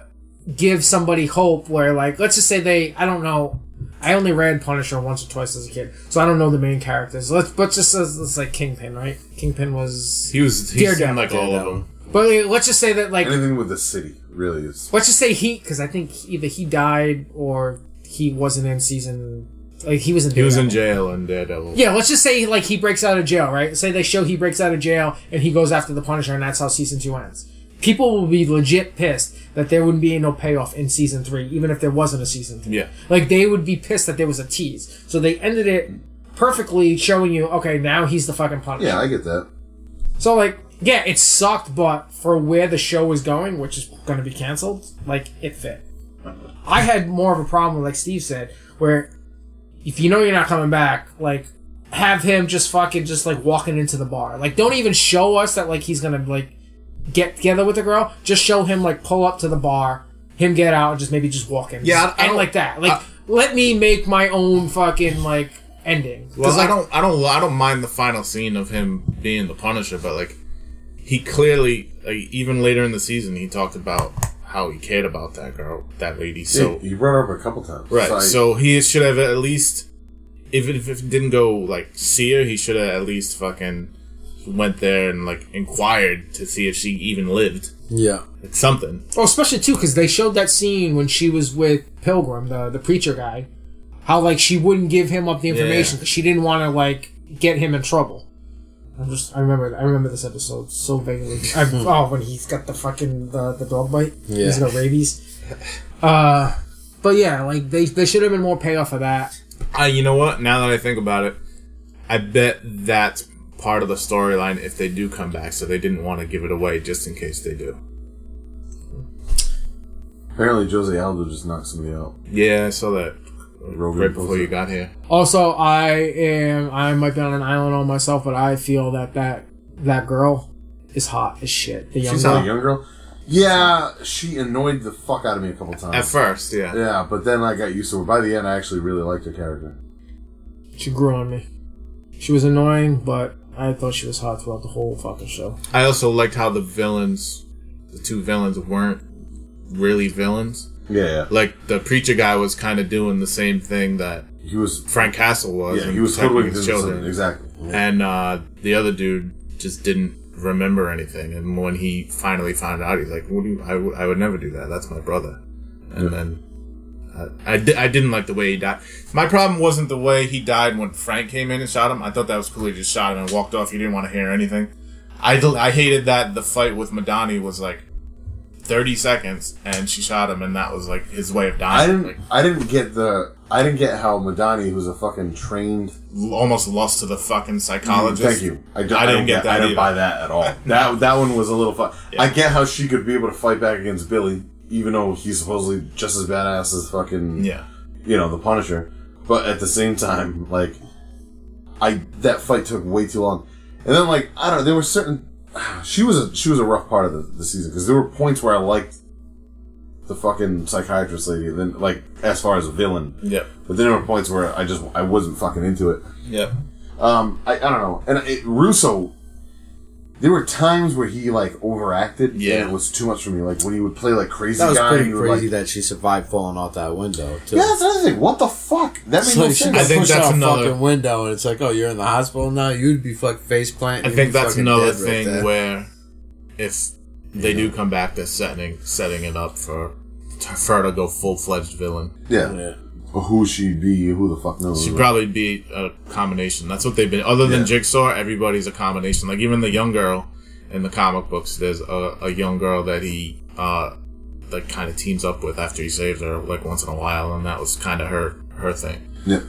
Speaker 4: give somebody hope where like let's just say they I don't know. I only read Punisher once or twice as a kid, so I don't know the main characters. Let's let's just let's, let's like Kingpin, right? Kingpin was,
Speaker 3: He was he's
Speaker 4: Daredevil.
Speaker 3: in like all of
Speaker 4: Daredevil.
Speaker 3: them.
Speaker 4: but like, let's just say that like
Speaker 1: Anything with the city really is.
Speaker 4: let's just say he because I think either he died or he wasn't in season. Like he was in.
Speaker 3: He was in
Speaker 4: Daredevil.
Speaker 3: jail in Daredevil.
Speaker 4: Yeah, let's just say like he breaks out of jail, right? Say they show he breaks out of jail and he goes after the Punisher, and that's how season two ends. People will be legit pissed that there wouldn't be no payoff in season three, even if there wasn't a season three.
Speaker 3: Yeah.
Speaker 4: like they would be pissed that there was a tease. So they ended it perfectly, showing you, okay, now he's the fucking Punisher.
Speaker 1: Yeah, I get that.
Speaker 4: So like, yeah, it sucked, but for where the show was going, which is going to be canceled, like it fit. I had more of a problem, like Steve said, where if you know you're not coming back, like have him just fucking just like walking into the bar, like don't even show us that like he's gonna like get together with the girl. Just show him like pull up to the bar, him get out, and just maybe just walk in,
Speaker 3: Yeah, I- I
Speaker 4: Just end
Speaker 3: don't-
Speaker 4: like that. Like
Speaker 3: I-
Speaker 4: let me make my own fucking like ending. 'Cause,
Speaker 3: Well,
Speaker 4: like,
Speaker 3: I don't, I don't, I don't mind the final scene of him being the Punisher, but like, he clearly, like, even later in the season, he talked about how he cared about that girl, that lady. So
Speaker 1: he, he brought her up a couple times.
Speaker 3: right,
Speaker 1: So, I-
Speaker 3: so he should have at least, if it, if it didn't go like see her, he should have at least fucking went there and like inquired to see if she even lived.
Speaker 2: Yeah.
Speaker 3: It's something.
Speaker 4: Oh, especially too, because they showed that scene when she was with Pilgrim, the the preacher guy, how like she wouldn't give him up the information
Speaker 3: Yeah.
Speaker 4: because she didn't want to like get him in trouble. I'm just, I remember, I remember this episode so vaguely. I, oh, when he's got the fucking the, the dog bite, he's
Speaker 2: Yeah.
Speaker 4: got rabies. Uh, but yeah, like they they should have been more payoff for that.
Speaker 3: Uh, you know what? Now that I think about it, I bet that's part of the storyline if they do come back. So they didn't want to give it away just in case they do.
Speaker 1: apparently Jose Aldo just knocked somebody out.
Speaker 3: Yeah, I saw that
Speaker 1: Rogan
Speaker 3: right before
Speaker 1: posted.
Speaker 3: you got here.
Speaker 4: Also, I am I might be on an island on myself, but I feel that that that girl is hot as shit. The young
Speaker 1: She's
Speaker 4: girl.
Speaker 1: not a young girl. Yeah, she annoyed the fuck out of me a couple times.
Speaker 3: At first, yeah.
Speaker 1: yeah, but then I got used to her. By the end, I actually really liked her character.
Speaker 4: She grew on me. She was annoying, but I thought she was hot throughout the whole fucking show.
Speaker 3: I also liked how the villains, the two villains, weren't really villains.
Speaker 1: Yeah, yeah.
Speaker 3: Like the preacher guy was kind of doing the same thing that
Speaker 1: He was.
Speaker 3: Frank Castle was.
Speaker 1: Yeah,
Speaker 3: in
Speaker 1: he was
Speaker 3: protecting
Speaker 1: hoodwinked
Speaker 3: his
Speaker 1: into
Speaker 3: children.
Speaker 1: something. Exactly.
Speaker 3: And uh, the other dude just didn't remember anything. And when he finally found out, he's like, what do you, I, would- I would never do that. That's my brother. And then uh, I, I, di- I didn't like the way he died. My problem wasn't the way he died when Frank came in and shot him. I thought that was cool. He just shot him and walked off. He didn't want to hear anything. I, del- I hated that the fight with Madani was like 30 seconds and she shot him and that was like his way of dying.
Speaker 1: I didn't.
Speaker 3: Like,
Speaker 1: I didn't get the. I didn't get how Madani, who's a fucking trained.
Speaker 3: l- almost lost to the fucking psychologist.
Speaker 1: Mm, Thank you. I, d-
Speaker 3: I
Speaker 1: I
Speaker 3: didn't
Speaker 1: don't
Speaker 3: get that
Speaker 1: I didn't
Speaker 3: either.
Speaker 1: buy that at all. That that one was a little. Fu- I get how she could be able to fight back against Billy, even though he's supposedly just as badass as fucking.
Speaker 3: Yeah.
Speaker 1: You know the Punisher, but at the same time, like, I that fight took way too long, and then like I don't know. There were certain. She was a she was a rough part of the, the season because there were points where I liked the fucking psychiatrist lady, and then like as far as a villain.
Speaker 3: Yep.
Speaker 1: But then there were points where I just I wasn't fucking into it.
Speaker 3: Yep.
Speaker 1: Um, I, I don't know, and it, Russo There were times where he like overacted.
Speaker 3: Yeah.
Speaker 1: and it was too much for me. Like when he would play like crazy
Speaker 2: That was
Speaker 1: guy.
Speaker 2: pretty
Speaker 1: and you were like-
Speaker 2: crazy that she survived falling out that window. Too.
Speaker 1: yeah, that's another thing. What the fuck? That made
Speaker 2: So
Speaker 1: no
Speaker 2: she got
Speaker 1: sense.
Speaker 3: I think
Speaker 2: pushed
Speaker 3: that's
Speaker 2: out a
Speaker 3: another-
Speaker 2: fucking window, and it's like, oh, you're in the hospital now. You'd be fuck face planting.
Speaker 3: I
Speaker 2: You'd
Speaker 3: think
Speaker 2: be
Speaker 3: that's
Speaker 2: fucking
Speaker 3: another
Speaker 2: dead right
Speaker 3: thing
Speaker 2: there.
Speaker 3: where if they do come back, they're setting setting it up for for her to go full fledged villain.
Speaker 1: yeah.
Speaker 2: Yeah.
Speaker 1: who she be? Who the fuck knows?
Speaker 3: She'd probably be a combination. That's what they've been. Other than
Speaker 1: Yeah.
Speaker 3: Jigsaw, everybody's a combination. Like even the young girl in the comic books, there's a, a young girl that he uh that kind of teams up with after he saves her like once in a while, and that was kind of her her thing.
Speaker 1: yeah.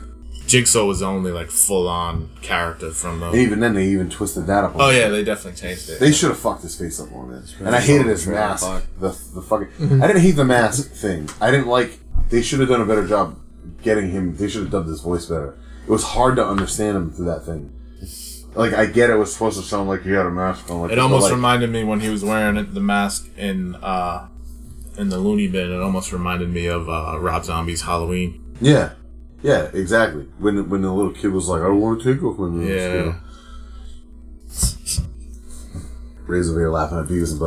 Speaker 3: Jigsaw was the only like full on character from
Speaker 1: And
Speaker 3: the.
Speaker 1: even then, they even twisted that up. a
Speaker 3: Oh
Speaker 1: little
Speaker 3: yeah, they definitely changed it.
Speaker 1: They should have fucked his face up more, man. And I hated his
Speaker 2: Trailer
Speaker 1: mask.
Speaker 2: park.
Speaker 1: The, the fucking.
Speaker 3: Mm-hmm.
Speaker 1: I didn't hate the mask thing. I didn't like. They should have done a better job getting him. They should have dubbed his voice better. It was hard to understand him through that thing. Like I get it was supposed to sound like he had a mask on. Like
Speaker 3: It almost
Speaker 1: like,
Speaker 3: reminded me when he was wearing it- the mask in uh, in the loony bin. It almost reminded me of uh, Rob Zombie's Halloween.
Speaker 1: Yeah, yeah, exactly. When when the little kid was like, "I don't want to take off my mask." you
Speaker 3: Yeah.
Speaker 1: know? Razorbeard laughing at Beavis and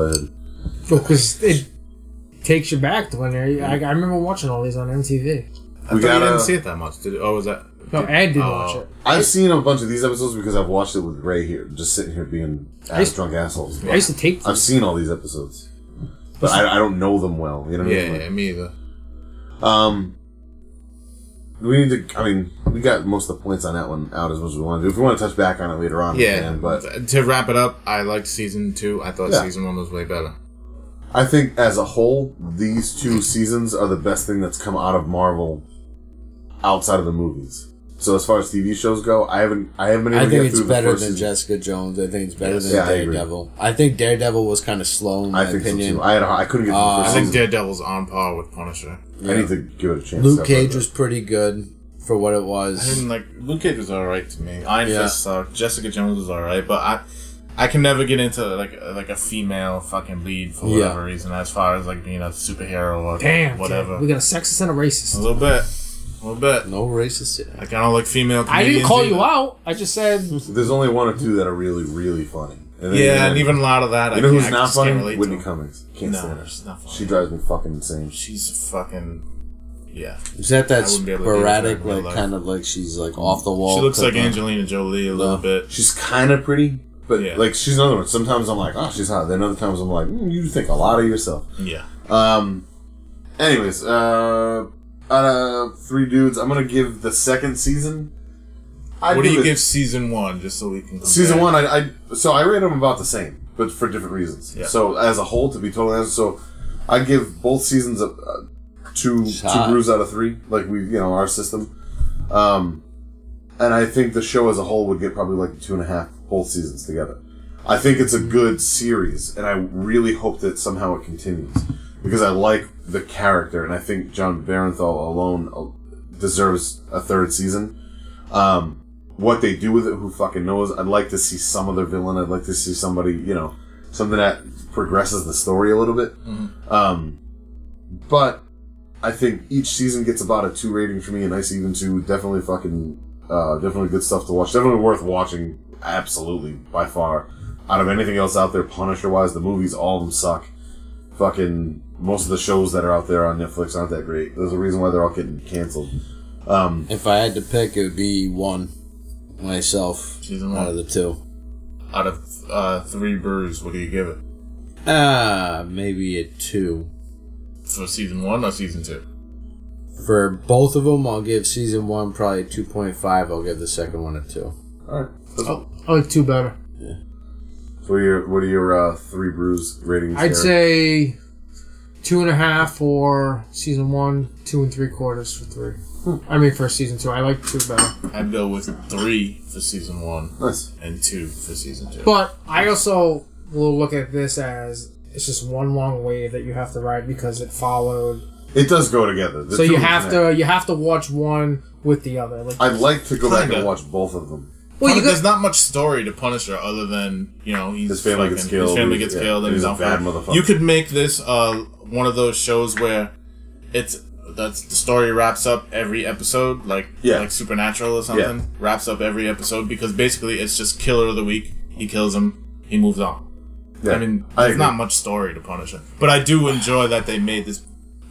Speaker 1: Butthead.
Speaker 4: because it takes you back to when they- I, I remember watching all these on MTV.
Speaker 3: I
Speaker 1: We
Speaker 3: thought you
Speaker 1: gotta-
Speaker 3: didn't see it that much. Did oh was that?
Speaker 4: No, Ed didn't watch
Speaker 3: Oh.
Speaker 4: it.
Speaker 1: I've seen a bunch of these episodes because I've watched it with Ray here, just sitting here being ass
Speaker 4: used-
Speaker 1: drunk assholes.
Speaker 4: I used to tape
Speaker 1: I've
Speaker 4: these.
Speaker 1: seen all these episodes, but I, I don't know them well. You know what I
Speaker 3: Yeah,
Speaker 1: mean?
Speaker 3: yeah, me either.
Speaker 1: Like, Um, we need to. I mean, we got most of the points on that one out as much as we want to do. If we want to touch back on it later on, we
Speaker 3: Yeah,
Speaker 1: can, but
Speaker 3: to wrap it up, I liked season two. I thought
Speaker 1: Yeah.
Speaker 3: season one was way better.
Speaker 1: I think as a whole, these two seasons are the best thing that's come out of Marvel outside of the movies. So as far as TV shows go, I haven't. I haven't been able
Speaker 2: I
Speaker 1: to
Speaker 2: think
Speaker 1: get
Speaker 2: it's
Speaker 1: through the
Speaker 2: better
Speaker 1: first
Speaker 2: than
Speaker 1: season.
Speaker 2: Jessica Jones. I think it's better than
Speaker 1: Yeah, I agree.
Speaker 2: Daredevil. I, think Daredevil was kind of slow in my
Speaker 1: I think
Speaker 2: opinion.
Speaker 1: so too. I had. A, I couldn't get through the
Speaker 2: Uh,
Speaker 1: first
Speaker 3: I think
Speaker 1: season.
Speaker 3: Daredevil's on par with Punisher.
Speaker 1: I need to give it a chance.
Speaker 2: Luke
Speaker 1: I've read
Speaker 2: Cage
Speaker 1: that.
Speaker 2: was pretty good for what it
Speaker 3: I
Speaker 2: was.
Speaker 3: didn't like Luke Cage was all right to me. Iron
Speaker 2: Yeah.
Speaker 3: Fist sucked. Jessica Jones was all right, but I. I can never get into like a- like a female fucking lead for
Speaker 2: Yeah.
Speaker 3: whatever reason, as far as like being a superhero or
Speaker 4: Damn,
Speaker 3: whatever.
Speaker 4: we got a sexist and a
Speaker 3: A
Speaker 4: racist.
Speaker 3: little bit. A little bit.
Speaker 2: No racist. shit.
Speaker 3: Like, I don't like female
Speaker 4: I
Speaker 3: comedians.
Speaker 4: didn't call you
Speaker 3: either.
Speaker 4: out. I just said
Speaker 1: There's only one or two that are really, really funny. And then
Speaker 3: Yeah, and
Speaker 1: you know-
Speaker 3: even a lot of that.
Speaker 1: you know
Speaker 3: I
Speaker 1: who's
Speaker 3: can't- I
Speaker 1: not
Speaker 3: just can't
Speaker 1: funny?
Speaker 3: relate
Speaker 1: Whitney
Speaker 3: to.
Speaker 1: Cummings. Can't stand
Speaker 3: No,
Speaker 1: her.
Speaker 3: she's not funny.
Speaker 1: She drives me fucking insane.
Speaker 3: she's fucking. Yeah.
Speaker 2: Is that
Speaker 3: I
Speaker 2: that
Speaker 3: wouldn't be able to do that in
Speaker 2: sporadic,
Speaker 3: real
Speaker 2: like
Speaker 3: life.
Speaker 2: kind of like she's like off the wall?
Speaker 3: She looks like
Speaker 2: type of-
Speaker 3: Angelina Jolie a little
Speaker 2: No.
Speaker 3: bit.
Speaker 1: She's kind of pretty, but
Speaker 3: Yeah.
Speaker 1: like she's another one. Sometimes I'm like, oh, she's hot. Then other times I'm like, mm, you think a lot of yourself.
Speaker 3: Yeah.
Speaker 1: Um. Anyways, uh, out of three dudes, I'm gonna give the second season. I
Speaker 3: what do you
Speaker 1: it-
Speaker 3: give season one, just so we can. Compare.
Speaker 1: Season one, I, I so I rate them about the same, but for different reasons.
Speaker 3: Yeah.
Speaker 1: So as a whole, to be totally honest, so I give both seasons a, a two
Speaker 2: Shot.
Speaker 1: two brews out of three, like we you know our system, um, and I think the show as a whole would get probably like two and a half both seasons together. I think it's a good series, and I really hope that somehow it continues because I like the character, and I think John Barenthal alone uh, deserves a third season. Um, what they do with it, who fucking knows? I'd like to see some other villain. I'd like to see somebody, you know, something that progresses the story a little bit. Um, but I think each season gets about a two rating for me, a nice even two. Definitely fucking, uh, definitely good stuff to watch. Definitely worth watching. Absolutely, by far. Out of anything else out there, Punisher wise, the movies all of them suck. Fucking most of the shows that are out there on Netflix aren't that great. There's a reason why they're all getting canceled. Um,
Speaker 2: If I had to pick, it would be one myself
Speaker 3: Season
Speaker 2: out of
Speaker 3: one.
Speaker 2: the two.
Speaker 3: Out of uh, three brews, what do you give it?
Speaker 2: Ah, maybe a two.
Speaker 3: For season one or season two?
Speaker 2: For both of them, I'll give season one probably two point five. I'll give the second one a two.
Speaker 1: all right. That's
Speaker 3: Oh.
Speaker 1: all.
Speaker 4: I like two better.
Speaker 1: What are your What are your uh, three brews ratings?
Speaker 4: I'd
Speaker 1: Derek?
Speaker 4: say two and a half for season one, two and three quarters for three.
Speaker 3: Hmm.
Speaker 4: I mean, for season two, I like two better.
Speaker 3: I'd go with three for season one
Speaker 1: nice.
Speaker 3: and two for season two.
Speaker 4: But I also will look at this as it's just one long wave that you have to ride because it followed.
Speaker 1: It does go together. The
Speaker 4: so
Speaker 1: two
Speaker 4: you
Speaker 1: of them
Speaker 4: have
Speaker 1: connect.
Speaker 4: to you have to watch one with the other. Like,
Speaker 1: I'd like to go back
Speaker 3: Kinda.
Speaker 1: and watch both of them.
Speaker 4: well, you
Speaker 3: there's
Speaker 4: got
Speaker 3: not much story to Punisher other than you know he's
Speaker 1: His family gets
Speaker 3: His
Speaker 1: killed,
Speaker 3: family
Speaker 1: he's-
Speaker 3: gets
Speaker 1: yeah,
Speaker 3: killed, and he's,
Speaker 1: he's a
Speaker 3: on
Speaker 1: bad
Speaker 3: fire.
Speaker 1: motherfucker.
Speaker 3: You could make this uh, one of those shows where it's that's the story wraps up every episode, like
Speaker 1: Yeah.
Speaker 3: like Supernatural or something, wraps up every episode because basically it's just killer of the week. He kills him. he moves on.
Speaker 1: Yeah,
Speaker 3: I mean,
Speaker 1: I
Speaker 3: there's
Speaker 1: agree.
Speaker 3: not much story to Punisher, but I do enjoy that they made this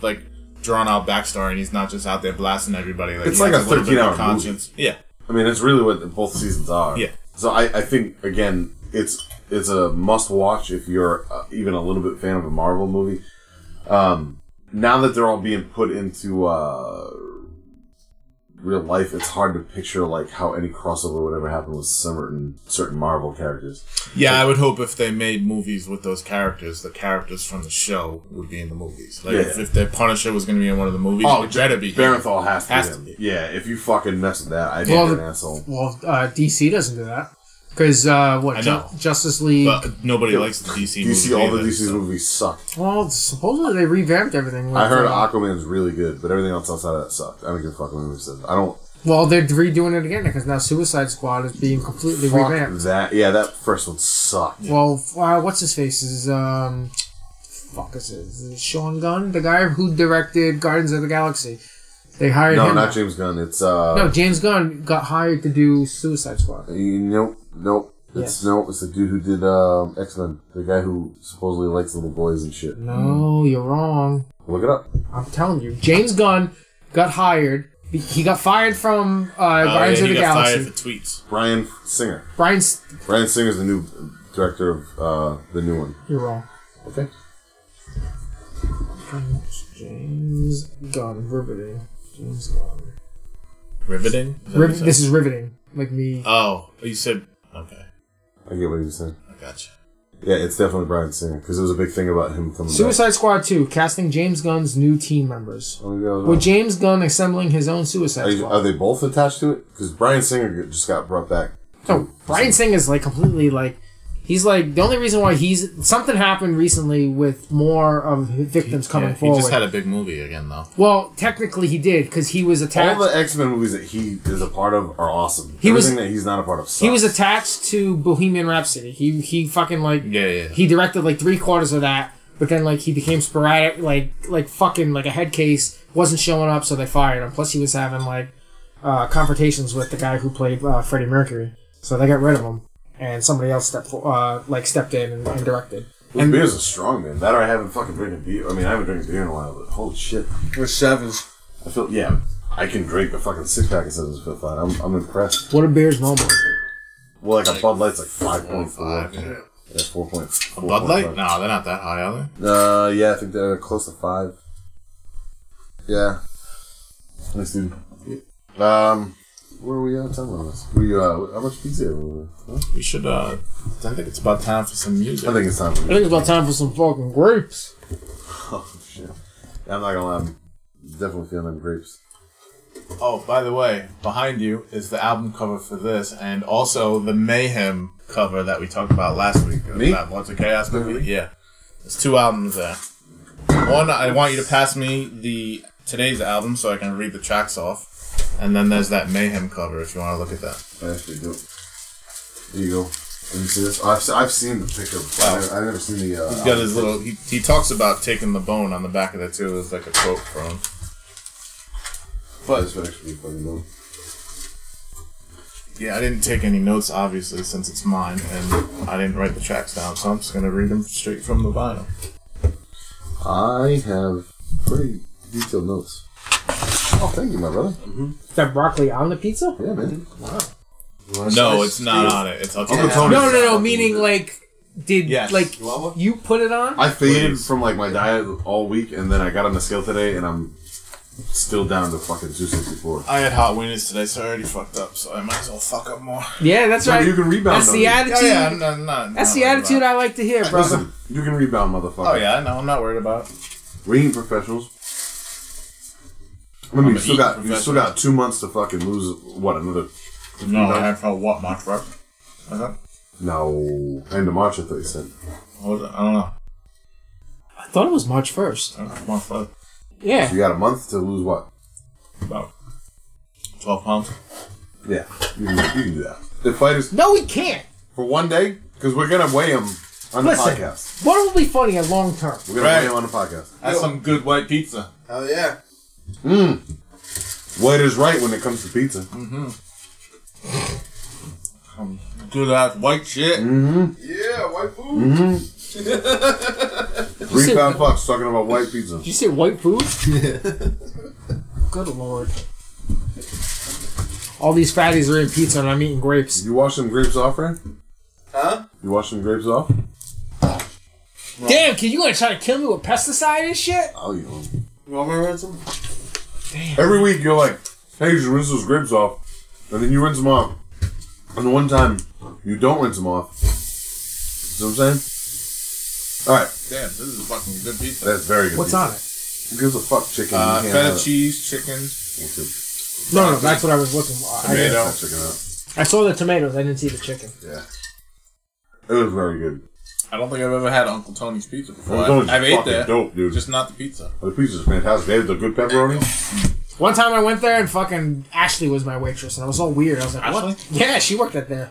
Speaker 3: like drawn out backstory, and he's not just out there blasting everybody. Like,
Speaker 1: It's
Speaker 3: he
Speaker 1: like
Speaker 3: has
Speaker 1: a
Speaker 3: little bit of
Speaker 1: 13 hour
Speaker 3: conscience. Yeah,
Speaker 1: I mean, it's really what both seasons are.
Speaker 3: Yeah.
Speaker 1: So I, I think again, it's it's a must watch if you're uh, even a little bit fan of a Marvel movie. Um, now that they're all being put into uh, real life, it's hard to picture like how any crossover would ever happen with certain certain Marvel characters.
Speaker 3: yeah. I would hope if they made movies with those characters, the characters from the show would be in the movies. Like
Speaker 1: Yeah. Oh,
Speaker 3: if, if the Punisher was going to be in one of the movies, it would
Speaker 1: Jared
Speaker 3: better Oh, be. him.
Speaker 1: Barenthal has to.
Speaker 3: Has
Speaker 1: be.
Speaker 3: to be.
Speaker 1: Yeah. If you fucking mess with that, I think
Speaker 4: Well,
Speaker 1: you're
Speaker 4: the-
Speaker 1: an asshole.
Speaker 4: Well, uh, DC doesn't do that because uh, what
Speaker 3: I
Speaker 4: Ju-
Speaker 3: know.
Speaker 4: Justice League?
Speaker 3: But nobody likes the DC.
Speaker 1: DC,
Speaker 3: movies
Speaker 1: all the
Speaker 3: either,
Speaker 1: DC
Speaker 3: so-
Speaker 1: movies suck.
Speaker 4: well, supposedly they revamped everything.
Speaker 1: I heard
Speaker 4: with, uh,
Speaker 1: Aquaman's really good, but everything else outside of that sucked. I don't give a fuck what anyone says. I don't
Speaker 4: Well, they're redoing it again because now Suicide Squad is being completely
Speaker 1: fuck
Speaker 4: revamped.
Speaker 1: that. Yeah, that first one sucked.
Speaker 4: Well, f- uh, what's his face is um, fuck is it? Is it Sean Gunn, the guy who directed Guardians of the Galaxy? They hired
Speaker 1: No,
Speaker 4: him.
Speaker 1: not James Gunn. It's uh,
Speaker 4: no, James Gunn got hired to do Suicide Squad.
Speaker 1: you- nope, nope. It's
Speaker 4: Yes.
Speaker 1: no, it's the dude who did um, X Men, the guy who supposedly likes little boys and shit.
Speaker 4: No, you're wrong.
Speaker 1: Look it up.
Speaker 4: Hmm. I'm telling you, James Gunn got hired. He got fired from uh,
Speaker 3: Oh, yeah,
Speaker 4: Guardians of
Speaker 3: he
Speaker 4: the
Speaker 3: got fired
Speaker 4: Galaxy.
Speaker 3: for tweets.
Speaker 1: Brian Singer.
Speaker 4: Brian's,
Speaker 1: Brian Singer's the new director of uh, the new one.
Speaker 4: you're wrong.
Speaker 1: Okay.
Speaker 4: James Gunn, riveting. James Gunn.
Speaker 3: Riveting. Is that what
Speaker 4: Riv-
Speaker 3: you said?
Speaker 4: this is riveting. Like me.
Speaker 3: Oh, you said okay.
Speaker 1: I get what he was saying.
Speaker 3: I gotcha.
Speaker 1: Yeah, it's definitely Brian Singer because it was a big thing about him coming
Speaker 4: Suicide Squad 2, casting James Gunn's new team members.
Speaker 1: back. Oh, yeah, I was
Speaker 4: With
Speaker 1: wrong.
Speaker 4: James Gunn assembling his own
Speaker 1: Are,
Speaker 4: Suicide
Speaker 1: you- are
Speaker 4: Squad.
Speaker 1: they both attached to it? Because Brian Singer just got brought back.
Speaker 4: So, Brian Singh is like completely like. He's like the only reason why he's something happened recently with more of his victims coming
Speaker 3: Yeah, he
Speaker 4: forward.
Speaker 3: just had a big movie again, though.
Speaker 4: well, technically he did because he was
Speaker 1: All
Speaker 4: attached.
Speaker 1: the X Men movies that he is a part of are awesome.
Speaker 4: He was-
Speaker 1: Everything that he's not a part of sucks.
Speaker 4: he was attached to Bohemian Rhapsody. He he fucking like
Speaker 3: Yeah, yeah.
Speaker 4: he directed like three quarters of that, but then like he became sporadic, like like fucking like a head case wasn't showing up, so they fired him. Plus, he was having like uh, confrontations with the guy who played uh, Freddie Mercury, so they got rid of him, and somebody else stepped fo- uh, like stepped in and, and directed.
Speaker 1: This beer's a strong man. That or I haven't fucking drinking beer. I mean, I haven't drank beer in a while, but holy shit.
Speaker 2: With seven.
Speaker 1: I feel, yeah, I can drink a fucking six pack of Seven Fifth Line. I'm, I'm impressed.
Speaker 4: What a beer's moment!
Speaker 1: Well, like a Bud Light's like 5.5.
Speaker 3: yeah.
Speaker 1: Yeah, 4.4.
Speaker 3: A Bud Light? No, they're not that high, are they?
Speaker 1: Uh, yeah, I think they're close to 5. Yeah. Nice dude. Um, where are we at time on this? We, uh, how much pizza are we at? Huh?
Speaker 3: We should. uh I think it's about time for some music.
Speaker 1: I think it's time for
Speaker 4: I think it's about time for some fucking grapes.
Speaker 1: Oh, shit. Yeah, I'm not gonna lie, I'm definitely feeling them grapes.
Speaker 3: Oh, by the way, behind you is the album cover for this, and also the Mayhem cover that we talked about last week.
Speaker 1: Me?
Speaker 3: That Lords of Chaos movie.
Speaker 1: Really?
Speaker 3: Yeah, there's two albums there. One, I want you to pass me the today's album so I can read the tracks off, and then there's that Mayhem cover if you want to look at that.
Speaker 1: I actually do. There you go. Have you seen this? I've, se- I've seen the picture. Wow. I've, I've never seen the. Uh,
Speaker 3: He's got his little. He, he talks about taking the bone on the back of that too. It's like a quote from. him.
Speaker 1: But this would actually be fucking dope.
Speaker 3: Yeah, I didn't take any notes, obviously, since it's mine, and I didn't write the tracks down, so I'm just gonna read them straight from the vinyl.
Speaker 1: I have pretty detailed notes. Oh, thank you, my brother.
Speaker 4: Is that broccoli on the pizza?
Speaker 1: Yeah, man.
Speaker 3: No, it's not on it. It's I'll
Speaker 1: Uncle
Speaker 3: take
Speaker 1: Tony.
Speaker 3: it.
Speaker 4: No, no, no. Meaning like did
Speaker 3: Yes.
Speaker 4: like
Speaker 3: You want one?
Speaker 4: you put it on?
Speaker 1: I faded from like my diet all week, and then I got on the scale today, and I'm still down to fucking 264.
Speaker 3: I had hot wieners today, so I already fucked up. So I might as well fuck up more.
Speaker 4: yeah, that's
Speaker 1: Dude,
Speaker 4: right.
Speaker 1: you can rebound
Speaker 4: That's
Speaker 1: on
Speaker 4: the
Speaker 1: it.
Speaker 4: attitude.
Speaker 3: Yeah, yeah, I'm not, I'm not,
Speaker 4: That's
Speaker 3: not
Speaker 4: the
Speaker 3: worried
Speaker 4: attitude
Speaker 3: about
Speaker 4: I like to hear, brother.
Speaker 1: Listen, you can rebound, motherfucker.
Speaker 3: it. Oh yeah, I know. I'm not worried about. it.
Speaker 1: We ain't professionals. I mean,
Speaker 3: I'm
Speaker 1: you
Speaker 3: a
Speaker 1: still
Speaker 3: eating
Speaker 1: got you still got two months to fucking lose. What another?
Speaker 3: No,
Speaker 1: No.
Speaker 3: I have a what my truck. Uh-huh.
Speaker 1: No, end of March. I thought you said.
Speaker 3: What was it? I don't know.
Speaker 4: I thought it was March first.
Speaker 3: I don't know. Come on, fuck.
Speaker 4: Yeah.
Speaker 1: You got a month to lose what?
Speaker 3: About twelve pounds.
Speaker 1: Yeah, you can, you can do that. The fighters
Speaker 4: No, we can't.
Speaker 1: for one day because we're gonna weigh them on the
Speaker 4: Listen.
Speaker 1: podcast.
Speaker 4: What will be funny in long term?
Speaker 1: We're gonna
Speaker 3: Right.
Speaker 1: weigh them on the podcast.
Speaker 3: That's some good white pizza.
Speaker 2: Hell yeah.
Speaker 1: White is right when it comes to pizza.
Speaker 3: Some good ass white shit.
Speaker 1: Mm.
Speaker 2: Yeah.
Speaker 3: waifu.
Speaker 1: Three pound fucks talking about white pizza.
Speaker 4: Did you say white food? Good lord. All these fatties are eating pizza and I'm eating grapes.
Speaker 1: You wash them grapes off, right?
Speaker 2: Huh?
Speaker 1: You wash them grapes off?
Speaker 4: Damn, kid, you gonna try to kill me with pesticide and shit?
Speaker 1: I'll eat them.
Speaker 2: You want my ransom?
Speaker 1: Every week you're like, hey, you should rinse those grapes off. And then you rinse them off. And the one time you don't rinse them off. You know what I'm saying? Alright,
Speaker 3: Damn, this is fucking good pizza.
Speaker 1: that's very good.
Speaker 4: What's
Speaker 1: pizza.
Speaker 4: on it?
Speaker 1: Who gives a fuck chicken? You
Speaker 3: Uh,
Speaker 1: can't have
Speaker 3: feta
Speaker 1: it.
Speaker 3: cheese, chicken,
Speaker 4: No, no, that's what I was looking for. I,
Speaker 1: Yeah,
Speaker 3: tomato.
Speaker 1: that's chicken out.
Speaker 4: I saw the tomatoes, I didn't see the chicken.
Speaker 1: Yeah. It was very good.
Speaker 3: I don't think I've ever had Uncle Tony's pizza before.
Speaker 1: Uncle Tony's
Speaker 3: I've ate
Speaker 1: fucking
Speaker 3: that.
Speaker 1: dope, dude.
Speaker 3: Just not the pizza.
Speaker 1: The pizza's fantastic. They have the good pepperoni.
Speaker 4: One time I went there and fucking Ashley was my waitress and I was all weird. I was like, what?
Speaker 3: Ashley?
Speaker 4: Yeah, she worked at there.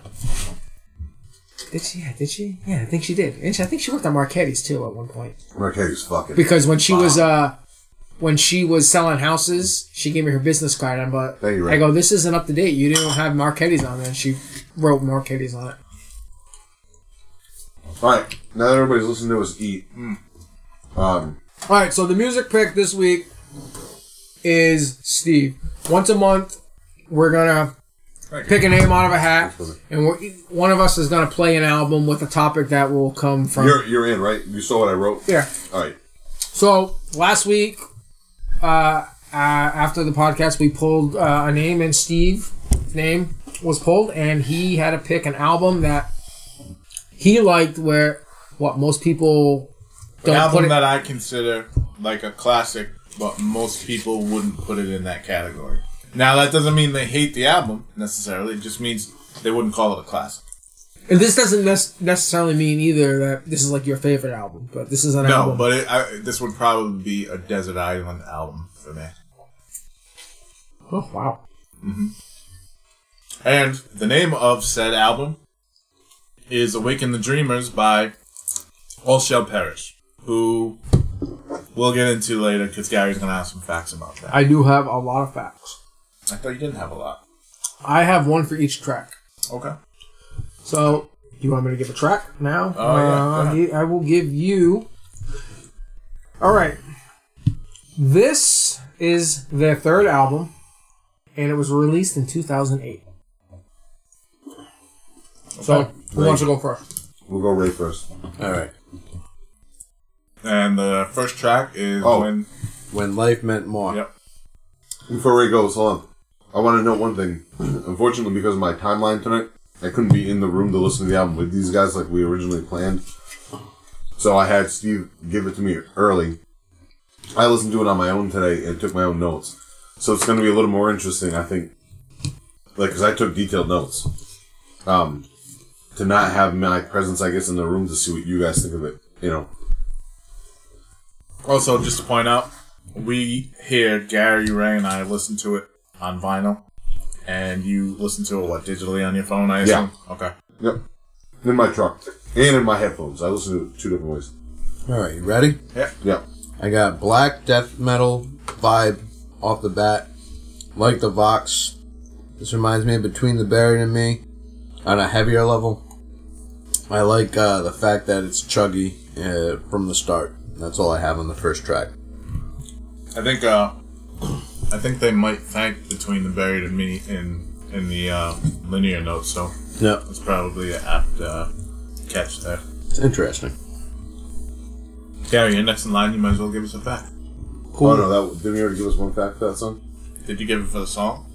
Speaker 4: Did she? Yeah, did she? Yeah, I think she did. And she, I think she worked at Marchetti's too at one point.
Speaker 1: Marquette's fucking.
Speaker 4: Because when she was uh when she was selling houses, she gave me her business card and but
Speaker 1: Thank you, Ray.
Speaker 4: I go, This isn't up to date. You didn't have Marchetti's on there and she wrote Marchetti's on it.
Speaker 1: Alright, now that everybody's listening to us eat,
Speaker 3: Mm.
Speaker 1: um,
Speaker 4: Alright, so the music pick this week is Steve. Once a month we're gonna pick a name out of a hat and we're, one of us is gonna play an album with a topic that will come from
Speaker 1: you're, you're in, right? You saw what I wrote?
Speaker 4: Yeah.
Speaker 1: Alright.
Speaker 4: So last week, uh, uh, after the podcast, we pulled uh, a name, and Steve's name was pulled, and he had to pick an album that he liked. Where what most people
Speaker 3: An
Speaker 4: don't put
Speaker 3: album
Speaker 4: it.
Speaker 3: that I consider like a classic, but most people wouldn't put it in that category. Now that doesn't mean they hate the album necessarily. It just means they wouldn't call it a classic.
Speaker 4: and this doesn't nes- necessarily mean either that this is like your favorite album, but this is an
Speaker 3: No,
Speaker 4: album.
Speaker 3: but it, I, this would probably be a desert island album for me.
Speaker 4: oh wow.
Speaker 3: And the name of said album is Awaken the Dreamers by All Shall Perish, who we'll get into later because Gary's going to have some facts about that. I,
Speaker 4: I do have a lot of facts.
Speaker 3: thought you didn't have a lot.
Speaker 4: I have one for each track.
Speaker 3: Okay.
Speaker 4: So, you want me to give a track now?
Speaker 3: Oh, yeah, go
Speaker 4: Uh,
Speaker 3: ahead.
Speaker 4: gi- I will give you. All right. This is their third album, and it was released in 2008. So, who wants to go first?
Speaker 1: We'll go Ray first.
Speaker 2: All right.
Speaker 3: And the first track is
Speaker 1: Oh.
Speaker 3: when.
Speaker 2: When life meant more.
Speaker 3: Yep.
Speaker 1: Before Ray goes, hold on. I want to note one thing. Unfortunately, because of my timeline tonight, I couldn't be in the room to listen to the album with these guys like we originally planned. So I had Steve give it to me early. I listened to it on my own today and took my own notes. So it's going to be a little more interesting, I think. Like, because I took detailed notes. Um, to not have my presence, I guess, in the room to see what you guys think of it. You know,
Speaker 3: Also, just to point out, we here, Gary, Ray, and I listened to it on vinyl. And you listen to it, what, digitally on your phone, I assume? Okay.
Speaker 1: Yep. In my truck. And in my headphones. I listen to it two different ways.
Speaker 2: All right. You ready?
Speaker 1: Yep.
Speaker 2: I got black death metal vibe off the bat, like the Vox. This reminds me of Between the Buried and Me on a heavier level. I like uh, the fact that it's chuggy uh, from the start. That's all I have on the first track.
Speaker 3: I think uh, I think they might thank between the buried and me in in the uh, linear notes, so
Speaker 2: Yep,
Speaker 3: it's probably an apt uh, catch there.
Speaker 2: it's interesting.
Speaker 3: Gary, you're next in line. You might as well give us a fact.
Speaker 1: Oh no, that didn't you already give us one fact for that song?
Speaker 3: Did you give it for the song?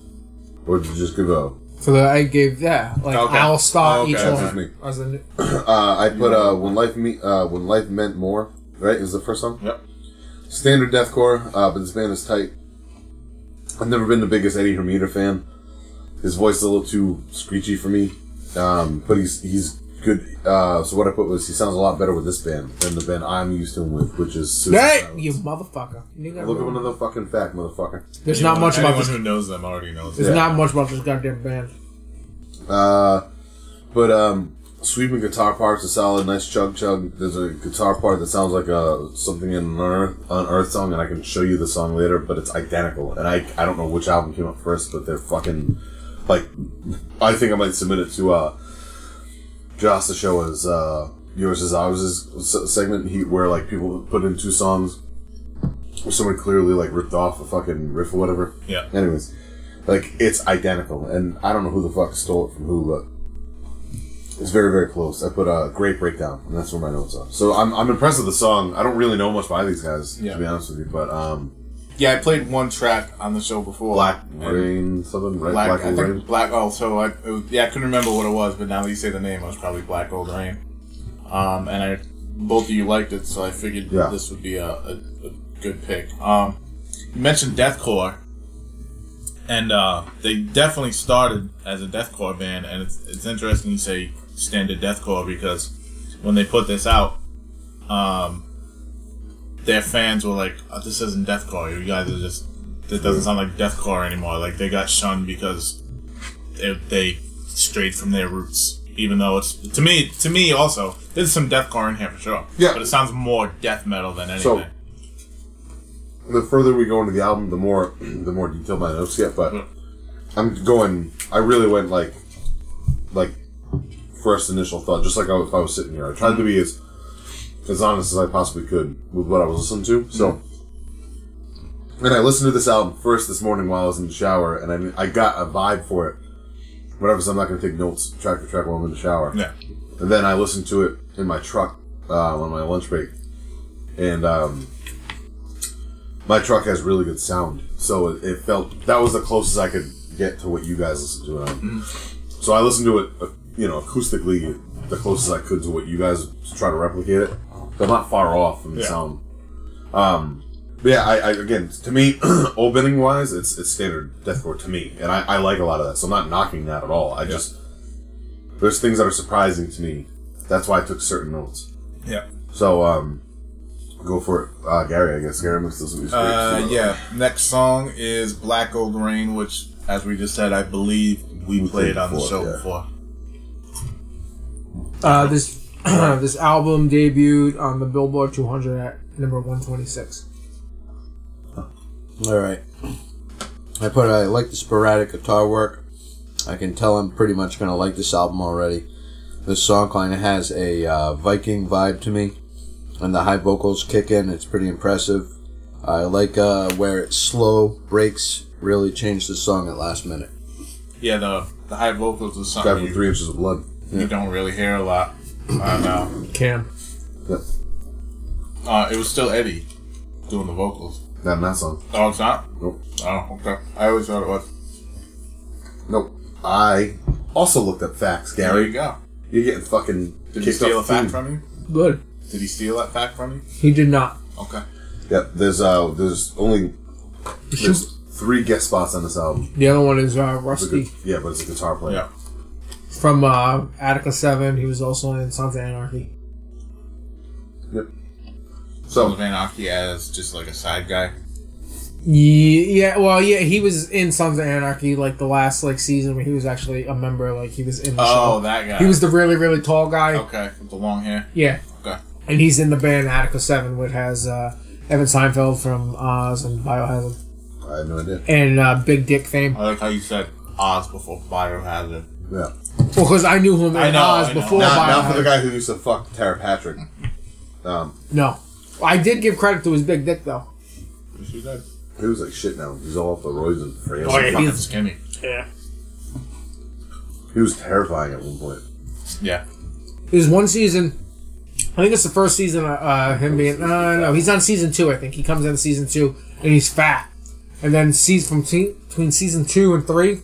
Speaker 1: Or did you just give oh, a?
Speaker 4: So, that I gave, yeah, like,
Speaker 3: Okay.
Speaker 4: I'll start
Speaker 3: Okay,
Speaker 4: each
Speaker 3: that's
Speaker 1: just me.
Speaker 4: one. As a,
Speaker 1: Uh, I put uh, when life me uh, when life meant more. Right is the first song.
Speaker 3: Yep.
Speaker 1: Standard deathcore, uh, but this band is tight. I've never been the biggest Eddie Hermida fan. His voice is a little too screechy for me, um, but he's he's good. Uh, so what I put was he sounds a lot better with this band than the band I'm used to him with, which is. Suicide
Speaker 4: hey,
Speaker 1: Silence.
Speaker 4: you motherfucker. Nigga,
Speaker 1: Look up another fucking fact, motherfucker.
Speaker 4: There's not much about
Speaker 3: Anyone
Speaker 4: this.
Speaker 3: who knows them already knows.
Speaker 4: There's
Speaker 3: it.
Speaker 4: not much about this goddamn band.
Speaker 1: Uh, but um, sweeping guitar parts are solid. Nice chug chug. There's a guitar part that sounds like a something in an Earth, an Earth song, and I can show you the song later. But it's identical, and I I don't know which album came out first, but they're fucking like I think I might submit it to uh Josh the show as uh yours is ours is s- segment he, where like people put in two songs where someone clearly like ripped off a fucking riff or whatever.
Speaker 3: Yeah.
Speaker 1: Anyways, like it's identical, and I don't know who the fuck stole it from who, but it's very very close. I put a uh, great breakdown, and that's where my notes are. So I'm, I'm impressed with the song. I don't really know much by these guys
Speaker 3: Yeah.
Speaker 1: to be honest with you, but um,
Speaker 3: Yeah, I played one track on the show before.
Speaker 1: Black
Speaker 3: And
Speaker 1: Rain something Red
Speaker 3: Black,
Speaker 1: Black,
Speaker 3: I
Speaker 1: Old
Speaker 3: think
Speaker 1: Rain.
Speaker 3: Black. Oh, so I, it was, yeah, I couldn't remember what it was, but now that you say the name, it was probably Black Old Rain. Um, and I, both of you liked it, so I figured
Speaker 1: Yeah.
Speaker 3: this would be a, a, a good pick. Um, you mentioned deathcore, and uh, they definitely started as a deathcore band, and it's, it's interesting you say standard deathcore because when they put this out, um, their fans were like, oh, "This isn't deathcore. You guys are just this doesn't sound like deathcore anymore." Like they got shunned because they, they strayed from their roots. Even though it's to me, to me also, there's some deathcore in here for sure.
Speaker 1: Yeah.
Speaker 3: but it sounds more death metal than anything.
Speaker 1: So- the further we go into the album, the more the more detailed my notes get. But
Speaker 3: Mm.
Speaker 1: I'm going. I really went like like first initial thought, just like I, if I was sitting here. I tried to be as as honest as I possibly could with what I was listening to. So. And I listened to this album first this morning while I was in the shower, and I, I got a vibe for it. Whatever, so I'm not going to take notes track for track while I'm in the shower.
Speaker 3: yeah,
Speaker 1: And then I listened to it in my truck uh, on my lunch break, and um, my truck has really good sound, so it, it felt that was the closest I could get to what you guys listen to. Um, so I listened to it, uh, you know, acoustically, the closest I could to what you guys to try to replicate it. But I'm not far off from the
Speaker 3: Yeah.
Speaker 1: sound. Um, but yeah, I, I again to me, opening wise, it's it's standard deathcore to me, and I, I like a lot of that. So I'm not knocking that at all. I just there's things that are surprising to me. That's why I took certain notes.
Speaker 3: yeah.
Speaker 1: So, um, go for it, uh, Gary. I guess Gary must listen to these
Speaker 3: Uh,
Speaker 1: great-
Speaker 3: yeah. Next song is Black Gold Rain, which, as we just said, I believe we,
Speaker 1: We
Speaker 3: played
Speaker 1: played
Speaker 3: on the
Speaker 1: before,
Speaker 3: show
Speaker 1: yeah.
Speaker 3: before.
Speaker 4: Uh, this this album debuted on the Billboard 200 at number 126.
Speaker 2: All right. I put I like the sporadic guitar work. I can tell I'm pretty much gonna like this album already. This song kind of has a uh, Viking vibe to me, and the high vocals kick in. It's pretty impressive. I like uh, where it's slow breaks really change the song at last minute.
Speaker 3: Yeah, the the high vocals is
Speaker 1: Guy
Speaker 3: something
Speaker 1: from
Speaker 3: you,
Speaker 1: Three Inches of Blood.
Speaker 3: you don't really hear a lot. I know.
Speaker 4: Cam.
Speaker 1: Yeah,
Speaker 3: Uh, it was still Eddie doing the vocals.
Speaker 1: not in that song.
Speaker 3: Oh, it's not.
Speaker 1: Nope.
Speaker 3: Oh, okay. I always thought it was.
Speaker 1: Nope. I also looked up facts,
Speaker 3: There
Speaker 1: Gary.
Speaker 3: you go.
Speaker 1: You're getting fucking
Speaker 3: Did he
Speaker 1: kicked
Speaker 3: steal a
Speaker 1: off
Speaker 3: fact
Speaker 1: the
Speaker 3: from you?
Speaker 4: Good.
Speaker 3: Did he steal that fact from you?
Speaker 4: He did not.
Speaker 3: Okay.
Speaker 1: team. Yep. There's uh, there's only there's three guest spots on this album.
Speaker 4: The other one is uh,
Speaker 1: It's a
Speaker 4: Rusty
Speaker 1: good- yeah, but it's a guitar player.
Speaker 3: Yeah.
Speaker 4: from uh, Attica 7. He was also in Sons of Anarchy.
Speaker 1: Yep.
Speaker 3: So
Speaker 1: So
Speaker 3: Anarchy as just like a side guy.
Speaker 4: Yeah, well, yeah, he was in Sons of Anarchy like the last like season where he was actually a member. Like he was in the
Speaker 3: Oh,
Speaker 4: show.
Speaker 3: that guy.
Speaker 4: He was the really really tall guy.
Speaker 3: okay with the long hair.
Speaker 4: Yeah,
Speaker 3: Okay.
Speaker 4: and he's in the band Attica Seven, which has uh, Evan Seinfeld from Oz and Biohazard
Speaker 1: I had no idea.
Speaker 4: and uh, Big Dick fame.
Speaker 3: I like how you said Oz before Biohazard.
Speaker 1: Yeah.
Speaker 4: Well, because I knew him in
Speaker 3: I know,
Speaker 4: Oz
Speaker 3: I know.
Speaker 4: before
Speaker 1: Not,
Speaker 4: Biohazard.
Speaker 1: not for the guy who used to fuck Tara Patrick. Um,
Speaker 4: No, I did give credit to his Big Dick though.
Speaker 3: Yes, you did.
Speaker 1: he was like shit now. He's all off the roids and frail.
Speaker 3: Oh, yeah, fucking skinny.
Speaker 4: Yeah.
Speaker 1: He was terrifying at one point.
Speaker 3: Yeah.
Speaker 4: There's one season. I think it's the first season. Uh, uh, him being uh, no, he's on season two. I think he comes in season two and he's fat, and then sees from te- between season two and three,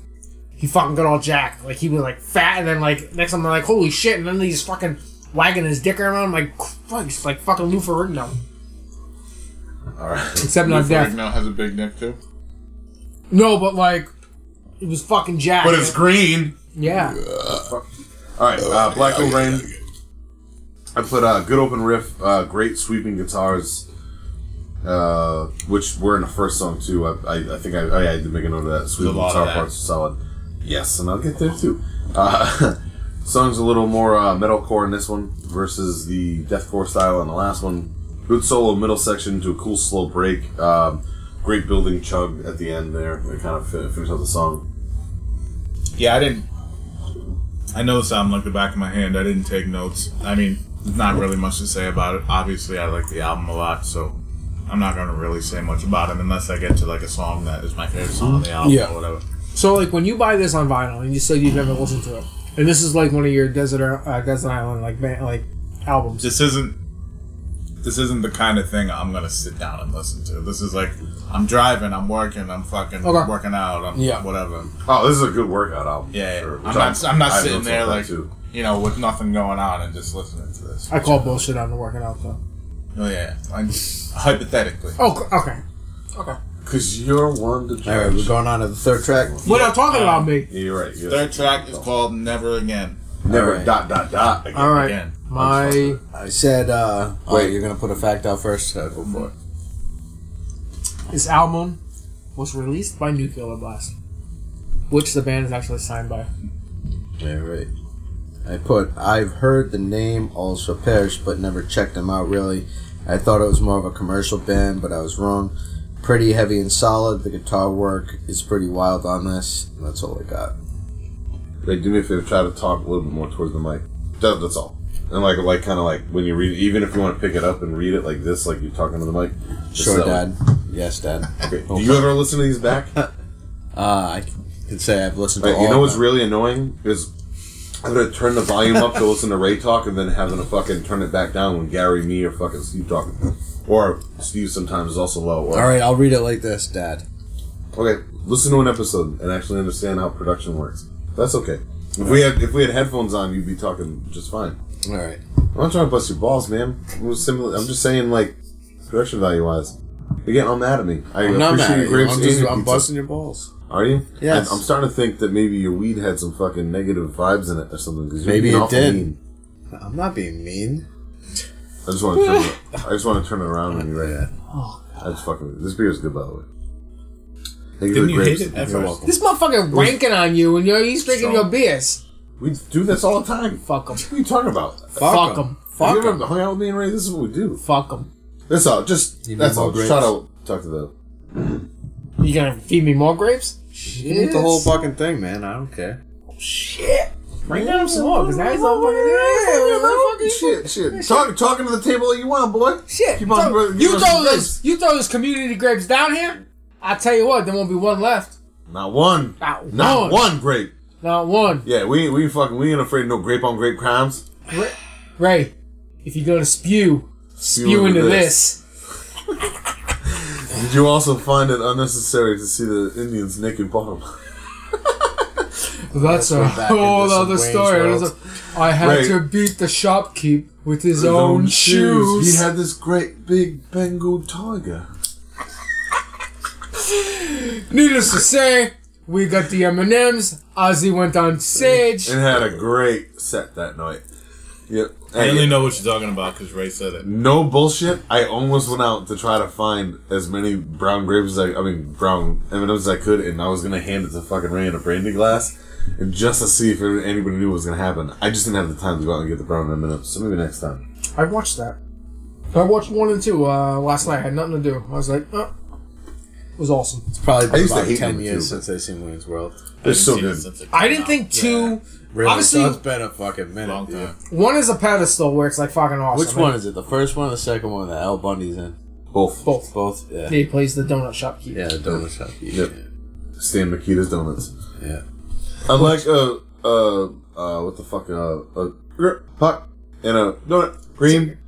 Speaker 4: he fucking got all jacked. Like he was like fat, and then like next time I'm like holy shit, and then he's fucking wagging his dick around. I'm like Christ, like fucking Lou Ferrigno.
Speaker 1: All right.
Speaker 4: Except not
Speaker 3: Lou
Speaker 4: deaf.
Speaker 3: Ferrigno has a big neck too.
Speaker 4: No, but like it was fucking jacked.
Speaker 1: But it's green.
Speaker 4: yeah.
Speaker 1: All right.
Speaker 3: Oh,
Speaker 1: Uh, Black Hole Rain. I put a good open riff, uh, great sweeping guitars, uh, which were in the first song too. I, I, I think I, I had to make a note of that. Sweeping
Speaker 3: lot of
Speaker 1: guitar
Speaker 3: that.
Speaker 1: parts are solid. Yes, and I'll get there too. Uh, song's a little more uh, metalcore in this one versus the deathcore style on the last one. Good solo middle section to a cool slow break. Um, great building chug at the end there. It kind of fin- finishes out the song.
Speaker 3: Yeah, I didn't. I know this album like the back of my hand. I didn't take notes. I mean, not really much to say about it. Obviously, I like the album a lot, so I'm not gonna really say much about it unless I get to like a song that is my favorite song on the album
Speaker 2: Yeah.
Speaker 3: or whatever.
Speaker 4: So like when you buy this on vinyl and you said you've never listened to it, and this is like one of your desert uh, desert island like band, like albums.
Speaker 3: This isn't this isn't the kind of thing I'm gonna sit down and listen to. This is like I'm driving, I'm working, I'm fucking
Speaker 4: Okay.
Speaker 3: working out, I'm
Speaker 2: Yeah.
Speaker 3: whatever.
Speaker 1: Oh, this is a good workout album.
Speaker 3: Yeah,
Speaker 1: Sure.
Speaker 3: I'm
Speaker 1: Which
Speaker 3: not. I'm not
Speaker 1: I
Speaker 3: sitting
Speaker 1: notes
Speaker 3: there
Speaker 1: that
Speaker 3: like
Speaker 1: too.
Speaker 3: you know with nothing going on and just listening to this.
Speaker 4: I call bullshit on the working out though.
Speaker 3: Oh yeah, I'm, hypothetically.
Speaker 4: Oh okay.
Speaker 1: Cause you're one to judge.
Speaker 2: All right, we're going on to the third track.
Speaker 4: We're not talking about me.
Speaker 1: Yeah, you're right. Yes.
Speaker 3: Third track is called "Never Again."
Speaker 1: Never
Speaker 2: Alright.
Speaker 1: dot dot dot. Again.
Speaker 4: All right,
Speaker 3: Again.
Speaker 4: my
Speaker 2: I said, uh, oh,
Speaker 1: Wait.
Speaker 2: you're gonna put a fact out first. Uh, go for it.
Speaker 4: this album was released by Nuclear Blast, which the band is actually signed by.
Speaker 2: All right. I put, I've heard the name also perish, but never checked them out really. I thought it was more of a commercial band, but I was wrong. Pretty heavy and solid. The guitar work is pretty wild on this. And that's all I got.
Speaker 1: They do me a favor. Try to talk a little bit more towards the mic. That, that's all. And like, like, kind of like when you read, even if you want to pick it up and read it like this, like you're talking to the mic. just
Speaker 2: Sure,
Speaker 1: that way.
Speaker 2: Dad. Yes, Dad.
Speaker 1: Okay. Do you ever listen to these back?
Speaker 2: Uh, I could say I've listened to
Speaker 1: Like,
Speaker 2: all.
Speaker 1: you know
Speaker 2: of
Speaker 1: what's
Speaker 2: them.
Speaker 1: really annoying is I'm gonna turn the volume up to listen to Ray talk, and then having to fucking turn it back down when Gary, me, or fucking Steve talking, or Steve sometimes is also low. Or,
Speaker 2: All right, I'll read it like this, Dad.
Speaker 1: Okay, listen to an episode and actually understand how production works. That's okay. If we had if we had headphones on, you'd be talking just fine.
Speaker 2: All right.
Speaker 1: I'm not trying to bust your balls, man. I'm just, simil- I'm just saying, like, production value wise. You're getting all mad at me. I
Speaker 2: I'm
Speaker 1: appreciate
Speaker 2: not mad.
Speaker 1: your
Speaker 2: at you.
Speaker 1: grapes
Speaker 2: I'm,
Speaker 1: and
Speaker 2: just,
Speaker 1: your
Speaker 2: I'm
Speaker 1: pizza.
Speaker 2: busting your balls.
Speaker 1: Are you?
Speaker 2: Yes.
Speaker 1: I- I'm starting to think that maybe your weed had some fucking negative vibes in it or something. 'cause you're
Speaker 2: Maybe
Speaker 1: being
Speaker 2: it
Speaker 1: awful
Speaker 2: did.
Speaker 1: mean.
Speaker 2: I'm not being mean.
Speaker 1: I just want to turn. it, I just want to turn it around when you right
Speaker 2: Yeah.
Speaker 1: it.
Speaker 2: Oh,
Speaker 1: I just fucking. This beer is good, by the way. Negative
Speaker 3: Didn't you hate
Speaker 1: grapes.
Speaker 3: it at
Speaker 2: You're
Speaker 3: first?
Speaker 2: welcome.
Speaker 4: This motherfucker ranking on you, and you're, he's drinking
Speaker 3: So-
Speaker 4: your beers.
Speaker 1: We do this all the time.
Speaker 4: Fuck him.
Speaker 1: What are you talking about?
Speaker 4: Fuck
Speaker 2: 'em.
Speaker 4: him.
Speaker 1: Have
Speaker 2: Fuck
Speaker 1: you
Speaker 2: 'em.
Speaker 1: ever hung out with me and Ray? This is what we do.
Speaker 4: Fuck him.
Speaker 1: That's all. Just
Speaker 2: You need
Speaker 1: that's
Speaker 2: more
Speaker 1: all. Just try to talk to the.
Speaker 4: You gonna feed me more grapes? Shit.
Speaker 2: Eat the whole fucking thing, man. I don't care.
Speaker 4: Shit. Bring down some more, because now he's all fucking. Yeah, motherfucker.
Speaker 1: Shit, shit. Talk, talking to the table that you want, boy.
Speaker 4: Shit.
Speaker 1: Keep on,
Speaker 4: Throw-
Speaker 1: brother, keep
Speaker 4: you
Speaker 1: on
Speaker 4: throw
Speaker 1: some
Speaker 4: those you throw those community grapes down here, I tell you what, there won't be one left.
Speaker 1: Not one.
Speaker 4: Not
Speaker 1: Not
Speaker 4: one.
Speaker 1: one grape.
Speaker 4: Not one.
Speaker 1: Yeah, we we fucking we ain't afraid of no grape on grape crimes.
Speaker 4: Ray, if you're gonna spew, spew, into this.
Speaker 1: Did you also find it unnecessary to see the Indians naked bottom?
Speaker 4: That's a
Speaker 2: Let's go back
Speaker 4: whole
Speaker 2: into some
Speaker 4: other
Speaker 2: Wayne's
Speaker 4: story.
Speaker 2: World.
Speaker 4: That's a- I had
Speaker 1: Ray.
Speaker 4: to beat the shopkeep with his, own, shoes.
Speaker 1: He had this great big Bengal tiger.
Speaker 4: Needless to say, we got the M and M's. Ozzy went on stage.
Speaker 1: And had a great set that night. Yep.
Speaker 3: I
Speaker 1: Hey,
Speaker 3: only know what you're talking about because Ray said it.
Speaker 1: No bullshit. I almost went out to try to find as many brown grapes as I, I mean brown M&Ms as I could, and I was gonna hand it to fucking Ray in a brandy glass, and just to see if anybody knew what was gonna happen. I just didn't have the time to go out and get the brown M&Ms. So maybe next time.
Speaker 4: I watched that. I watched one and two uh, last night. I had nothing to do. I was like, oh. it was awesome.
Speaker 2: It's probably
Speaker 1: I
Speaker 2: been
Speaker 1: used to
Speaker 2: about
Speaker 1: hate
Speaker 2: ten
Speaker 1: them,
Speaker 2: years
Speaker 1: too, but-
Speaker 2: since I've seen Wayne's World.
Speaker 1: They're
Speaker 3: I haven't
Speaker 1: so
Speaker 3: seen it
Speaker 1: good.
Speaker 3: since it
Speaker 4: I
Speaker 3: came
Speaker 4: didn't
Speaker 3: out.
Speaker 4: think two.
Speaker 2: Really?
Speaker 4: Obviously-
Speaker 2: so it's been a fucking minute.
Speaker 3: Long
Speaker 2: dude.
Speaker 3: time.
Speaker 4: One is a pedestal where it's like fucking awesome.
Speaker 2: Which one is it? The first one or the second one that Al Bundy's in?
Speaker 1: Both.
Speaker 4: Both.
Speaker 2: Both. Yeah.
Speaker 4: He plays the donut shopkeep.
Speaker 2: Yeah, the donut shop. Yeah.
Speaker 1: Yep. Stan Makita's donuts.
Speaker 2: yeah.
Speaker 1: I like a uh uh what the fuck uh a gr- puck and a donut cream.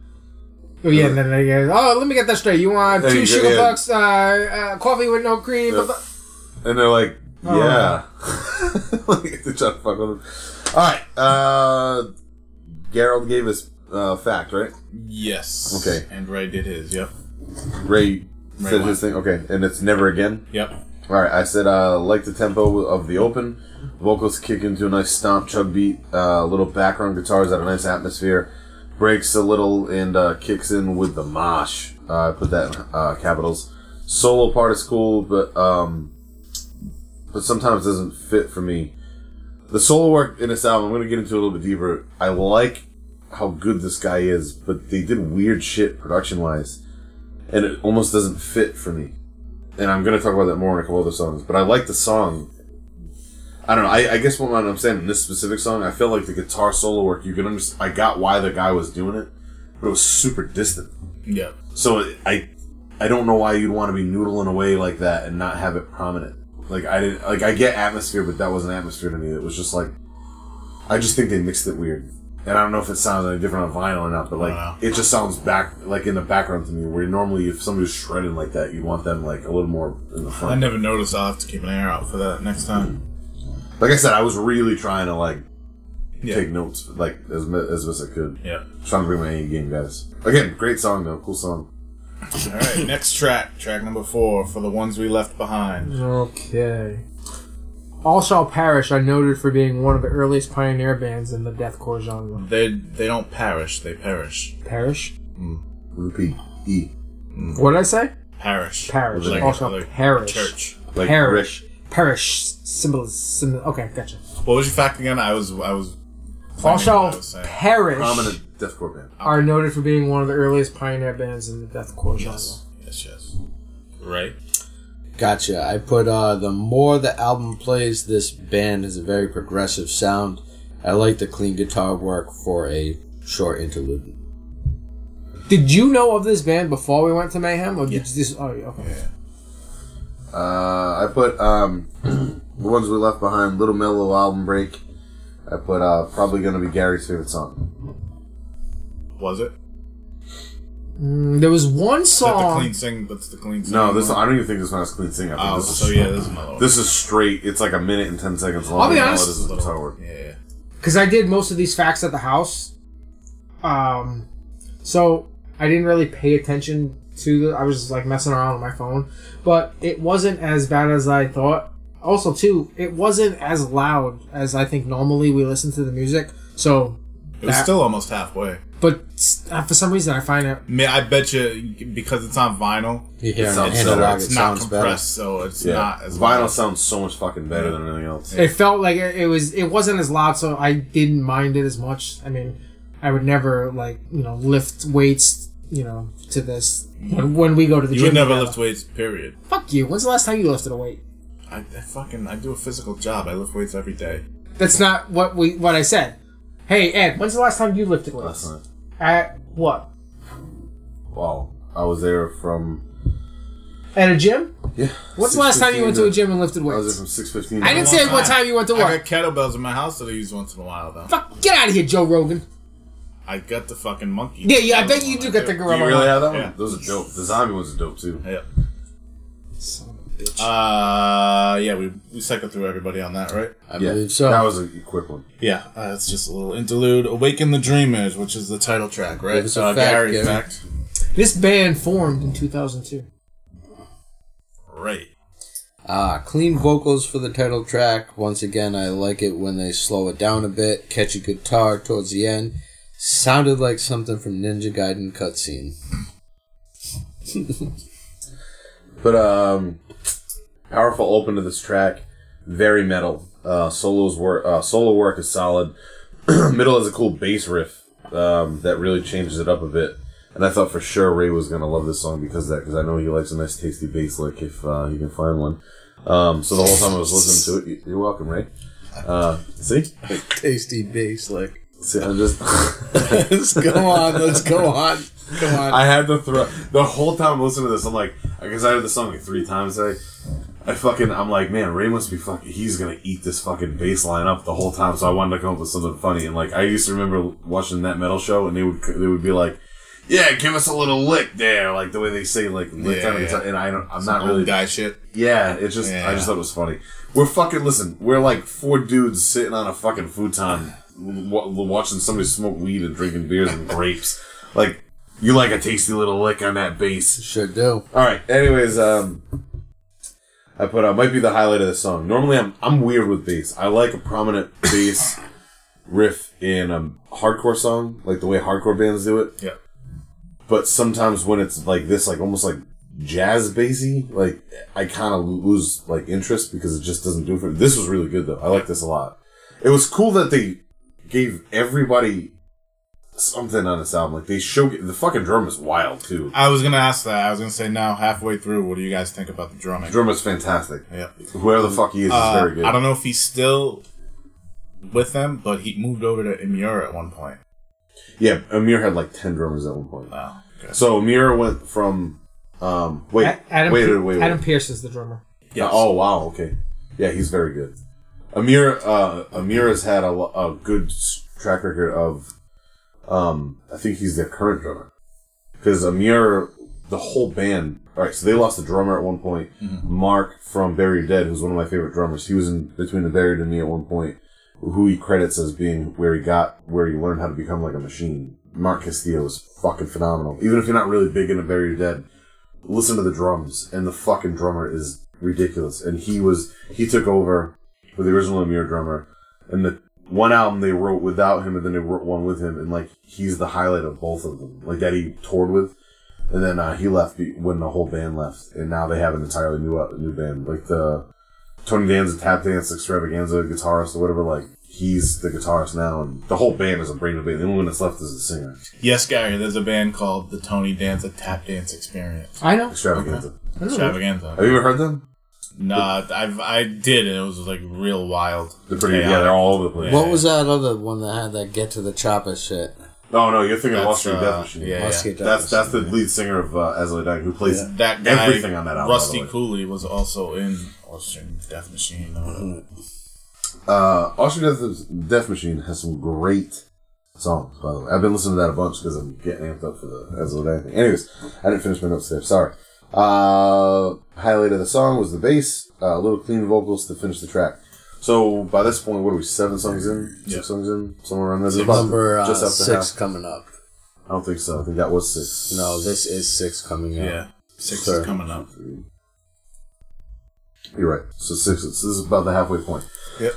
Speaker 4: Oh yeah, and then they goes, oh, let me get that straight. You want
Speaker 1: There
Speaker 4: two
Speaker 1: you go,
Speaker 4: sugar
Speaker 1: yeah.
Speaker 4: bucks, uh, uh, coffee with no cream?
Speaker 1: Yeah.
Speaker 4: blah, blah."
Speaker 1: And they're like, yeah. like, they try to fuck with them. Alright, uh, Gerald gave us uh, fact, right?
Speaker 3: Yes.
Speaker 1: Okay.
Speaker 3: And Ray did his. Yep.
Speaker 1: Ray
Speaker 3: Ray
Speaker 1: said
Speaker 3: won.
Speaker 1: his thing. Okay, and it's never again.
Speaker 3: Yep.
Speaker 1: Alright, I said, uh, like the tempo of the open. Vocals kick into a nice stomp, chug beat. Uh, little background guitars at a nice atmosphere. Breaks a little and uh, kicks in with the mosh. Uh, I put that in uh, capitals. Solo part is cool, but um, but sometimes doesn't fit for me. The solo work in this album, I'm going to get into a little bit deeper. I like how good this guy is, but they did weird shit production wise, and it almost doesn't fit for me. And I'm going to talk about that more in a couple other songs, but I like the song. I don't know. I, I guess what I'm saying in this specific song, I feel like the guitar solo work. You can understand. I got why the guy was doing it, but it was super distant.
Speaker 3: Yeah.
Speaker 1: So it- I, I don't know why you'd want to be noodling away like that and not have it prominent. Like I didn't like I get atmosphere, but that wasn't atmosphere to me. It was just like, I just think they mixed it weird, and I don't know if it sounds any different on vinyl or not. But like
Speaker 3: Wow.
Speaker 1: it just sounds back like in the background to me. Where normally if somebody's shredding like that, you want them like a little more in the
Speaker 3: I
Speaker 1: front.
Speaker 3: never noticed. I'll have to keep an ear out for that next time.
Speaker 1: Like I said, I was really trying to like
Speaker 3: Yeah.
Speaker 1: take notes like as mi- as best I could.
Speaker 3: Yeah.
Speaker 1: Trying to bring my A game, guys. Again, great song though, cool song.
Speaker 3: All right. next track, track number four for the ones we left behind.
Speaker 4: Okay. All Shall Perish are noted for being one of the earliest pioneer bands in the deathcore genre.
Speaker 3: They they don't perish. They perish.
Speaker 4: Perish?
Speaker 1: Repeat E
Speaker 4: What did I say?
Speaker 3: Perish.
Speaker 4: Parish.
Speaker 3: Like,
Speaker 4: Also
Speaker 3: like
Speaker 4: parish.
Speaker 3: Church.
Speaker 1: like
Speaker 4: perish.
Speaker 1: Rick.
Speaker 4: Perish symbols. Symbol, okay, gotcha.
Speaker 3: What was your fact again? I was I was.
Speaker 4: All
Speaker 3: finding what I
Speaker 4: Shall
Speaker 3: was saying.
Speaker 4: Perish
Speaker 1: prominent deathcore band.
Speaker 4: are noted for being one of the earliest pioneer bands in the deathcore
Speaker 3: Yes. Yes. Yes. Right.
Speaker 2: Gotcha. I put uh, the more the album plays, this band has a very progressive sound. I like the clean guitar work for a short interlude.
Speaker 4: genre. Did you know of this band before we went to Mayhem? Or did you just, oh, yeah, okay.
Speaker 1: Uh, I put um, the ones we left behind. Little Mellow album break. I put uh, probably gonna be Gary's favorite song.
Speaker 3: Was it?
Speaker 4: Mm, there was one
Speaker 3: Is that the
Speaker 4: song.
Speaker 3: clean sing? That's the clean sing.
Speaker 1: No, this I don't even think this one has clean singing. I think
Speaker 3: Oh,
Speaker 1: this is
Speaker 3: so yeah, this is my lower.
Speaker 1: this is straight. It's like a minute and ten seconds long.
Speaker 4: be
Speaker 1: and all
Speaker 4: honest-
Speaker 1: it is is guitar work.
Speaker 3: Yeah.
Speaker 4: because I did most of these facts at the house. Um, so I didn't really pay attention to the. I was just like messing around with my phone, but it wasn't as bad as I thought. Also, too, it wasn't as loud as I think normally we listen to the music. So,
Speaker 3: It was
Speaker 4: That-
Speaker 3: still almost halfway.
Speaker 4: but s- uh, for some reason, I find it.
Speaker 3: I mean, I bet you because it's on vinyl,
Speaker 2: You hear
Speaker 1: It
Speaker 2: an
Speaker 1: sounds
Speaker 2: analog,
Speaker 1: better.
Speaker 2: it
Speaker 3: it's not
Speaker 2: sounds better.
Speaker 3: compressed, so it's
Speaker 1: Yeah,
Speaker 3: not as
Speaker 1: vinyl
Speaker 3: loud.
Speaker 1: sounds so much fucking better than anything else.
Speaker 4: It felt like it, it was. It wasn't as loud, so I didn't mind it as much. I mean, I would never like you know lift weights. You know, to this when, when we go to the
Speaker 3: You
Speaker 4: gym.
Speaker 3: would never
Speaker 4: together.
Speaker 3: lift weights, period.
Speaker 4: Fuck you. When's the last time you lifted a weight?
Speaker 3: I, I fucking I do a physical job. I lift weights every day.
Speaker 4: That's not what we what I said. Hey Ed, when's the last time you lifted
Speaker 1: Last
Speaker 4: weights?
Speaker 1: night.
Speaker 4: At what?
Speaker 1: Wow, I was there from
Speaker 4: At a gym?
Speaker 1: yeah.
Speaker 4: When's the last time you went to a gym and lifted
Speaker 1: I was there from
Speaker 4: weights?
Speaker 1: six fifteen.
Speaker 4: I didn't
Speaker 3: long
Speaker 4: say what
Speaker 3: time.
Speaker 4: time you went to
Speaker 3: I
Speaker 4: work.
Speaker 3: got kettlebells in my house that I use once in a while though.
Speaker 4: Fuck, get out of here, Joe Rogan.
Speaker 3: I got the fucking monkey.
Speaker 4: Yeah, yeah, I bet
Speaker 3: Kettlebell
Speaker 4: you
Speaker 3: one
Speaker 4: do get the
Speaker 1: Do
Speaker 4: gorilla.
Speaker 1: you really have that one?
Speaker 3: Yeah.
Speaker 1: Those are dope. The zombie ones are dope too.
Speaker 3: Yep.
Speaker 4: Son of a bitch.
Speaker 3: Uh, yeah, we we cycled through everybody on that, right?
Speaker 2: I
Speaker 1: yeah,
Speaker 2: believe so.
Speaker 1: that was a quick one.
Speaker 3: Yeah, uh, it's just a little interlude. "Awaken the Dreamers," which is the title track, right?
Speaker 2: Give us a
Speaker 3: uh,
Speaker 2: fact,
Speaker 3: Gary
Speaker 2: Gary.
Speaker 3: fact.
Speaker 4: This band formed in 2002.
Speaker 3: Right.
Speaker 2: Ah, clean vocals for the title track. Once again, I like it when they slow it down a bit. Catchy guitar towards the end. Sounded like something from Ninja Gaiden cutscene.
Speaker 1: But um, powerful open to this track, very metal. Uh, solos work, uh, solo work is solid. Middle has a cool bass riff um, that really changes it up a bit. And I thought for sure Ray was gonna love this song because of that, because I know he likes a nice tasty bass lick if uh, he can find one. Um, so the whole time I was listening to it, you- you're welcome, Ray. Uh, see,
Speaker 2: Tasty bass lick.
Speaker 1: see, I just.
Speaker 2: let's go on. Let's go on. Come on.
Speaker 1: I had to throw the whole time I'm listening to this. I'm like, because I heard the song like three times. I, I fucking, I'm like, man, Ray must be fucking. He's gonna eat this fucking bass line up the whole time. So I wanted to come up with something funny. And like, I used to remember watching that metal show, and they would they would be like, yeah, give us a little lick there, like the way they say like lick
Speaker 3: Yeah,
Speaker 1: on the
Speaker 3: yeah.
Speaker 1: guitar. And I don't, I'm
Speaker 3: Not
Speaker 1: not really.
Speaker 3: guy shit.
Speaker 1: Yeah, it's just I
Speaker 3: Yeah.
Speaker 1: just thought it was funny. We're fucking listen. We're like four dudes sitting on a fucking futon, wa- watching somebody smoke weed and drinking beers and grapes. Like you like a tasty little lick on that bass.
Speaker 2: Sure do.
Speaker 1: All right. Anyways, um, I put uh, might be the highlight of the song. Normally, I'm I'm weird with bass. I like a prominent bass riff in a hardcore song, like the way hardcore bands do it
Speaker 3: Yeah.
Speaker 1: but sometimes when it's like this, like almost like jazz bassy, like I kind of lose like interest because it just doesn't do it for me. This was really good though. I like this a lot. It was cool that they gave everybody something on this album. Like they show the fucking drum is wild too.
Speaker 3: I was gonna ask that. I was gonna say now, halfway through, what do you guys think about the drumming?
Speaker 1: Drum is fantastic.
Speaker 3: yeah,
Speaker 1: Whoever the fuck he is is
Speaker 3: Uh,
Speaker 1: very good.
Speaker 3: I don't know if he's still with them, but he moved over to Imura at one point.
Speaker 1: yeah, Amir had like ten drummers at one point.
Speaker 3: Wow. Okay.
Speaker 1: So Amir went from um wait
Speaker 4: A- Adam,
Speaker 1: wait,
Speaker 4: Pe-
Speaker 1: wait wait wait.
Speaker 4: Adam Pierce is the drummer.
Speaker 1: Yeah, Oh wow. Okay. Yeah, he's very good. Amir uh, Amir has had a, lo- a good s- track record of. Um, I think he's their current drummer because Amir, the whole band. All right, so they lost the drummer at one point. Mark from Buried Dead, who's one of my favorite drummers, he was in between the Buried and me at one point. Who he credits as being where he got where he learned how to become like a machine. Mark Castillo is fucking phenomenal. Even if you're not really big into Buried Dead, listen to the drums, and the fucking drummer is ridiculous. And he was he took over for the original Amir drummer, and the one album they wrote without him, and then they wrote one with him, and like he's the highlight of both of them, like that he toured with, and then uh, he left be- when the whole band left, and now they have an entirely new uh, new band, like the Tony Danza tap dance extravaganza guitarist or whatever, like. He's the guitarist now, and the whole band is a brand new band. The only one that's left is the singer.
Speaker 3: Yes, Gary. There's a band called the Tony Danza Tap Dance Experience.
Speaker 4: I know.
Speaker 1: Extravaganza.
Speaker 4: I know.
Speaker 3: Extravaganza.
Speaker 1: Have you ever heard them?
Speaker 3: Nah, I've I did, and it was like real wild.
Speaker 1: They're pretty. Yeah, they're all over the place.
Speaker 2: What was that other one that had that get to the chopper shit?
Speaker 1: Oh, No, no, you're thinking of
Speaker 3: That's,
Speaker 1: Wall Street
Speaker 3: uh,
Speaker 1: Death Machine.
Speaker 3: yeah.
Speaker 2: Let's get
Speaker 1: That's
Speaker 2: that.
Speaker 1: that's the lead singer of uh, As I Die, who plays
Speaker 3: that guy,
Speaker 1: everything on that album. by the
Speaker 3: Rusty
Speaker 1: way.
Speaker 3: Cooley was also in Austrian Death Machine.
Speaker 1: Mm-hmm.
Speaker 3: uh,
Speaker 1: Uh, Wall Street Death, Death Machine has some great songs. By the way, I've been listening to that a bunch because I'm getting amped up for the As I Die thing. Anyways, I didn't finish my notes there. Sorry. Uh, highlight of the song was the bass, uh, little clean vocals to finish the track. So by this point, what are we? Seven songs in, six
Speaker 3: Yeah.
Speaker 1: songs in, somewhere around there. About-
Speaker 2: Number uh,
Speaker 1: just after
Speaker 2: six
Speaker 1: half.
Speaker 2: coming up.
Speaker 1: I don't think so. I think that was six.
Speaker 2: No, this is six coming
Speaker 3: yeah.
Speaker 2: up.
Speaker 3: six
Speaker 2: Sorry.
Speaker 3: is coming up.
Speaker 1: You're right. So six. This is about the halfway point.
Speaker 3: Yep.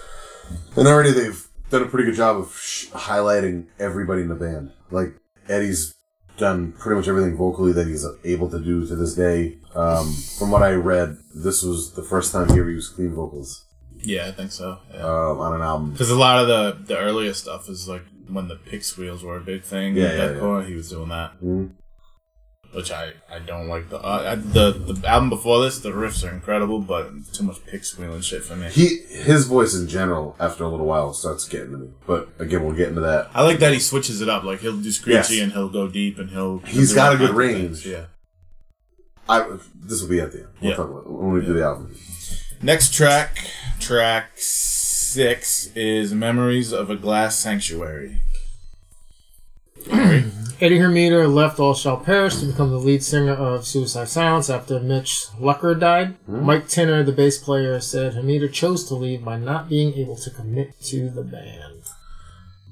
Speaker 1: And already they've done a pretty good job of sh- highlighting everybody in the band. Like Eddie's done pretty much everything vocally that he's able to do to this day. Um, from what I read, this was the first time he ever used clean vocals
Speaker 3: Yeah, I think so. Yeah.
Speaker 1: um, on an album.
Speaker 3: Because a lot of the the earlier stuff is like when the pick squeals were a big thing.
Speaker 1: Yeah,
Speaker 3: Yeah,
Speaker 1: yeah,
Speaker 3: He was doing that,
Speaker 1: Mhm.
Speaker 3: which I, I don't like. The, uh, I, the the album before this, the riffs are incredible, but too much pick squealing shit for me.
Speaker 1: He his voice in general after a little while starts getting to me. But again, we'll get into that.
Speaker 3: I like that he switches it up. Like he'll do screechy
Speaker 1: Yes.
Speaker 3: and he'll go deep and he'll.
Speaker 1: He's
Speaker 3: do
Speaker 1: got
Speaker 3: all
Speaker 1: a good
Speaker 3: kinds of things,
Speaker 1: range.
Speaker 3: Yeah.
Speaker 1: I this will be at the end. We'll
Speaker 3: Yeah.
Speaker 1: talk about it when we do the album.
Speaker 3: Next track, track six is "Memories of a Glass Sanctuary."
Speaker 4: Eddie Hermiter left All Shall Perish to become the lead singer of Suicide Silence after Mitch Lucker died. Mike Tinner, the bass player, said Hermiter chose to leave by not being able to commit to the band.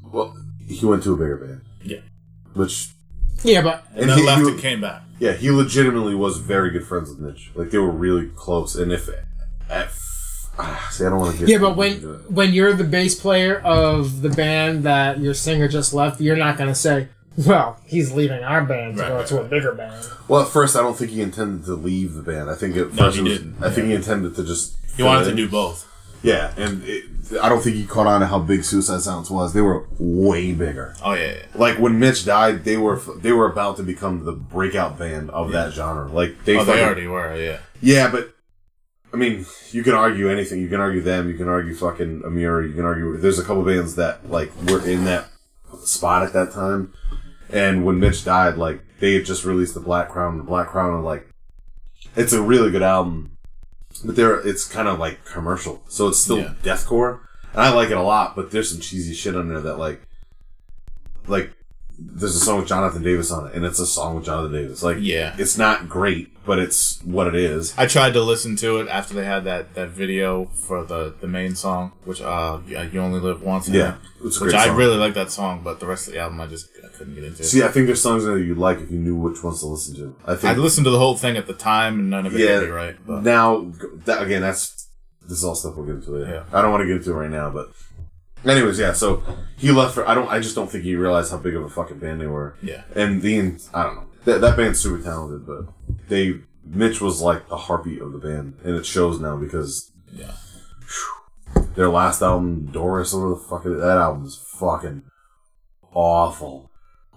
Speaker 1: Well, he went to a bigger band,
Speaker 3: Yeah,
Speaker 1: which
Speaker 4: Yeah, but
Speaker 3: and,
Speaker 1: And
Speaker 3: then
Speaker 1: he-
Speaker 3: left
Speaker 1: he-
Speaker 3: and came back.
Speaker 1: Yeah, he legitimately was very good friends with Mitch. Like they were really close. And if, if ah, see, I don't want to get
Speaker 4: yeah, but when
Speaker 1: into it.
Speaker 4: when you're the bass player of the band that your singer just left, you're not gonna say, "Well, he's leaving our band to
Speaker 3: Right,
Speaker 4: go
Speaker 3: right,
Speaker 4: to a bigger band."
Speaker 1: well, at first I don't think he intended to leave the band. I think at
Speaker 3: No,
Speaker 1: first
Speaker 3: he
Speaker 1: it was-
Speaker 3: didn't.
Speaker 1: I think he intended to just
Speaker 3: He
Speaker 1: fill
Speaker 3: wanted to
Speaker 1: in.
Speaker 3: do both.
Speaker 1: yeah, and it, I don't think he caught on to how big Suicide Silence was. They were way bigger.
Speaker 3: Oh yeah, yeah.
Speaker 1: Like when Mitch died, they were they were about to become the breakout band of that genre. Like they,
Speaker 3: Oh, they
Speaker 1: fucking-
Speaker 3: already were. Yeah.
Speaker 1: Yeah, but I mean, you can argue anything. You can argue them. You can argue fucking Amir. You can argue. There's a couple bands that like were in that spot at that time, and when Mitch died, like they had just released the Black Crown. The Black Crown, and like it's a really good album, but there it's kind of like commercial, so it's still
Speaker 3: Yeah.
Speaker 1: deathcore, and I like it a lot. But there's some cheesy shit on there that like, like. There's a song with Jonathan Davis on it, and it's a song with Jonathan Davis. Like,
Speaker 3: Yeah.
Speaker 1: it's not great, but it's what it is.
Speaker 3: I tried to listen to it after they had that, that video for the, the main song, which uh yeah, you only live once.
Speaker 1: Yeah, it's a
Speaker 3: which
Speaker 1: great
Speaker 3: I
Speaker 1: song.
Speaker 3: really like that song, but the rest of the album I just I couldn't get into.
Speaker 1: See, I think there's songs in there you like if you knew which ones to listen to. I think.
Speaker 3: I listened to the whole thing at the time, and none of it
Speaker 1: yeah,
Speaker 3: hit me right. But
Speaker 1: now g- that, again, that's this is all stuff we'll get into later. I don't want to get into it right now, but anyways, yeah. So he left for. I don't. I just don't think he realized how big of a fucking band they were.
Speaker 3: yeah,
Speaker 1: And the in- I don't know that that band's super talented, but they Mitch was like the heartbeat of the band, and it shows now because
Speaker 3: yeah,
Speaker 1: their last album, Doris, or whatever the fuck it, that album is fucking awful.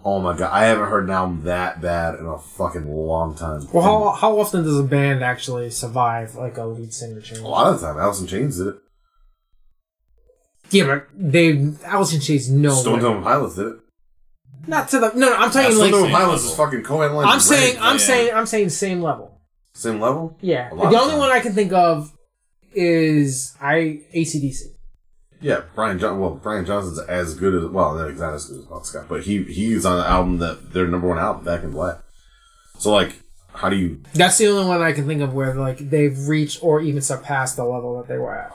Speaker 1: Oh my god, I haven't heard an album that bad in a fucking long time.
Speaker 4: Well, how, how often does a band actually survive like a lead singer change?
Speaker 1: a lot of the time, Alice in Chains did it.
Speaker 4: Yeah, but they Alice in Chains no.
Speaker 1: Stone
Speaker 4: way.
Speaker 1: Temple Pilots did it.
Speaker 4: Not to the no no. I'm
Speaker 1: Yeah,
Speaker 4: talking
Speaker 1: Stone Temple
Speaker 4: like
Speaker 3: same
Speaker 1: Pilots is
Speaker 3: level.
Speaker 1: fucking Cohen Line.
Speaker 4: I'm saying I'm
Speaker 3: yeah.
Speaker 4: saying I'm saying same level.
Speaker 1: same level.
Speaker 4: Yeah,
Speaker 1: A
Speaker 4: the
Speaker 1: lot
Speaker 4: only
Speaker 1: of time.
Speaker 4: one I can think of is I ACDC.
Speaker 1: Yeah, Brian John. Well, Brian Johnson's as good as well. no, He's not as good as Bon Scott, but he he's on the album that their number one album, Back in Black. So like, how do you?
Speaker 4: That's the only one I can think of where like they've reached or even surpassed the level that they were at.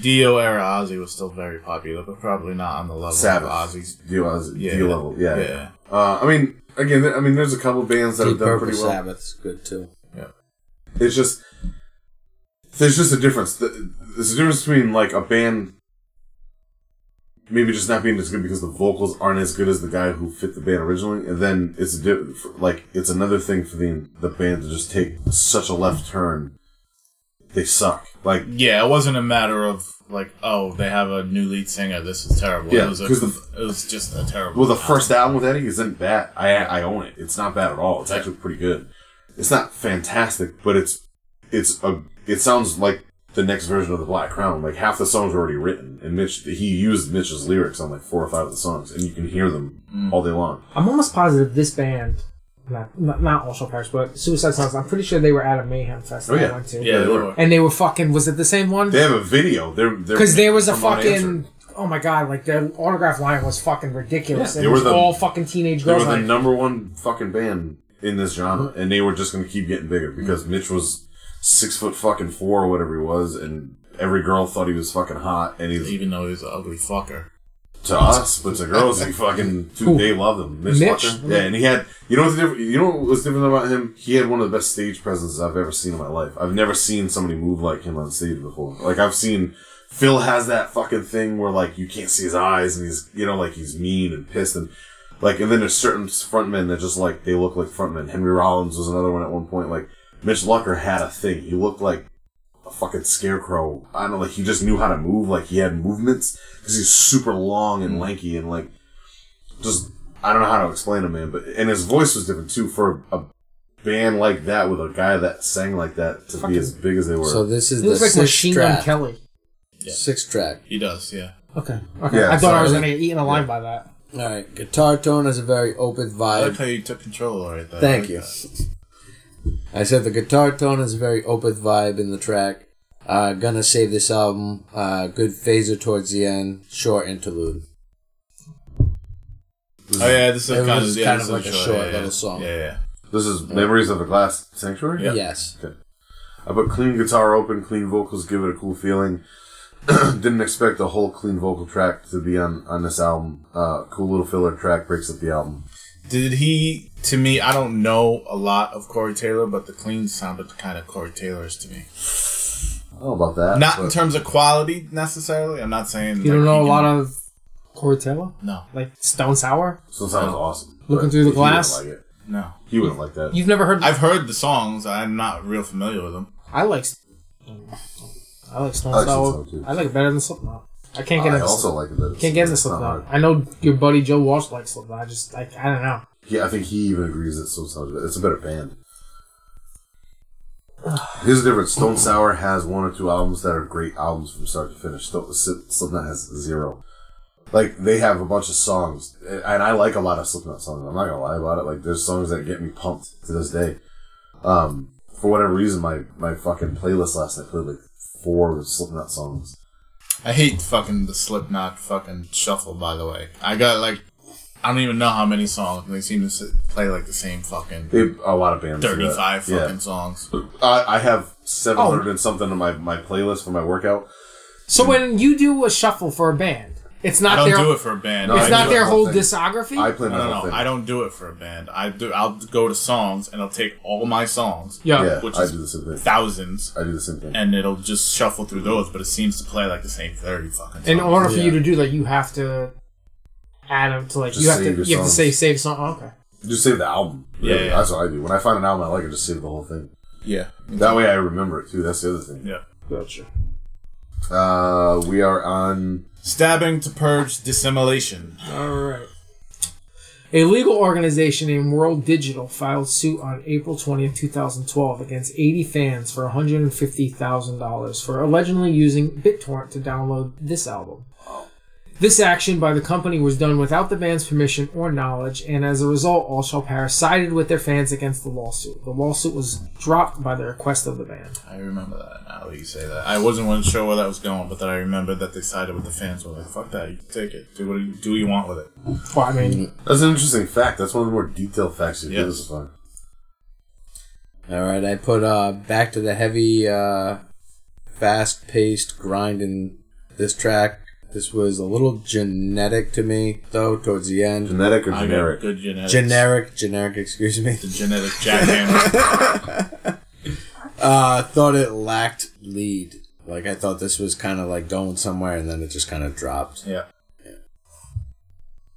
Speaker 3: Dio era Ozzy was still very popular, but probably not on the level
Speaker 1: Sabbath.
Speaker 3: of Ozzy's.
Speaker 1: Do as
Speaker 3: Yeah.
Speaker 1: do level? Yeah.
Speaker 3: Yeah.
Speaker 1: Uh, I mean, again, I mean, there's a couple bands that
Speaker 2: Deep
Speaker 1: have done
Speaker 2: Purple
Speaker 1: pretty well.
Speaker 2: Sabbath's good too.
Speaker 1: It's just there's just a difference. The- There's a difference between like a band maybe just not being as good because the vocals aren't as good as the guy who fit the band originally, and then it's a di- for- like it's another thing for the the band to just take such a left turn. They suck. Like
Speaker 3: Yeah, it wasn't a matter of like, oh, they have a new lead singer. This is terrible.
Speaker 1: Yeah,
Speaker 3: it was a,
Speaker 1: 'cause the-
Speaker 3: it was just a terrible.
Speaker 1: well, the
Speaker 3: album.
Speaker 1: first album with Eddie isn't bad. I I own it. It's not bad at all. It's actually pretty good. It's not fantastic, but it's it's a it sounds like the next version of the Black Crown. Like half the songs were already written, and Mitch he used Mitch's lyrics on like four or five of the songs, and you can hear them
Speaker 3: Mm.
Speaker 1: all day long.
Speaker 4: I'm almost positive this band, not not, not All Shall Perish, but Suicide Silence. I'm pretty sure they were at a Mayhem Fest
Speaker 1: Oh,
Speaker 4: that
Speaker 1: yeah.
Speaker 4: I went to,
Speaker 3: Yeah,
Speaker 1: Yeah,
Speaker 3: they
Speaker 1: they
Speaker 3: were.
Speaker 4: and they were fucking. Was it the same one?
Speaker 1: They have a video. They're
Speaker 4: Because there was a
Speaker 1: from Odd Answer.
Speaker 4: fucking. Oh my god! Like their autograph line was fucking ridiculous.
Speaker 1: Yeah,
Speaker 4: and
Speaker 1: they
Speaker 4: it
Speaker 1: were
Speaker 4: was
Speaker 1: the-
Speaker 4: all fucking teenage
Speaker 1: They
Speaker 4: girls.
Speaker 1: were the
Speaker 4: like-
Speaker 1: number one fucking band in this genre, and they were just going to keep getting bigger because Mitch was six foot fucking four or whatever he was, and every girl thought he was fucking hot, and he's
Speaker 3: even though he's an ugly fucker.
Speaker 1: to us, but to girls, he fucking dude,
Speaker 4: Who?
Speaker 1: they love him. Mitch,
Speaker 4: Mitch?
Speaker 1: Lucker. yeah, and he had you know what's different. You know what was different about him? He had one of the best stage presences I've ever seen in my life. I've never seen somebody move like him on stage before. Like I've seen Phil has that fucking thing where like you can't see his eyes, and he's you know like he's mean and pissed and. Like and then there's certain frontmen that just like they look like frontmen. Henry Rollins was another one at one point. Like Mitch Lucker had a thing. He looked like a fucking scarecrow. I don't know, like he just knew how to move. Like he had movements because he's super long and lanky and like just I don't know how to explain him, man. But and his voice was different too for a band like that with a guy that sang like that to
Speaker 4: Fucking-
Speaker 1: be as big as they were.
Speaker 2: So this is
Speaker 4: It
Speaker 2: the
Speaker 4: looks like
Speaker 2: sixth
Speaker 4: Machine Gun
Speaker 2: track.
Speaker 4: Kelly.
Speaker 3: Yeah.
Speaker 2: Sixth track.
Speaker 3: He does, yeah.
Speaker 4: Okay. Okay.
Speaker 1: Yeah,
Speaker 4: I thought I was
Speaker 1: sorry.
Speaker 4: gonna get eaten alive by that.
Speaker 2: All right, guitar tone has a very open
Speaker 3: I
Speaker 2: vibe.
Speaker 3: like how you took control all right there. I
Speaker 2: Thank
Speaker 3: like
Speaker 2: you.
Speaker 3: that.
Speaker 2: Uh, I said the guitar tone is a very open vibe in the track. Uh, gonna save this album. Uh, good phaser towards the end. Short interlude.
Speaker 3: Oh yeah, this is
Speaker 2: It
Speaker 3: kind of,
Speaker 2: was
Speaker 3: yeah,
Speaker 2: kind
Speaker 3: this
Speaker 2: of
Speaker 3: is
Speaker 2: like a
Speaker 3: short,
Speaker 2: short
Speaker 3: yeah,
Speaker 2: little
Speaker 3: yeah.
Speaker 2: song.
Speaker 3: Yeah, yeah.
Speaker 1: this is Memories of a Glass Sanctuary.
Speaker 3: Yeah.
Speaker 2: Yes.
Speaker 1: I put clean guitar open, clean vocals give it a cool feeling. Didn't expect a whole clean vocal track to be on on this album. Uh, cool little filler track breaks up the album.
Speaker 3: Did he? To me, I don't know a lot of Corey Taylor, but the clean sounded kind of Corey Taylor's to me.
Speaker 1: I don't know about that.
Speaker 3: Not in
Speaker 1: but-
Speaker 3: terms of quality necessarily. I'm not saying
Speaker 4: You don't know a lot of Corey Taylor,
Speaker 3: No,
Speaker 4: like Stone Sour.
Speaker 1: So it sounds awesome.
Speaker 4: Looking
Speaker 1: but
Speaker 4: through the
Speaker 1: he wouldn't
Speaker 4: glass?
Speaker 1: like it.
Speaker 3: no.
Speaker 1: He wouldn't like that.
Speaker 4: You've never heard.
Speaker 3: I've heard the songs. I'm not real familiar with them.
Speaker 4: I like. I like Stone
Speaker 1: I like
Speaker 4: Sour.
Speaker 1: Stone Sour, too.
Speaker 4: I like it better than Slipknot. I can't get
Speaker 1: I
Speaker 4: into
Speaker 1: also
Speaker 4: Slipknot.
Speaker 1: like it. that it's-
Speaker 4: Can't get into
Speaker 1: it's not hard.
Speaker 4: Slipknot. I know your buddy Joe Walsh likes Slipknot. I just like I don't know.
Speaker 1: Yeah, I think he even agrees that Stone Sour it's a better band. Here's the difference. Stone Sour has one or two albums that are great albums from start to finish. Stone, Slip- Slipknot has zero. Like they have a bunch of songs, and I like a lot of Slipknot songs. I'm not gonna lie about it. Like there's songs that get me pumped to this day. Um, for whatever reason, my my fucking playlist last night played like four Slipknot songs.
Speaker 3: I hate fucking the Slipknot fucking shuffle. By the way, I got like I don't even know how many songs. and They seem to s- play like the same fucking
Speaker 1: They a lot of bands. do that.
Speaker 3: thirty-five
Speaker 1: Yeah.
Speaker 3: fucking Oh. songs.
Speaker 1: I, I have 700 and something on my, my playlist for my workout.
Speaker 4: So when you do a shuffle for a band, it's
Speaker 3: I
Speaker 4: not
Speaker 3: don't
Speaker 4: their.
Speaker 3: do it for a band.
Speaker 1: No,
Speaker 4: it's
Speaker 1: I
Speaker 4: not
Speaker 1: do it
Speaker 4: their
Speaker 1: for
Speaker 4: whole
Speaker 1: thing.
Speaker 4: discography.
Speaker 1: I play my
Speaker 3: No,
Speaker 1: whole
Speaker 3: no, no.
Speaker 1: thing.
Speaker 3: I don't do it for a band. I do. I'll go to songs and I'll take all my songs,
Speaker 4: yeah.
Speaker 1: yeah,
Speaker 3: which
Speaker 1: I
Speaker 3: is
Speaker 1: do the same thing.
Speaker 3: thousands,
Speaker 1: I do the same thing.
Speaker 3: and it'll just shuffle through those. But it seems to play like the same thirty fucking. Songs.
Speaker 4: In order for
Speaker 2: Yeah.
Speaker 4: you to do that, you have to add them to like
Speaker 1: Just
Speaker 4: you have
Speaker 1: save
Speaker 4: to
Speaker 1: your
Speaker 4: you have to
Speaker 1: songs.
Speaker 4: say save song. oh, okay.
Speaker 1: Just save the album. really.
Speaker 3: Yeah.
Speaker 1: That's what I do. When I find an album I like, I just save the whole thing.
Speaker 3: yeah,
Speaker 1: That way I remember it too. That's the other thing.
Speaker 3: yeah.
Speaker 4: Gotcha.
Speaker 1: Uh, we are on.
Speaker 3: Stabbing to purge dissimulation.
Speaker 4: All right. A legal organization named World Digital filed suit on April 20th, 2012 against 80 fans for $150,000 for allegedly using BitTorrent to download this album. This action by the company was done without the band's permission or knowledge, and as a result, All Shall Paris sided with their fans against the lawsuit. The lawsuit was dropped by the request of the band.
Speaker 3: I remember that now that you say that. I wasn't one sure where that was going, but then I remembered that they sided with the fans. Were like, fuck that, you take it. Do what you, do what you want with it.
Speaker 4: Well, I mean,
Speaker 1: That's an interesting fact. That's one of the more detailed facts you
Speaker 3: Yes.
Speaker 1: give us. Fun.
Speaker 2: All right, I put uh, back to the heavy, uh, fast-paced grind in this track. This was a little genetic to me, though, towards the end.
Speaker 1: Genetic or
Speaker 3: I got
Speaker 1: generic?
Speaker 3: Good genetics.
Speaker 2: Generic, generic. Excuse me.
Speaker 3: The genetic jackhammer.
Speaker 2: Uh, I thought it lacked lead. Like I thought this was kind of like going somewhere, and then it just kind of dropped.
Speaker 3: yeah.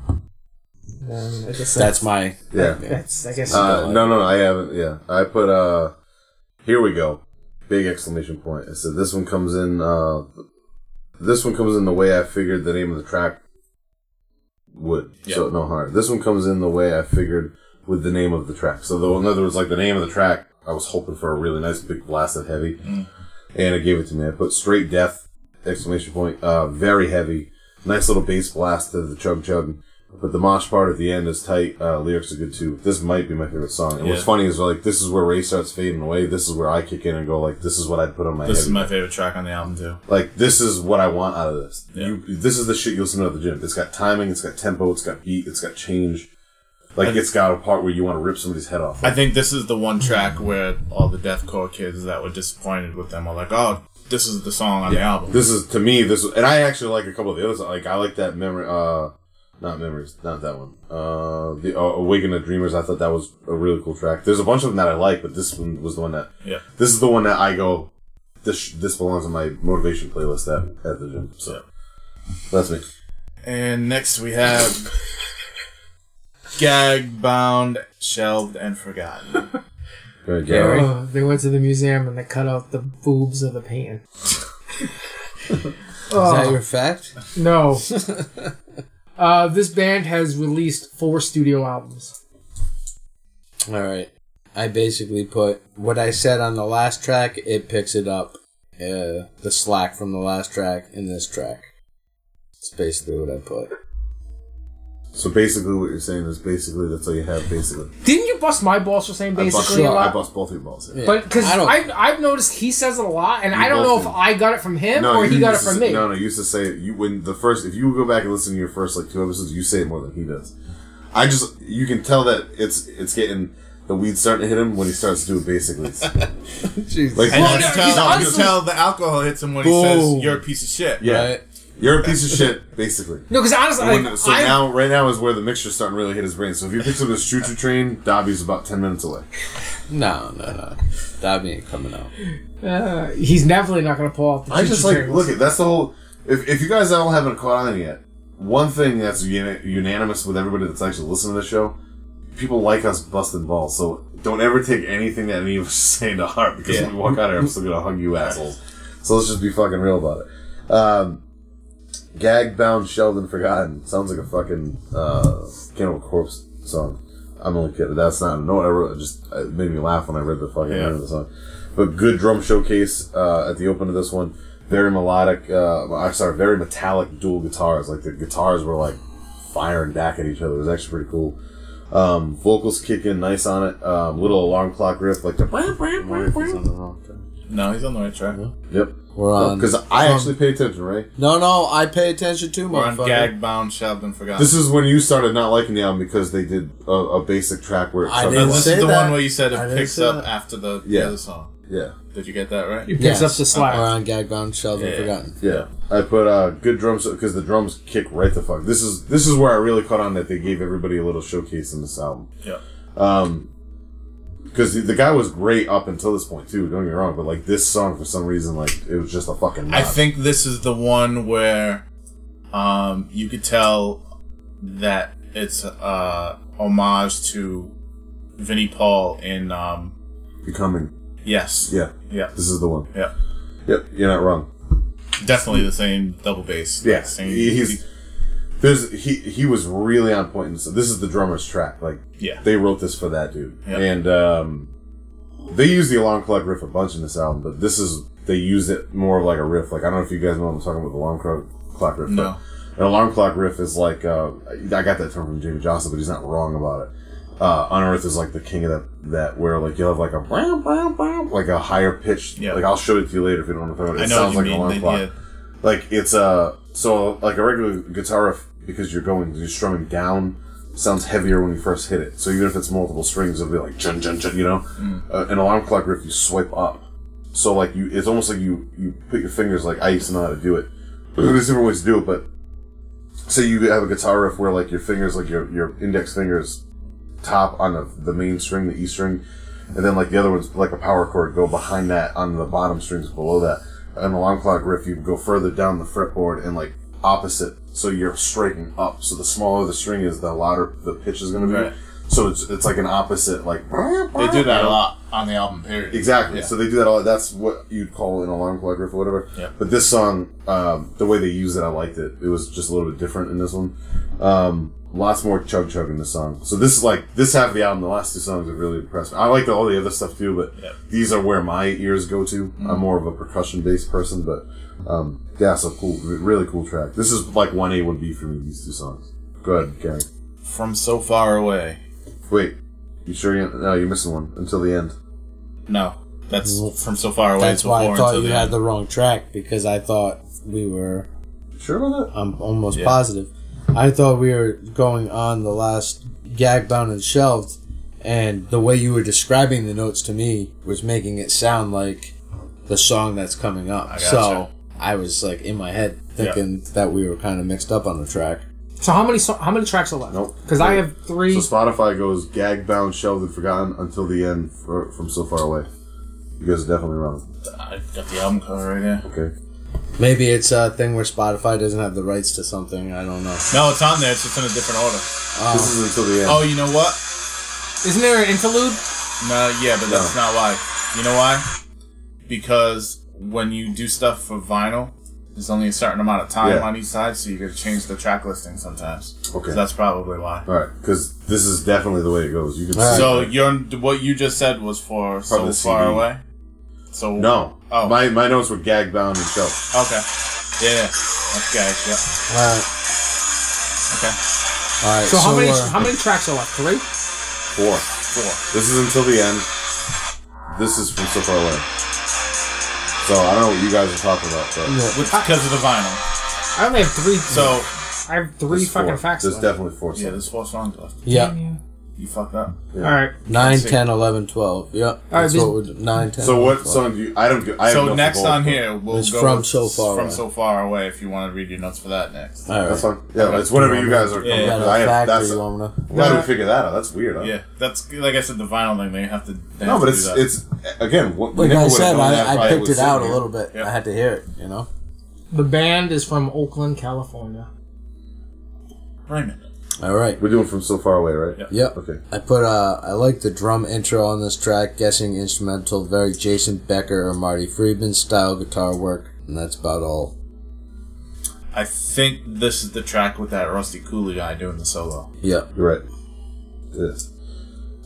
Speaker 4: um, I guess
Speaker 2: That's my
Speaker 1: Yeah.
Speaker 4: that's, I guess
Speaker 1: Uh, no, no, I haven't. Yeah, I put. uh Here we go. Big exclamation point. I said this one comes in. uh This one comes in the way I figured the name of the track would.
Speaker 3: Yeah.
Speaker 1: So no hard. This one comes in the way I figured with the name of the track. So though, in other words, like the name of the track, I was hoping for a really nice big blasted heavy, and it gave it to me. I put straight death exclamation point. Uh, very heavy. Nice little bass blast to the chug chug. But the mosh part at the end is tight. Uh, lyrics are good too. This might be my favorite song. And what's
Speaker 3: Yeah.
Speaker 1: funny is like this is where Ray starts fading away. This is where I kick in and go like, this is what I put on my
Speaker 3: This
Speaker 1: head.
Speaker 3: is my favorite track on the album, too.
Speaker 1: like this is what I want out of this.
Speaker 3: Yeah.
Speaker 1: You, this is the shit you listen to at the gym. It's got timing. It's got tempo. It's got beat. It's got change. Like
Speaker 3: And-
Speaker 1: it's got a part where you want to rip somebody's head off.
Speaker 3: I think this is the one track where all the deathcore kids that were disappointed with them are like, oh, this is the song on the album.
Speaker 1: This is to me. This and I actually like a couple of the others. Like I like that memory. Uh, not memories. Not that one. Uh, the uh, Awaken the Dreamers. I thought that was a really cool track. There's a bunch of them that I like, but this one was the one that.
Speaker 3: Yeah.
Speaker 1: This is the one that I go. This this belongs on my motivation playlist at at the gym. So that's me.
Speaker 3: And next we have Gag Bound, Shelved, and Forgotten.
Speaker 1: Very
Speaker 2: Yeah.
Speaker 1: good.
Speaker 4: Oh, they went to the museum and they cut out the boobs of the painting.
Speaker 2: Is
Speaker 4: oh,
Speaker 2: that your fact?
Speaker 4: no. uh, this band has released four studio albums.
Speaker 2: All right. I basically put what I said on the last track. It picks it up, uh, the slack from the last track in this track. It's basically what I put.
Speaker 1: So basically, what you're saying is basically that's all you have. Basically,
Speaker 4: Didn't you bust my balls for saying
Speaker 1: I bust,
Speaker 4: basically a
Speaker 1: I
Speaker 4: lot?
Speaker 1: bust both your balls. Yeah.
Speaker 4: But because
Speaker 2: I don't-
Speaker 4: I've, I've noticed he says it a lot, and I don't
Speaker 1: both
Speaker 4: know if
Speaker 1: do.
Speaker 4: I got it from him or
Speaker 1: you
Speaker 4: he got it
Speaker 1: used to
Speaker 4: from
Speaker 1: say-
Speaker 4: me.
Speaker 1: No, no, you used to say you when the first if you go back and listen to your first like two episodes, you say it more than he does. I just you can tell that it's it's getting the weed's starting to hit him when he starts to do it basically. It's- like
Speaker 3: And
Speaker 4: Well,
Speaker 3: you, can tell,
Speaker 4: no, he's
Speaker 3: you can
Speaker 4: honestly-
Speaker 3: tell the alcohol hits him when he
Speaker 2: Boom.
Speaker 3: says, you're a piece of shit.
Speaker 1: yeah,
Speaker 2: Right.
Speaker 1: you're a piece of shit basically.
Speaker 4: No, because honestly,
Speaker 1: When-
Speaker 4: like,
Speaker 1: so
Speaker 4: I,
Speaker 1: now, right now is where the mixture's starting to really hit his brain. So if he picks up his choo choo train, Dobby's about ten minutes away.
Speaker 2: No, no, no. That ain't coming out.
Speaker 4: uh, he's definitely not going to pull out the.
Speaker 1: I just like
Speaker 4: train.
Speaker 1: look at that's the whole. If, if you guys all haven't caught on yet, one thing that's uni- unanimous with everybody that's actually listening to the show, people like us busting balls. So don't ever take anything that any of us are saying to heart because when we walk out of here, I'm still gonna hug you assholes. So let's just be fucking real about it. Um, Gag bound, Sheldon forgotten sounds like a fucking uh, Cannibal Corpse song. I'm only kidding. That's not a note I wrote. It just it made me laugh when I read the fucking
Speaker 3: Yeah.
Speaker 1: name of the song. But good drum showcase uh, at the open of this one. Very melodic. Uh, I'm sorry, very metallic dual guitars. Like the guitars were like firing back at each other. It was actually pretty cool. Um, vocals kick in nice on it. Um, little alarm clock riff, like the.
Speaker 3: No, he's on the right track.
Speaker 1: Yep.
Speaker 2: We're on.
Speaker 1: Because I actually pay attention, right?
Speaker 2: no, no. I pay attention too,
Speaker 3: We're on
Speaker 2: motherfucker.
Speaker 3: Gag Bound, Shelved, and Forgotten.
Speaker 1: This is when you started not liking the album because they did a, a basic track where it
Speaker 2: I
Speaker 1: started
Speaker 2: didn't
Speaker 3: this
Speaker 1: like-
Speaker 3: is
Speaker 2: say
Speaker 3: the
Speaker 2: that.
Speaker 3: one where you said
Speaker 2: I
Speaker 3: it
Speaker 2: didn't
Speaker 3: picks
Speaker 2: say
Speaker 3: up
Speaker 2: that.
Speaker 3: after the
Speaker 1: Yeah.
Speaker 3: other song.
Speaker 1: Yeah.
Speaker 3: Did you get that right?
Speaker 4: He picks
Speaker 2: Yes.
Speaker 4: up the slack.
Speaker 1: Uh,
Speaker 2: We're on gag bound, shelved, and
Speaker 3: Yeah.
Speaker 2: forgotten.
Speaker 1: Yeah, I put uh, good drums because the drums kick right the fuck. This is this is where I really caught on that they gave everybody a little showcase in this album.
Speaker 3: Yeah.
Speaker 1: Um, because the, the guy was great up until this point too. Don't get me wrong, but like this song for some reason, like it was just a fucking.
Speaker 3: I
Speaker 1: nod.
Speaker 3: think this is the one where um, you could tell that it's uh, homage to Vinnie Paul in um,
Speaker 1: becoming.
Speaker 3: Yes.
Speaker 1: Yeah,
Speaker 3: Yeah.
Speaker 1: this is the one.
Speaker 3: Yeah.
Speaker 1: Yep, you're not wrong.
Speaker 3: Definitely the same double bass.
Speaker 1: Yeah,
Speaker 3: Same-
Speaker 1: he- he's There's he he was really on point. So this is the drummer's track. Like
Speaker 3: Yeah.
Speaker 1: they wrote this for that dude,
Speaker 3: Yeah.
Speaker 1: and um, they use the alarm clock riff a bunch in this album. But this is they use it more of like a riff. Like I don't know if you guys know what I'm talking about the alarm clock clock riff.
Speaker 3: No.
Speaker 1: but An alarm clock riff is like uh, I got that term from Jamie Johnson, but he's not wrong about it. Uh, Unearth is like the king of that, that where like you'll have like a wow, wow, wow, like a higher pitch.
Speaker 3: Yeah.
Speaker 1: Like I'll show it to you later if you don't want to throw it.
Speaker 3: I
Speaker 1: It
Speaker 3: know
Speaker 1: sounds like
Speaker 3: what you
Speaker 1: an alarm
Speaker 3: mean.
Speaker 1: clock
Speaker 3: that-
Speaker 1: like it's uh, so like a regular guitar riff because you're going you're strumming down sounds heavier when you first hit it so even if it's multiple strings it'll be like chun chun chun you know uh, an alarm clock riff you swipe up so like you it's almost like you you put your fingers like i used to know how to do it there's different ways to do it but say you have a guitar riff where like your fingers like your your index fingers top on the, the main string the e string and then like the other ones like a power chord go behind that on the bottom strings below that an alarm clock riff you go further down the fretboard and like opposite so you're striking up so the smaller the string is the louder the pitch is going to be
Speaker 3: Right.
Speaker 1: so it's, it's like an opposite like
Speaker 3: Yeah. They do that a lot on the album, period.
Speaker 1: Exactly.
Speaker 3: Yeah.
Speaker 1: So they do that all. That's what you'd call an alarm clock riff or whatever.
Speaker 3: Yeah.
Speaker 1: But this song, um, the way they used it, I liked it. It was just a little bit different in this one. Um, lots more chug chug in this song. So this is like this half of the album. The last two songs have really impressed me. I liked all the other stuff too, but
Speaker 3: Yeah. Mm-hmm.
Speaker 1: these are where my ears go to. I'm more of a percussion based person, but um, yeah, so cool, re- really cool track. This is like one A, one B for me. These two songs. Go ahead, Gary.
Speaker 3: From so far away.
Speaker 1: Wait, you sure? You no, you're missing one until the end.
Speaker 3: No. That's from so far away.
Speaker 2: That's
Speaker 3: it's
Speaker 2: why I
Speaker 3: before
Speaker 2: thought
Speaker 3: until
Speaker 2: you
Speaker 3: the
Speaker 2: had
Speaker 3: end.
Speaker 2: the wrong track because I thought we were.
Speaker 1: Sure about that?
Speaker 2: I'm almost
Speaker 3: Yeah.
Speaker 2: positive. I thought we were going on the last gag bound and shelved, and the way you were describing the notes to me was making it sound like the song that's coming up.
Speaker 3: gotcha.
Speaker 2: So I was like in my head thinking that we were kind of mixed up on the track.
Speaker 4: So how many so- how many tracks are left?
Speaker 1: Nope.
Speaker 4: Because I have
Speaker 1: So
Speaker 4: three.
Speaker 1: Spotify goes gag bound, shelved, forgotten until the end for, from so far away. You guys are definitely wrong.
Speaker 3: I got the album cover right here.
Speaker 1: Okay.
Speaker 2: Maybe it's a thing where Spotify doesn't have the rights to something. I don't know.
Speaker 3: No, it's on there. It's just in a different order.
Speaker 1: This is until the end.
Speaker 3: Oh, you know what?
Speaker 4: Isn't there an interlude?
Speaker 3: No, yeah, but that's not why. You know why? Because when you do stuff for vinyl, there's only a certain amount of time
Speaker 1: Yeah.
Speaker 3: on each side, so you gotta change the track listing sometimes.
Speaker 1: Okay.
Speaker 3: So that's probably why.
Speaker 1: All right, because this is definitely the way it goes. You can
Speaker 2: All
Speaker 1: see.
Speaker 2: right.
Speaker 3: So your what you just said was for
Speaker 1: From the
Speaker 3: so far
Speaker 1: CD.
Speaker 3: away. So
Speaker 1: no,
Speaker 3: Oh.
Speaker 1: my my notes were gag bound and shelved.
Speaker 3: Okay. Yeah. Okay. Yeah.
Speaker 2: All right.
Speaker 3: Okay.
Speaker 2: All right.
Speaker 4: So, how many
Speaker 2: we're-
Speaker 4: how many tracks are left? Three.
Speaker 1: Four.
Speaker 3: Four.
Speaker 1: This is until the end. This is from so far away. So I don't know what you guys are talking about, but
Speaker 2: Yeah.
Speaker 3: Because of the vinyl.
Speaker 4: I only have three.
Speaker 3: So
Speaker 4: I have three
Speaker 1: there's
Speaker 4: fucking
Speaker 1: four.
Speaker 4: facts
Speaker 1: There's
Speaker 4: left.
Speaker 1: definitely four.
Speaker 3: yeah,
Speaker 1: songs.
Speaker 3: there's four songs left.
Speaker 2: Yeah.
Speaker 3: You fucked up.
Speaker 1: Yeah.
Speaker 4: All right.
Speaker 2: Nine,
Speaker 3: see.
Speaker 2: ten, eleven, twelve. Yep. That's
Speaker 4: this-
Speaker 2: what we're, nine, 10,
Speaker 1: So
Speaker 2: 11,
Speaker 1: what
Speaker 2: 12.
Speaker 1: song do you? I don't. do- I have
Speaker 3: So
Speaker 1: no
Speaker 3: next
Speaker 1: football,
Speaker 3: on
Speaker 1: but-
Speaker 3: here, we'll
Speaker 2: It's
Speaker 3: go
Speaker 2: from
Speaker 3: with
Speaker 2: So Far
Speaker 3: from
Speaker 2: Away.
Speaker 3: so far away. If you want to read your notes for that next.
Speaker 2: All right.
Speaker 1: That's fine. Yeah, it's whatever you guys are.
Speaker 3: Yeah,
Speaker 2: We
Speaker 3: yeah.
Speaker 1: Yeah,
Speaker 2: got a
Speaker 1: I have,
Speaker 2: factory,
Speaker 1: that's,
Speaker 2: you wanna-
Speaker 1: Why do we figure that out? That's weird. Huh?
Speaker 3: Yeah, that's like I said, the vinyl thing. They have to. They
Speaker 1: No,
Speaker 3: have
Speaker 1: but
Speaker 3: to
Speaker 1: it's
Speaker 3: do that.
Speaker 1: it's again. What, we
Speaker 2: Like
Speaker 1: never
Speaker 2: I
Speaker 1: would've
Speaker 2: said,
Speaker 1: known that if
Speaker 2: I, I picked
Speaker 1: was
Speaker 2: it out a
Speaker 1: sitting here.
Speaker 2: little bit.
Speaker 3: Yeah.
Speaker 2: I had to hear it, you know?
Speaker 4: The band is from Oakland, California.
Speaker 3: Raymond.
Speaker 2: All right.
Speaker 1: We're doing from so far away, right?
Speaker 3: Yeah.
Speaker 2: Yep.
Speaker 1: Okay.
Speaker 2: I put, uh, I like the drum intro on this track, guessing instrumental, very Jason Becker or Marty Friedman style guitar work, and that's about all.
Speaker 3: I think this is the track with that Rusty Cooley guy doing the solo.
Speaker 2: Yep.
Speaker 1: You're right. Yeah.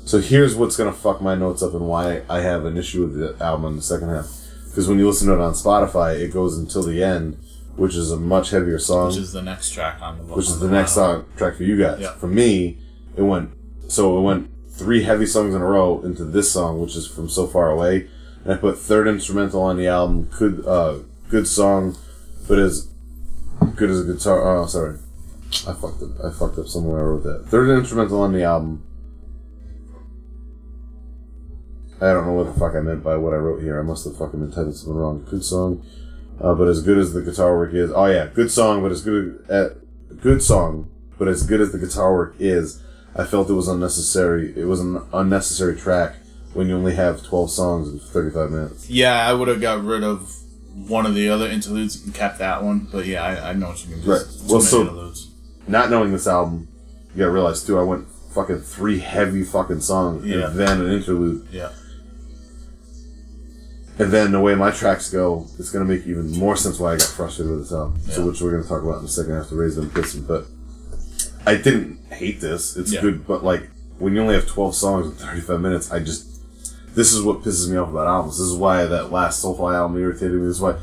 Speaker 1: So here's what's gonna fuck my notes up and why I have an issue with the album in the second half. Because when you listen to it on Spotify, it goes until the end, which is a much heavier song,
Speaker 3: Which is the next track on the
Speaker 1: which is the next song track for you guys.
Speaker 3: Yeah.
Speaker 1: For me, it went so it went three heavy songs in a row into this song, which is from so far away. And I put third instrumental on the album. Could uh, good song, but as good as a guitar. Oh, sorry, I fucked up. I fucked up somewhere. I wrote that third instrumental on the album. I don't know what the fuck I meant by what I wrote here. I must have fucking intended something wrong. Good song, uh, but as good as the guitar work is. Oh yeah, good song, but as good at good song, but as good as the guitar work is, I felt it was unnecessary. It was an unnecessary track when you only have twelve songs in thirty-five minutes.
Speaker 3: Yeah, I would have got rid of one of the other interludes and kept that one. But yeah, I, I know what you mean. There's
Speaker 1: Right.
Speaker 3: too
Speaker 1: Well,
Speaker 3: many
Speaker 1: so-
Speaker 3: interludes.
Speaker 1: Not knowing this album, you gotta realize too. I went fucking three heavy fucking songs
Speaker 3: Yeah.
Speaker 1: and then an interlude,
Speaker 3: Yeah.
Speaker 1: and then the way my tracks go, it's gonna make even more sense why I got frustrated with this album. So
Speaker 3: Yeah.
Speaker 1: which we're gonna talk about in a second after raise them pissing, but. I didn't hate this. It's
Speaker 3: Yeah.
Speaker 1: good, but like when you only have twelve songs and thirty five minutes, I just this is what pisses me off about albums. This is why that last Soulfly album irritated me. This is why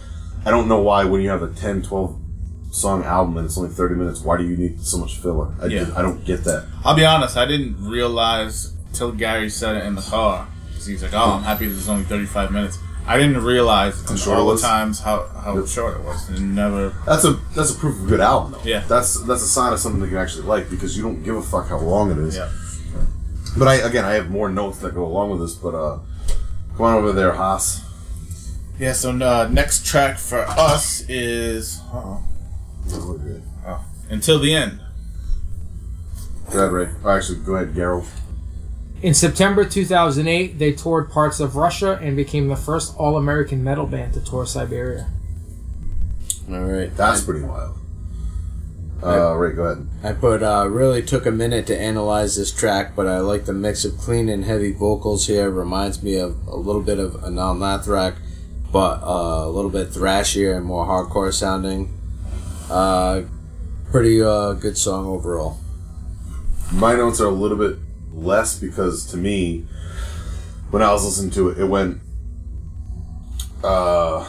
Speaker 1: I don't know why when you have a 10, 12 song album and it's only thirty minutes, why do you need so much filler? I,
Speaker 3: Yeah.
Speaker 1: just- I don't get that.
Speaker 3: I'll be honest, I didn't realize till Gary said it in the car. 'Cause He's like, "Oh, I'm happy this is only 35 minutes." I didn't realize
Speaker 1: short it
Speaker 3: all the
Speaker 1: was?
Speaker 3: times how, how
Speaker 1: Yep.
Speaker 3: short it was. And never.
Speaker 1: That's a that's a proof of a good album though.
Speaker 3: Yeah.
Speaker 1: That's that's a sign of something that you actually like because you don't give a fuck how long it is.
Speaker 3: Yeah.
Speaker 1: But I again I have more notes that go along with this, but uh come on over there, Haas.
Speaker 3: Yeah. So uh, next track for us is uh-oh, oh, until the end.
Speaker 1: Go ahead, Ray. Oh, actually, go ahead, Gerald.
Speaker 4: In September 2008, they toured parts of Russia and became the first all American metal band to tour Siberia.
Speaker 2: All right.
Speaker 1: That's pretty wild. Uh, Ray, go ahead.
Speaker 2: I put uh, really took a minute to analyze this track, but I like the mix of clean and heavy vocals here. Reminds me of a little bit of a non Lathrak, but uh, a little bit thrashier and more hardcore sounding. Uh, pretty uh, good song overall.
Speaker 1: My notes are a little bit less because to me, when I was listening to it, it went uh,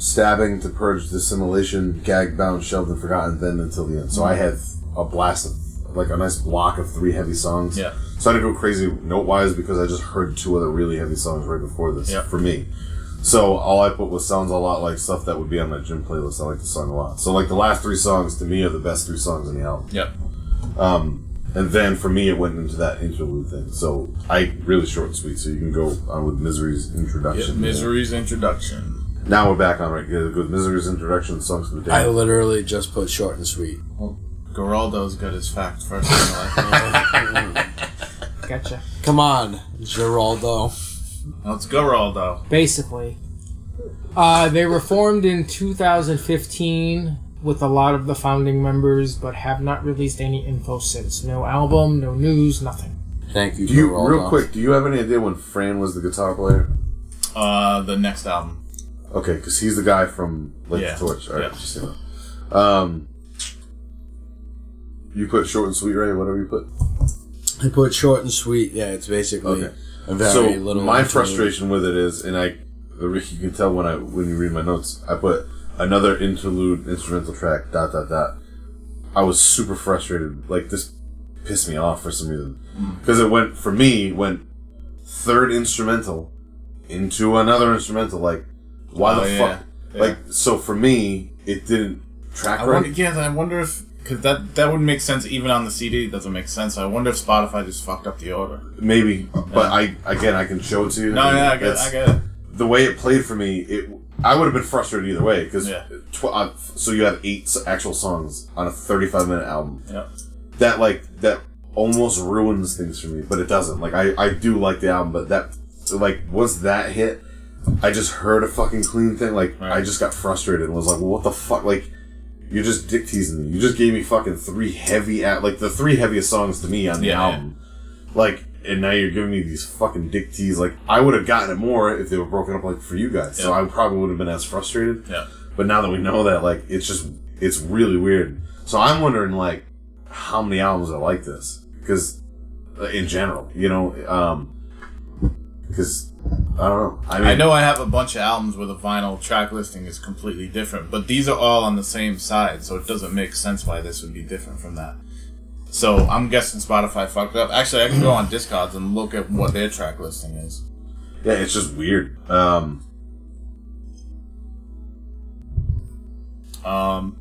Speaker 1: stabbing to purge dissimulation, gag bound, shelved and forgotten, then until the end. So I had a blast of like a nice block of three heavy songs.
Speaker 3: Yeah.
Speaker 1: So I didn't go crazy note wise because I just heard two other really heavy songs right before this
Speaker 3: Yeah.
Speaker 1: for me. So all I put was sounds a lot like stuff that would be on my gym playlist. I like the song a lot. So like the last three songs to me are the best three songs in the album.
Speaker 3: Yep.
Speaker 1: Um, And then for me, it went into that interlude thing. So I really short and sweet. So you can go on with Misery's
Speaker 3: yep.
Speaker 1: introduction.
Speaker 3: Misery's introduction.
Speaker 1: Now we're back on right. Good with Misery's introduction, songs for the day.
Speaker 2: I literally just put short and sweet.
Speaker 3: Geraldo's good as fact first in life.
Speaker 4: Gotcha.
Speaker 2: Come on, Geraldo.
Speaker 3: no, it's Geraldo.
Speaker 4: Basically, uh, they were formed in 2015 with a lot of the founding members, but have not released any info since. No album, no news, nothing.
Speaker 2: Thank you,
Speaker 1: do you
Speaker 2: Geraldo.
Speaker 1: real quick? Do you have any idea when Fran was the guitar player?
Speaker 3: Uh, the next album.
Speaker 1: Okay, because he's the guy from Light
Speaker 3: Yeah.
Speaker 1: the Torch. All right,
Speaker 3: Yeah.
Speaker 1: just you know. Um, you put short and sweet, Ray. Whatever you put.
Speaker 2: I put short and sweet. Yeah, it's basically
Speaker 1: Okay.
Speaker 2: a very
Speaker 1: so
Speaker 2: little.
Speaker 1: my
Speaker 2: interlude.
Speaker 1: frustration with it is, and I, you can tell when I when you read my notes, I put another interlude instrumental track. Dot dot dot. I was super frustrated. Like this pissed me off for some reason
Speaker 3: Mm.
Speaker 1: because it went for me went third instrumental into another instrumental. Like why
Speaker 3: Oh,
Speaker 1: the
Speaker 3: yeah.
Speaker 1: fuck?
Speaker 3: Yeah.
Speaker 1: Like so for me, it didn't track
Speaker 3: I
Speaker 1: right.
Speaker 3: wonder, yeah, I wonder if because that that would make sense even on the CD. It doesn't make sense. I wonder if Spotify just fucked up the order.
Speaker 1: Maybe, but I again I can show it to you.
Speaker 3: No, yeah, I get,
Speaker 1: It's-
Speaker 3: I get it.
Speaker 1: the way it played for me, it I would have been frustrated either way because
Speaker 3: Yeah.
Speaker 1: tw- uh, so you have eight s- actual songs on a 35 minute album
Speaker 3: Yeah.
Speaker 1: that like that almost ruins things for me, but it doesn't. Like I I do like the album, but that like once that hit, I just heard a fucking clean thing. Like I
Speaker 3: Right.
Speaker 1: just got frustrated and was like, well, what the fuck, like. You're just dick teasing me. You just gave me fucking three heavy, at like the three heaviest songs to me on the
Speaker 3: Yeah, yeah.
Speaker 1: album like and now you're giving me these fucking dick teas like i would have gotten it more if they were broken up like for you guys so
Speaker 3: Yeah.
Speaker 1: i probably would have been as frustrated
Speaker 3: Yeah.
Speaker 1: but now that we know that like it's just it's really weird so i'm wondering like how many albums are like this because in general you know um because i don't know i mean
Speaker 3: I know I have a bunch of albums where the vinyl track listing is completely different, but these are all on the same side, so it doesn't make sense why this would be different from that. So I'm guessing Spotify fucked up. Actually, I can go on Discogs and look at what their track listing is.
Speaker 1: yeah it's just weird um
Speaker 3: Um,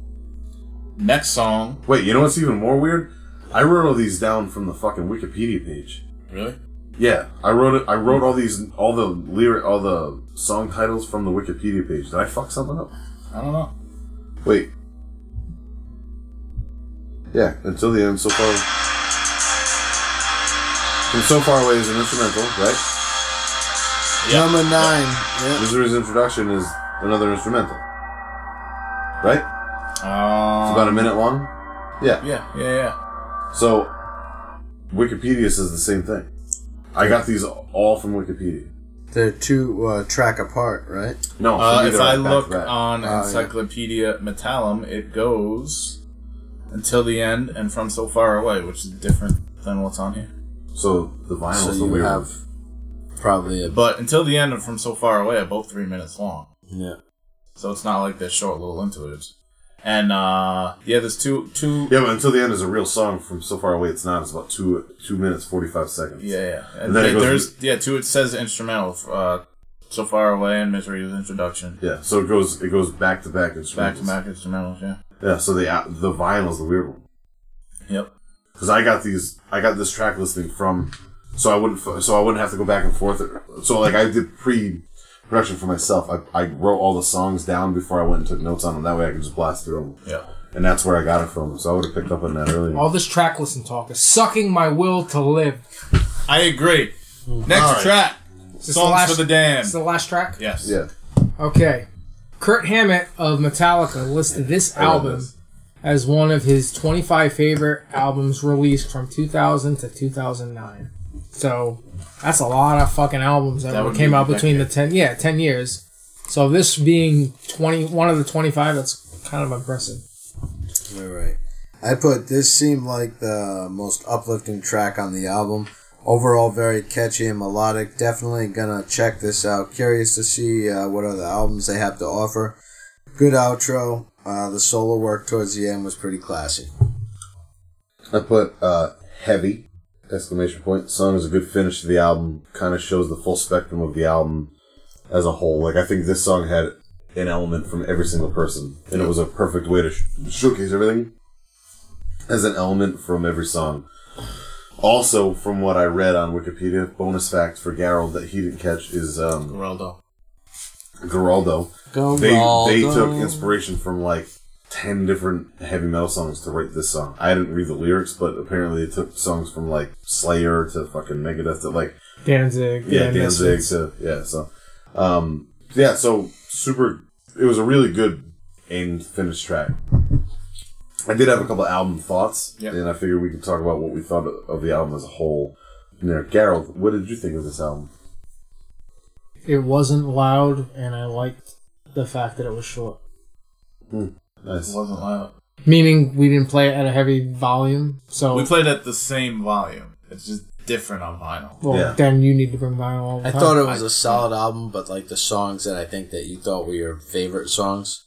Speaker 3: next song,
Speaker 1: wait you know what's even more weird i wrote all these down from the fucking wikipedia page
Speaker 3: really?
Speaker 1: Yeah, I wrote it. I wrote all these, all the lyric, all the song titles from the Wikipedia page. Did I fuck something up?
Speaker 3: I don't know.
Speaker 1: Wait. Yeah, until the end. So far, from so far away is an instrumental, right?
Speaker 2: Number nine. Yeah.
Speaker 1: Misery's introduction is another instrumental, right? It's about a minute long. Yeah.
Speaker 3: Uh, Yeah, yeah, yeah.
Speaker 1: So, Wikipedia says the same thing. I got these all from Wikipedia.
Speaker 2: They're two uh, track apart, right?
Speaker 1: No, for
Speaker 3: Uh,
Speaker 1: me,
Speaker 3: if
Speaker 1: they're back
Speaker 3: I
Speaker 1: to
Speaker 3: look
Speaker 1: back.
Speaker 3: on
Speaker 2: Oh, yeah.
Speaker 3: Encyclopedia Metallum, it goes until the end and from so far away, which is different than what's on here.
Speaker 1: So the vinyl
Speaker 2: So
Speaker 1: is the
Speaker 2: you
Speaker 1: weird
Speaker 2: have probably a
Speaker 3: But until the end and from so far away are both three minutes long.
Speaker 2: yeah.
Speaker 3: So it's not like they're short little interludes. And uh yeah, there's two two
Speaker 1: one. Yeah, but until the end is a real song from so far away. It's not. It's about two two minutes forty five seconds.
Speaker 3: Yeah, yeah.
Speaker 1: And then it
Speaker 3: There-
Speaker 1: goes-
Speaker 3: there's yeah, two it says instrumental uh so far away and misery's introduction.
Speaker 1: Yeah. So it goes it goes back to back. It's
Speaker 3: Back to back instrumentals, yeah.
Speaker 1: Yeah. So the al- the vinyl is the weird one
Speaker 3: Yep.
Speaker 1: because I got these I got this track listing from so I wouldn't f- so I wouldn't have to go back and forth. So like I did pre production for myself. I, I wrote all the songs down before I went and took notes on them. That way I could just blast through them.
Speaker 3: Yep.
Speaker 1: And that's where I got it from. So I would have picked up on that earlier.
Speaker 4: All this track listen talk is sucking my will to live.
Speaker 3: I agree. Next
Speaker 1: All right.
Speaker 3: track.
Speaker 4: This is
Speaker 3: Songs
Speaker 4: last,
Speaker 3: for the damned.
Speaker 4: This is the last track.
Speaker 3: yes.
Speaker 1: yeah.
Speaker 4: Okay. Kurt Hammett of Metallica listed this
Speaker 1: I love
Speaker 4: album
Speaker 1: this.
Speaker 4: as one of his 25 favorite albums released from 2000 to 2009. So that's a lot of fucking albums that,
Speaker 3: That would
Speaker 4: came
Speaker 3: be
Speaker 4: out
Speaker 3: the
Speaker 4: between the
Speaker 3: decade.
Speaker 4: 10 yeah 10 years. So this being 20 one of the 25 that's kind of impressive.
Speaker 2: All right. I put this seemed like the most uplifting track on the album. Overall, very catchy and melodic. Definitely gonna check this out. Curious to see uh, what other albums they have to offer. Good outro. Uh, the solo work towards the end was pretty classy.
Speaker 1: I put uh, heavy exclamation point. Song is a good finish to the album. Kind of shows the full spectrum of the album as a whole. Like I think this song had an element from every single person, and it was a perfect way to sh- showcase everything as an element from every song. Also, from what I read on Wikipedia, bonus fact for Gerald that he didn't catch is um,
Speaker 3: Geraldo.
Speaker 1: Geraldo.
Speaker 2: Go
Speaker 1: They they took inspiration from like ten different heavy metal songs to write this song. I didn't read the lyrics, but apparently they took songs from like Slayer to fucking Megadeth to like
Speaker 4: Danzig.
Speaker 1: yeah, Danzig
Speaker 4: Misfits.
Speaker 1: to yeah. So um, yeah, so super. It was a really good end finish track. I did have a couple album thoughts,
Speaker 3: Yeah.
Speaker 1: and I figured we could talk about what we thought of the album as a whole. You know, Gerald, what did you think of this album?
Speaker 4: It wasn't loud and I liked the fact that it was short.
Speaker 3: It
Speaker 1: Nice.
Speaker 3: wasn't loud.
Speaker 4: Meaning we didn't play it at a heavy volume. So
Speaker 3: We played at the same volume. It's just different on vinyl.
Speaker 4: Well,
Speaker 1: Yeah.
Speaker 4: then you need to bring vinyl. All the
Speaker 2: I
Speaker 4: time.
Speaker 2: thought it was a solid album, but like the songs that I think that you thought were your favorite songs,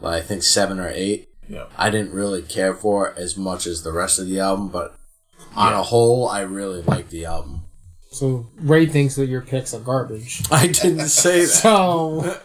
Speaker 2: like I think seven or eight,
Speaker 3: Yep.
Speaker 2: I didn't really care for as much as the rest of the album. But on a whole, I really liked the album.
Speaker 4: so. Ray thinks that your picks are garbage.
Speaker 2: I didn't say that.
Speaker 4: So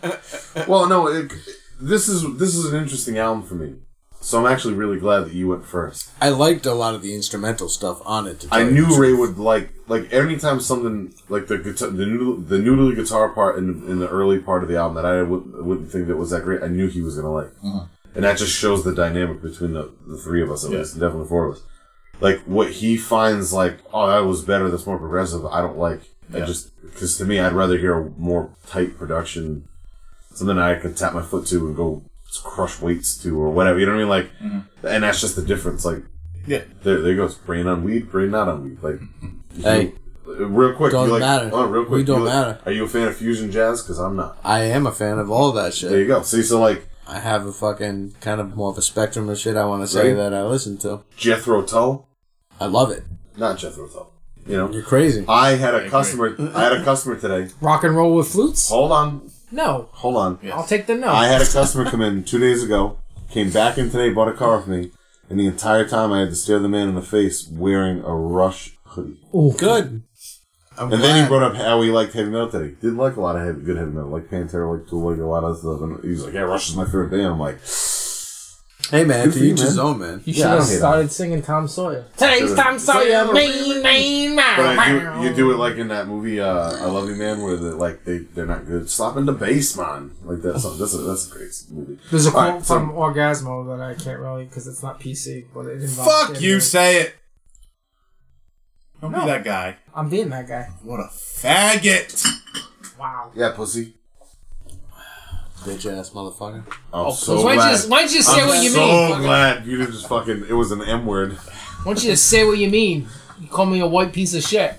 Speaker 1: Well, no, it, this is this is an interesting album for me. So I'm actually really glad that you went first.
Speaker 2: I liked a lot of the instrumental stuff on it. To tell
Speaker 1: I
Speaker 2: you the
Speaker 1: knew
Speaker 2: truth.
Speaker 1: Ray would like like anytime something like the guitar, the noodle, the noodly guitar part in in the early part of the album that I would, wouldn't think that was that great. I knew he was gonna like,
Speaker 2: Uh-huh.
Speaker 1: and that just shows the dynamic between the, the three of us at
Speaker 3: Yeah.
Speaker 1: least, definitely four of us. Like what he finds, like oh that was better, that's more progressive. I don't like. I
Speaker 3: Yeah.
Speaker 1: just because to me, I'd rather hear a more tight production something I can tap my foot to and go crush weights to or whatever. You know what I mean? Like,
Speaker 2: Mm-hmm.
Speaker 1: and that's just the difference. Like,
Speaker 3: Yeah.
Speaker 1: there, there goes brain on weed, brain not on weed. Like,
Speaker 2: Hey.
Speaker 1: you- real quick,
Speaker 2: Don't
Speaker 1: you like,
Speaker 2: matter.
Speaker 1: Oh, real quick,
Speaker 2: We don't
Speaker 1: you like-
Speaker 2: matter.
Speaker 1: Are you a fan of fusion jazz? Because I'm not.
Speaker 2: I am a fan of all that
Speaker 1: There
Speaker 2: shit.
Speaker 1: you go. See, so like
Speaker 2: I have a fucking kind of more of a spectrum of shit I want to say
Speaker 1: Right.
Speaker 2: that I listen to.
Speaker 1: Jethro Tull,
Speaker 2: I love it.
Speaker 1: not Jethro Tull. You know,
Speaker 2: You're crazy.
Speaker 1: I had
Speaker 3: I
Speaker 1: a
Speaker 3: agree.
Speaker 1: customer. I had a customer today.
Speaker 4: rock and roll with flutes?
Speaker 1: Hold on,
Speaker 4: No,
Speaker 1: hold on.
Speaker 3: Yeah.
Speaker 4: I'll take the no.
Speaker 1: Oh. I had a customer come in two days ago, came back in today, bought a car with me, and the entire time I had to stare the man in the face wearing a Rush hoodie.
Speaker 4: Ooh.
Speaker 2: Good. I'm
Speaker 1: And then he
Speaker 2: glad.
Speaker 1: brought up how he liked heavy metal today. He did like a lot of heavy, good heavy metal, like Pantera, like Tool, like a lot of stuff. And he was like, "Yeah, Rush is my favorite band." I'm like,
Speaker 2: hey man,
Speaker 1: Good
Speaker 2: to
Speaker 1: for you,
Speaker 2: each his
Speaker 1: man.
Speaker 2: own man.
Speaker 4: You should
Speaker 1: Yeah, I
Speaker 4: have
Speaker 1: don't hate
Speaker 4: started singing Tom Sawyer. Today's
Speaker 1: Should've.
Speaker 4: Tom Sawyer.
Speaker 1: Sawyer,
Speaker 4: Mean, mean,
Speaker 1: "But I
Speaker 4: meow,
Speaker 1: do, you do it like in that movie, uh, "I Love You, Man," where they like they they're not good. Slapping the bass, man. Like that song. That's a that's a great movie.
Speaker 4: There's a
Speaker 1: All
Speaker 4: quote
Speaker 1: right, so-
Speaker 4: from Orgasmo that I can't really because it's not PC, but it involves.
Speaker 3: Fuck
Speaker 4: getting
Speaker 3: you,
Speaker 4: it.
Speaker 3: say it. Don't
Speaker 4: No.
Speaker 3: be that guy.
Speaker 4: I'm being that guy.
Speaker 3: What a faggot.
Speaker 4: Wow.
Speaker 1: Yeah, pussy.
Speaker 2: Bitch ass motherfucker.
Speaker 1: I'm
Speaker 4: Oh,
Speaker 1: so
Speaker 4: so
Speaker 1: glad.
Speaker 4: why don't you just- why don't you say
Speaker 1: I'm
Speaker 4: what you
Speaker 1: so
Speaker 4: mean?
Speaker 1: glad you didn't just fucking. It was an M word.
Speaker 4: Why don't you just say what you mean? You call me a white piece of shit.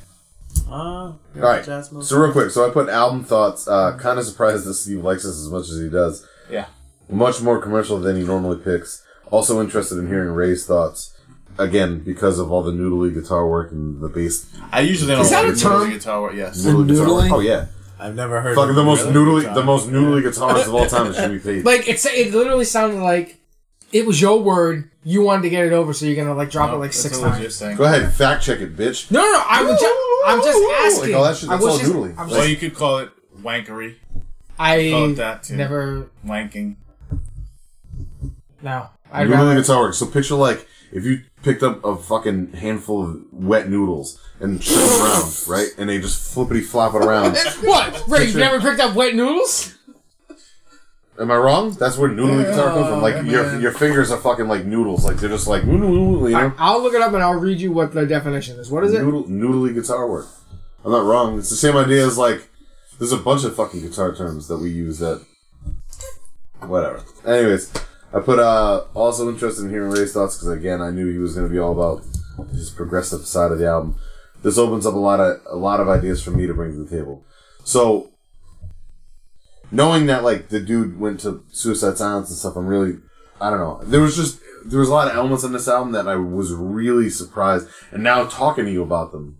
Speaker 2: Ah,
Speaker 1: All right. So real quick, so I put album thoughts. Uh, kind of surprised that Steve likes this as much as he does.
Speaker 3: Yeah.
Speaker 1: Much more commercial than he normally picks. Also interested in hearing Ray's thoughts. Again, because of all the noodly guitar work and the bass.
Speaker 3: I usually don't
Speaker 2: Is that
Speaker 3: like
Speaker 2: a
Speaker 3: middle
Speaker 2: term?
Speaker 3: guitar work. Yes.
Speaker 1: noodly guitar work.
Speaker 2: noodling?
Speaker 1: Oh yeah,
Speaker 5: I've never heard.
Speaker 1: fucking
Speaker 5: of
Speaker 1: the most
Speaker 5: really
Speaker 1: noodly,
Speaker 5: guitar.
Speaker 1: the most noodly guitarist of all time is Jimmy Page.
Speaker 4: Like it's it literally sounded like it was your word. You wanted to get it over, so you're gonna like drop it like
Speaker 3: That's
Speaker 4: six
Speaker 3: a legit
Speaker 4: times.
Speaker 3: thing.
Speaker 1: Go ahead, fact check it, bitch.
Speaker 4: No, no, no. I was ju- I'm just asking.
Speaker 1: Like all that shit,
Speaker 4: I
Speaker 1: that's
Speaker 4: was
Speaker 1: all
Speaker 4: just-
Speaker 1: noodly.
Speaker 4: I was
Speaker 3: Well,
Speaker 4: just-
Speaker 3: you could call it wankery, call it
Speaker 4: I
Speaker 3: that, too.
Speaker 4: never.
Speaker 3: wanking.
Speaker 4: No, I'd
Speaker 1: Noodling
Speaker 4: rather.
Speaker 1: guitar work. So picture like if you picked up a fucking handful of wet noodles and shit them around, right? And they just flippity flop it around.
Speaker 4: What? Ray, you
Speaker 1: Picture-
Speaker 4: never picked up wet noodles?
Speaker 1: Am I wrong? That's where noodling guitar comes from. Like
Speaker 4: Oh,
Speaker 1: your your fingers are fucking like noodles. Like they're just like you know.
Speaker 4: I'll look it up and I'll read you what the definition is. What is it?
Speaker 1: Noodle, noodly guitar work. I'm not wrong. It's the same idea as like there's a bunch of fucking guitar terms that we use that whatever. Anyways, I put uh also interested in hearing Ray's thoughts because again I knew he was gonna be all about his progressive side of the album. This opens up a lot of a lot of ideas for me to bring to the table. So knowing that like the dude went to Suicide Silence and stuff, I'm really I don't know. There was just there was a lot of elements in this album that I was really surprised. And now talking to you about them.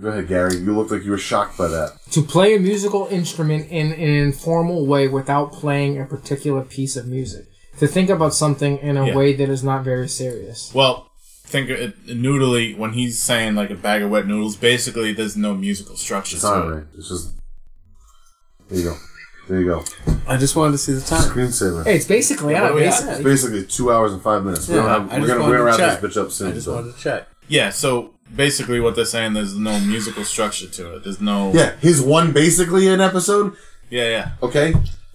Speaker 1: Go ahead, Gary. You looked like you were shocked by that.
Speaker 4: To play a musical instrument in an informal way without playing a particular piece of music. To think about something in a
Speaker 3: Yeah.
Speaker 4: way that is not very serious.
Speaker 3: Well, think of it noodly when he's saying like a bag of wet noodles. Basically, there's no musical structure
Speaker 1: It's
Speaker 3: to
Speaker 1: not
Speaker 3: it.
Speaker 1: right. It's just there you go. There you go.
Speaker 5: I just wanted to see the time.
Speaker 1: Screensaver.
Speaker 4: Hey, it's basically yeah,
Speaker 5: what do we
Speaker 4: basically.
Speaker 1: It's basically two hours and five minutes. we don't have,
Speaker 5: I just
Speaker 1: we're gonna
Speaker 5: wanted
Speaker 1: we're
Speaker 5: to
Speaker 1: gonna wrap
Speaker 5: check.
Speaker 1: this bitch up soon.
Speaker 5: I just
Speaker 1: so.
Speaker 5: wanted to check.
Speaker 3: Yeah. So basically, what they're saying there's no musical structure to it. There's no.
Speaker 1: Yeah, his one basically an episode.
Speaker 3: Yeah. Yeah.
Speaker 1: Okay.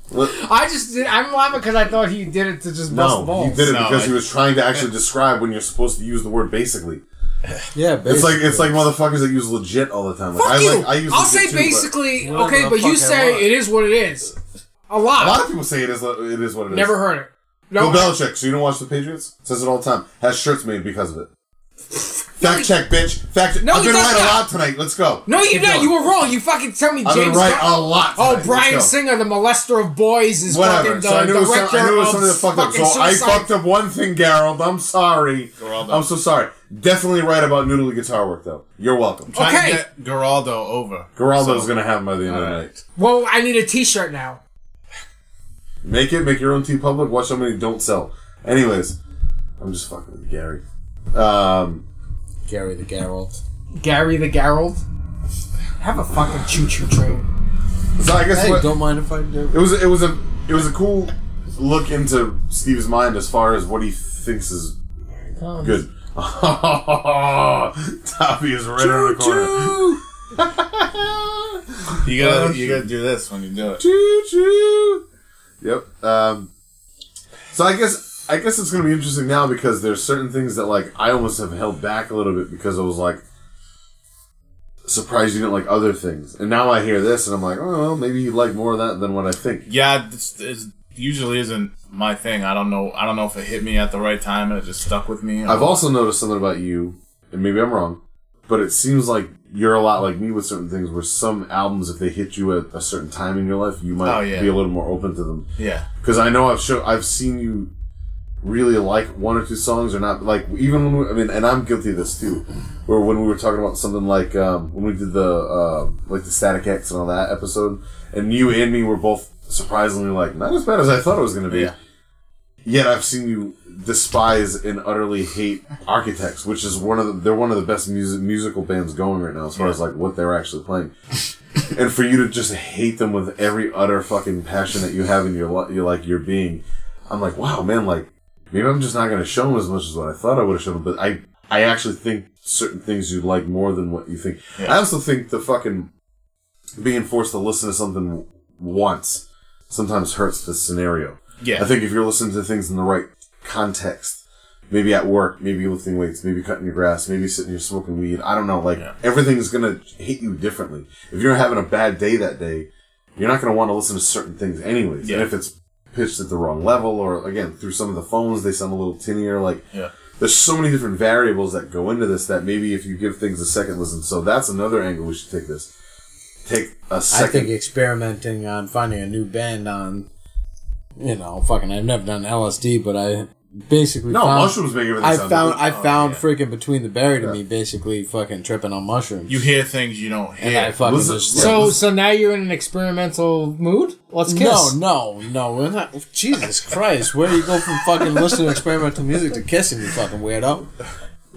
Speaker 1: Let-
Speaker 4: I just did, I'm laughing because I thought he did it to just bust the
Speaker 1: no,
Speaker 4: balls.
Speaker 1: he did it
Speaker 3: No,
Speaker 1: because he
Speaker 3: I-
Speaker 1: was trying to actually describe when you're supposed to use the word basically.
Speaker 2: Yeah,
Speaker 1: It's like it's like motherfuckers that use legit all the time. Like,
Speaker 4: Fuck
Speaker 1: I
Speaker 4: you.
Speaker 1: like I use
Speaker 4: I'll
Speaker 1: legit
Speaker 4: say
Speaker 1: too, but
Speaker 4: basically
Speaker 5: Whatever
Speaker 4: okay,
Speaker 5: the
Speaker 4: but you
Speaker 5: fuck I
Speaker 4: say
Speaker 5: want.
Speaker 4: it is what it is. A lot.
Speaker 1: A lot of people say it is it is what it is.
Speaker 4: Never heard it. No,
Speaker 1: Bill Belichick, so you don't watch the Patriots? Says it all the time. Has shirts made because of it. Fact check, bitch. Fact check.
Speaker 4: No,
Speaker 1: I've
Speaker 4: he
Speaker 1: been
Speaker 4: does
Speaker 1: right a
Speaker 4: not.
Speaker 1: lot tonight. Let's go.
Speaker 4: no, you
Speaker 1: Keep
Speaker 4: not.
Speaker 1: going.
Speaker 4: You were wrong. You fucking tell me
Speaker 1: I've been
Speaker 4: James.
Speaker 1: right
Speaker 4: Gunn-
Speaker 1: a lot.
Speaker 4: Oh,
Speaker 1: tonight.
Speaker 4: Brian
Speaker 1: Let's go.
Speaker 4: Singer, the molester of boys, is
Speaker 1: Whatever.
Speaker 4: fucking the
Speaker 1: So I knew it was
Speaker 4: director
Speaker 1: something, I knew it was
Speaker 4: of
Speaker 1: something that fucked up.
Speaker 4: fucking
Speaker 1: So I
Speaker 4: Suicide-
Speaker 1: fucked up one thing, Gerald. I'm sorry.
Speaker 3: Geraldo.
Speaker 1: I'm so sorry. Definitely right about noodly guitar work, though. You're welcome.
Speaker 3: Trying
Speaker 4: Okay.
Speaker 3: to get Geraldo over.
Speaker 1: Geraldo's
Speaker 3: So-
Speaker 1: gonna have him by the end of the
Speaker 3: All right.
Speaker 1: night.
Speaker 4: Well, I need a T-shirt now.
Speaker 1: Make it. Make your own tea public. Watch how many don't sell. Anyways, I'm just fucking with Gary. Um,
Speaker 2: Gary the Geralt.
Speaker 4: Gary the Gerald. Have a fucking choo-choo train.
Speaker 1: so I guess
Speaker 2: Hey,
Speaker 1: what,
Speaker 2: don't mind if I do.
Speaker 1: It was it was a it was a cool look into Steve's mind as far as what he thinks is good. Toppy is right around the corner.
Speaker 3: You gotta. you gotta do this when you do it.
Speaker 1: Choo choo. Yep. Um, so I guess I guess it's gonna be interesting now because there's certain things that like I almost have held back a little bit because I was like surprised you didn't like other things, and now I hear this and I'm like, oh, well, maybe you like more of that than what I think.
Speaker 3: Yeah. This is, usually isn't my thing. I don't know. I don't know if it hit me at the right time and it just stuck with me.
Speaker 1: I've also noticed something about you, and maybe I'm wrong, but it seems like you're a lot like me with certain things. Where some albums, if they hit you at a certain time in your life, you might
Speaker 3: Oh, yeah.
Speaker 1: be a little more open to them.
Speaker 3: Yeah.
Speaker 1: Because I know I've show, I've seen you really like one or two songs, or not like even when we, I mean, and I'm guilty of this too. Where when we were talking about something like um, when we did the uh, like the Static X and all that episode, and you and me were both surprisingly like not as bad as I thought it was going to be.
Speaker 3: Yeah.
Speaker 1: Yet I've seen you despise and utterly hate Architects, which is one of the, they're one of the best music, musical bands going right now as far as like what they're actually playing. and for you to just hate them with every utter fucking passion that you have in your li- your like your being, I'm like, wow, man, like maybe I'm just not gonna show them as much as what I thought I would have shown them. But I I actually think certain things you like more than what you think. I also think the fucking being forced to listen to something once sometimes hurts the scenario.
Speaker 3: Yeah.
Speaker 1: I think if you're listening to things in the right context, maybe at work, maybe lifting weights, maybe cutting your grass, maybe sitting here smoking weed, I don't know, like
Speaker 3: Yeah.
Speaker 1: everything's gonna hit you differently. If you're having a bad day that day, you're not gonna want to listen to certain things anyways.
Speaker 3: Yeah.
Speaker 1: And if it's pitched at the wrong level or again through some of the phones they sound a little tinnier, like
Speaker 3: Yeah.
Speaker 1: there's so many different variables that go into this that maybe if you give things a second listen, so that's another angle we should take this. Take a
Speaker 5: I
Speaker 1: second
Speaker 5: think experimenting on finding a new band on
Speaker 2: you know, fucking, I've never done LSD, but I basically
Speaker 1: No,
Speaker 2: found,
Speaker 1: mushrooms make everything
Speaker 2: I
Speaker 1: sound
Speaker 2: found,
Speaker 1: good.
Speaker 2: I
Speaker 6: Oh,
Speaker 2: found
Speaker 6: yeah.
Speaker 2: freaking between the buried and me, basically fucking tripping on mushrooms.
Speaker 6: You hear things you don't
Speaker 2: and
Speaker 6: hear.
Speaker 2: I fucking
Speaker 1: Listen-
Speaker 2: just
Speaker 4: So, so now you're in an experimental mood. Let's kiss.
Speaker 2: No, no, no, we're not. Jesus Christ, where do you go from fucking listening to experimental music to kissing, you fucking weirdo?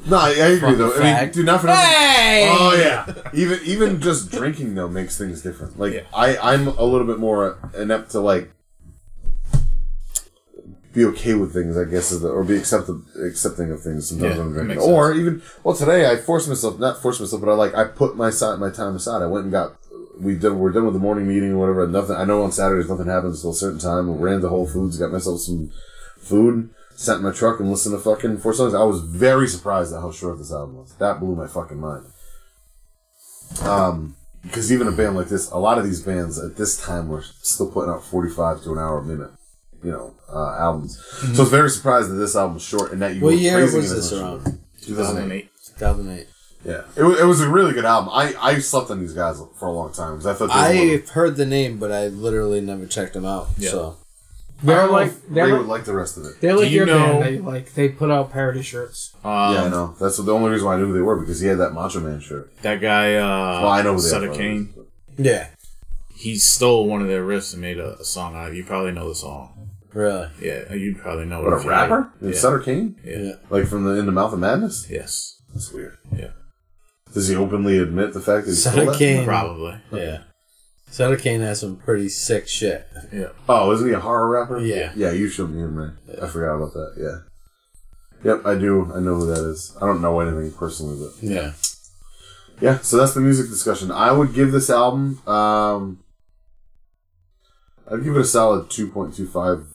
Speaker 1: No, I, I agree though. I mean,
Speaker 2: fact.
Speaker 1: do not for nothing.
Speaker 4: Hey!
Speaker 1: Oh yeah. even even just drinking though makes things different. Like
Speaker 6: Yeah.
Speaker 1: I I'm a little bit more inept to like be okay with things, I guess, is the, or be accept- accepting of things sometimes
Speaker 6: Yeah,
Speaker 1: when I'm
Speaker 6: that
Speaker 1: drinking.
Speaker 6: makes
Speaker 1: Or even well, today I forced myself not forced myself, but I like I put my si- my time aside. I went and got we did we're done with the morning meeting or whatever. and Nothing. I know on Saturdays nothing happens until a certain time. I ran to Whole Foods, got myself some food, sat in my truck and listened to fucking four songs. I was very surprised at how short this album was. That blew my fucking mind. Um, because even a band like this, a lot of these bands at this time were still putting out 45 to an hour a minute, you know, uh, albums. So I was very surprised that this album's short and that you
Speaker 2: Mhm. What
Speaker 1: were
Speaker 2: year
Speaker 1: praising
Speaker 2: was
Speaker 1: it as
Speaker 2: this
Speaker 1: much.
Speaker 2: around?
Speaker 1: 2008.
Speaker 6: 2008.
Speaker 2: 2008.
Speaker 1: Yeah. It, wa- it was a really good album. I, I slept on these guys for a long time because I thought they were.
Speaker 2: I've heard the name, but I literally never checked them out.
Speaker 6: Yeah.
Speaker 2: So
Speaker 1: I
Speaker 4: They're
Speaker 1: don't know
Speaker 4: like
Speaker 1: if
Speaker 4: they're
Speaker 1: they
Speaker 4: like,
Speaker 1: would like the rest of it.
Speaker 4: they're
Speaker 6: Do
Speaker 4: like
Speaker 6: you
Speaker 4: your
Speaker 6: know-
Speaker 4: band. They like they put out parody shirts.
Speaker 6: Um,
Speaker 1: yeah, I know. That's the only reason why I knew who they were because he had that Macho Man shirt.
Speaker 6: That guy, uh,
Speaker 1: well, I know who they
Speaker 6: Sutter
Speaker 1: are.
Speaker 6: Kane,
Speaker 2: yeah,
Speaker 6: he stole one of their riffs and made a, a song out of it. You probably know the song.
Speaker 2: really.
Speaker 6: Yeah, you probably know
Speaker 1: What,
Speaker 6: if
Speaker 1: a
Speaker 6: you-
Speaker 1: rapper?
Speaker 6: Yeah.
Speaker 1: Sutter Kane?
Speaker 6: Yeah.
Speaker 2: Yeah.
Speaker 1: Like from the In the Mouth of Madness?
Speaker 6: Yes.
Speaker 1: That's weird.
Speaker 6: Yeah.
Speaker 1: Does he openly admit the fact that he
Speaker 2: Sutter
Speaker 1: stole that?
Speaker 2: Kane.
Speaker 6: Probably.
Speaker 2: Yeah. Sutter Kane has some pretty sick shit.
Speaker 6: Yeah.
Speaker 1: Oh, isn't he a horror rapper?
Speaker 2: Yeah.
Speaker 1: Yeah, you showed me him, right? I forgot about that, yeah. Yep, I do. I know who that is. I don't know anything personally, but
Speaker 2: Yeah.
Speaker 1: yeah, so that's the music discussion. I would give this album, um, I'd give it a solid 2.25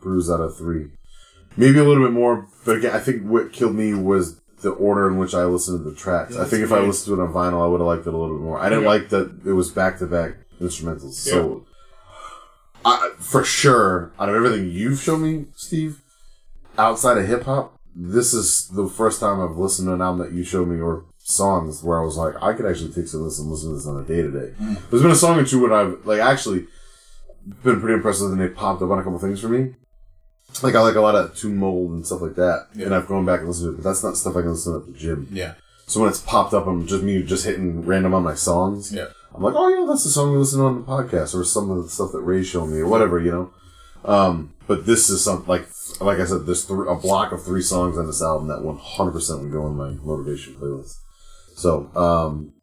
Speaker 1: brews out of 3. Maybe a little bit more, but again, I think what killed me was the order in which I listened to the tracks. I think if I listened to it on vinyl, I would have liked it a little bit more. I didn't like that it was back to back instrumentals. So, I, for sure, out of everything you've shown me, Steve, outside of hip hop, this is the first time I've listened to an album that you showed me or songs where I was like, I could actually take some of this and listen to this on a day to day. There's been a song or two when I've like actually been pretty impressed with, and they popped up on a couple things for me. Like I like a lot of Tune Mold and stuff like that, and I've gone back and listened to it, but that's not stuff I can listen to at the gym.
Speaker 6: Yeah.
Speaker 1: So when it's popped up, I'm just me just hitting random on my songs.
Speaker 6: Yeah.
Speaker 1: I'm like, oh yeah, that's the song we listen to on the podcast, or some of the stuff that Ray showed me, or whatever, you know. Um, but this is something like, like I said, there's thr a block of three songs on this album that 100 percent would go in my motivation playlist. So, um,